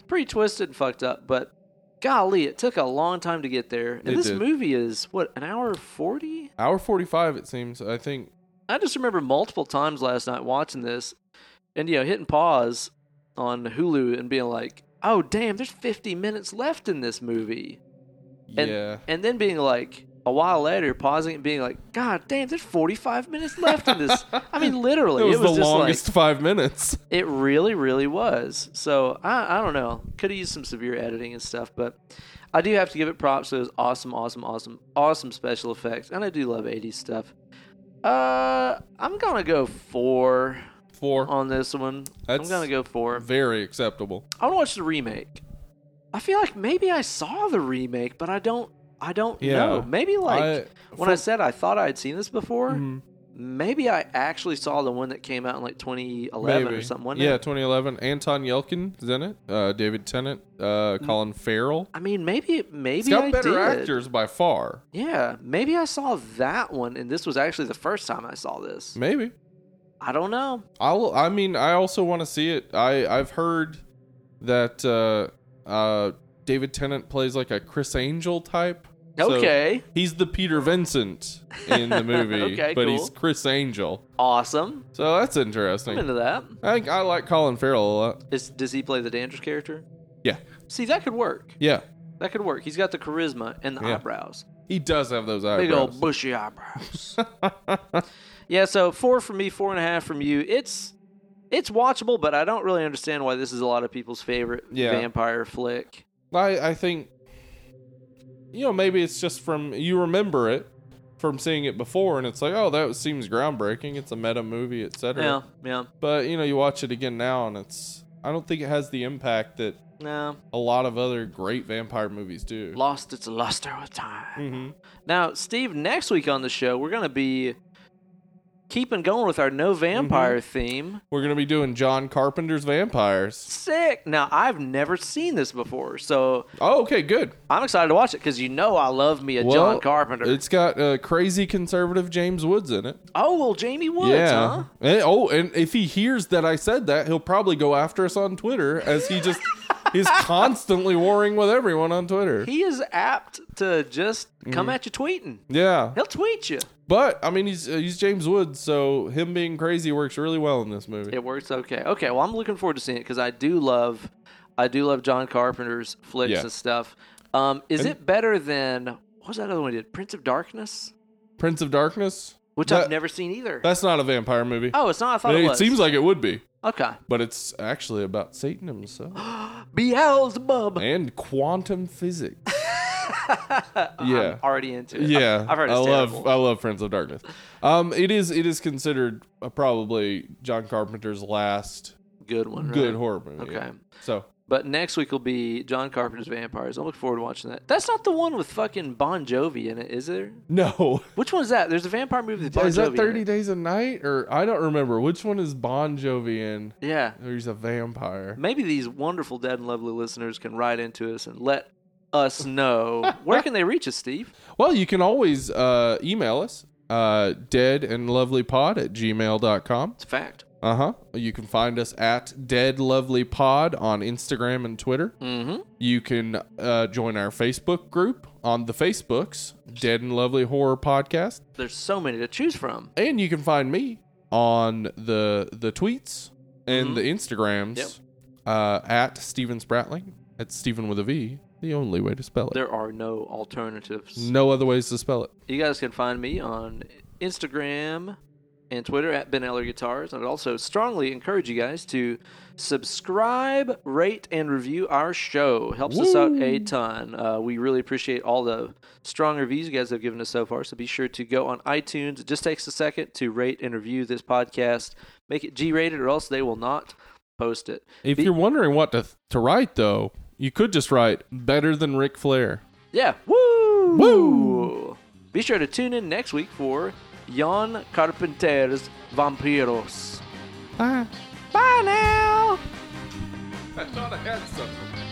Speaker 1: pretty twisted and fucked up. But golly, it took a long time to get there. And
Speaker 2: It
Speaker 1: this
Speaker 2: did.
Speaker 1: movie is what an hour forty.
Speaker 2: Hour 45, it seems. I think.
Speaker 1: I just remember multiple times last night watching this, and you know, hitting pause on Hulu and being like, "Oh damn, there's fifty minutes left in this movie." And,
Speaker 2: yeah.
Speaker 1: And then being like, a while later, pausing and being like, God damn, there's 45 minutes left in this. I mean, literally,
Speaker 2: It was, the
Speaker 1: just
Speaker 2: longest
Speaker 1: like,
Speaker 2: five minutes.
Speaker 1: it really, really was. So I, I don't know. Could have used some severe editing and stuff, but I do have to give it props to those awesome, awesome, awesome, awesome special effects. And I do love 80s stuff. Uh, I'm gonna go four
Speaker 2: Four.
Speaker 1: on this one. I'm
Speaker 2: That's-
Speaker 1: gonna go four.
Speaker 2: Very acceptable.
Speaker 1: I want to watch the remake. I feel like maybe I saw the remake, but I don't. I don't
Speaker 2: Yeah.
Speaker 1: know. Maybe like
Speaker 2: I-
Speaker 1: when I said I thought I had seen this before.
Speaker 2: Mm.
Speaker 1: Maybe I actually saw the one that came out in like 2011 or
Speaker 2: mm, Maybe.
Speaker 1: something. wasn't
Speaker 2: Yeah,
Speaker 1: it?
Speaker 2: 2011. Anton Yelkin is in it. Uh, David Tennant. Uh, Colin Farrell.
Speaker 1: I mean, Mm. maybe maybe
Speaker 2: It's got
Speaker 1: I
Speaker 2: better
Speaker 1: did.
Speaker 2: actors by far.
Speaker 1: Yeah, maybe I saw that one, and this was actually the first time I saw this.
Speaker 2: Maybe.
Speaker 1: I don't know.
Speaker 2: I'll. I mean, I also want to see it. I I've heard that uh, uh, David Tennant plays like a Chris Angel type. So
Speaker 1: Okay,
Speaker 2: he's the Peter Vincent in the movie,
Speaker 1: Okay,
Speaker 2: but
Speaker 1: cool.
Speaker 2: he's Chris Angel.
Speaker 1: awesome.
Speaker 2: So that's
Speaker 1: I'm
Speaker 2: interesting.
Speaker 1: into that.
Speaker 2: I think I like Colin Farrell a lot.
Speaker 1: Is does he play the Dandridge character?
Speaker 2: Yeah,
Speaker 1: See, that could work.
Speaker 2: yeah.
Speaker 1: That could work. He's got the charisma and the
Speaker 2: Yeah.
Speaker 1: eyebrows.
Speaker 2: He does have those
Speaker 1: Big
Speaker 2: eyebrows.
Speaker 1: old bushy eyebrows. yeah, so four from me, four and a half from you. It's it's watchable, but I don't really understand why this is a lot of people's favorite
Speaker 2: Yeah.
Speaker 1: vampire flick.
Speaker 2: I I think, you know, maybe it's just from you remember it from seeing it before, and it's like, oh, that seems groundbreaking. It's a meta movie, etc.
Speaker 1: Yeah, yeah.
Speaker 2: But you know, you watch it again now, and it's I don't think it has the impact that
Speaker 1: No.
Speaker 2: a lot of other great vampire movies do.
Speaker 1: Lost its luster with time.
Speaker 2: Mhm.
Speaker 1: Now, Steve, next week on the show, we're gonna be keeping going with our no vampire
Speaker 2: Mm-hmm.
Speaker 1: theme.
Speaker 2: We're gonna be doing John Carpenter's vampires.
Speaker 1: Sick. Now, I've never seen this before, so
Speaker 2: Oh, okay, good.
Speaker 1: I'm excited to watch it because you know I love me a
Speaker 2: Well,
Speaker 1: John Carpenter.
Speaker 2: It's got uh, crazy conservative James Woods in it.
Speaker 1: Oh well, Jamie Woods,
Speaker 2: yeah.
Speaker 1: huh?
Speaker 2: And- oh, and if he hears that I said that, he'll probably go after us on Twitter, as he just is constantly warring with everyone on Twitter.
Speaker 1: He is apt to just come at you tweeting.
Speaker 2: yeah,
Speaker 1: He'll tweet you.
Speaker 2: but I mean, he's uh, he's James Woods, so him being crazy works really well in this movie.
Speaker 1: It works okay. Okay, well I'm looking forward to seeing it because I do love, I do love John Carpenter's flicks
Speaker 2: Yeah.
Speaker 1: and stuff. Um, is
Speaker 2: And-
Speaker 1: it better than what was that other one? He did Prince of Darkness,
Speaker 2: Prince of Darkness.
Speaker 1: which I've
Speaker 2: That-
Speaker 1: never seen either.
Speaker 2: That's not a vampire movie.
Speaker 1: Oh, it's not. I thought it,
Speaker 2: it
Speaker 1: was.
Speaker 2: seems like it would be,
Speaker 1: okay.
Speaker 2: but it's actually about Satan himself
Speaker 1: Beelzebub.
Speaker 2: and quantum physics. yeah.
Speaker 1: I'm already into it.
Speaker 2: Yeah,
Speaker 1: I've, I've heard. It's
Speaker 2: I love
Speaker 1: terrible.
Speaker 2: I love Friends of Darkness. Um, it is it is considered uh, probably John Carpenter's last
Speaker 1: good one. Right?
Speaker 2: good horror movie.
Speaker 1: Uh-huh. Okay.
Speaker 2: so
Speaker 1: But next week will be John Carpenter's Vampires. I'm looking forward to watching that. That's not the one with fucking Bon Jovi in it, is there?
Speaker 2: no,
Speaker 1: Which one's that? There's a vampire movie with Bon
Speaker 2: Oh, is
Speaker 1: Jovi
Speaker 2: that
Speaker 1: in
Speaker 2: Thirty
Speaker 1: it.
Speaker 2: Days a Night or I don't remember which one is Bon Jovi in?
Speaker 1: Yeah.
Speaker 2: Or he's a vampire.
Speaker 1: Maybe these wonderful dead and lovely listeners can write into us and let us know. Where can they reach us, Steve?
Speaker 2: Well, you can always uh, email us uh, dead and lovely pod at gmail.com.
Speaker 1: It's a fact.
Speaker 2: Uh huh. You can find us at Dead Lovely Pod on Instagram and Twitter.
Speaker 1: Mm-hmm.
Speaker 2: You can uh, join our Facebook group on the Facebooks, Dead and Lovely Horror Podcast,
Speaker 1: There's so many to choose from.
Speaker 2: and you can find me on the the tweets and the Instagrams
Speaker 1: Mm-hmm. Yep.
Speaker 2: uh, at Steven Spratling at Steven with a V. The only way to spell it.
Speaker 1: There are no alternatives.
Speaker 2: no other ways to spell it.
Speaker 1: You guys can find me on Instagram and Twitter at Ben Eller Guitars. I'd also strongly encourage you guys to subscribe, rate, and review our show. Helps us out a ton. Uh, we really appreciate all the strong reviews you guys have given us so far. So be sure to go on iTunes. It just takes a second to rate and review this podcast. Make it G rated, or else they will not post it.
Speaker 2: If
Speaker 1: Be-
Speaker 2: you're wondering what to to write though, you could just write better than Ric Flair.
Speaker 1: Yeah. Woo! Woo! Be sure to tune in next week for Jan Carpenter's Vampiros.
Speaker 2: Bye.
Speaker 1: Bye now!
Speaker 2: I thought I had something.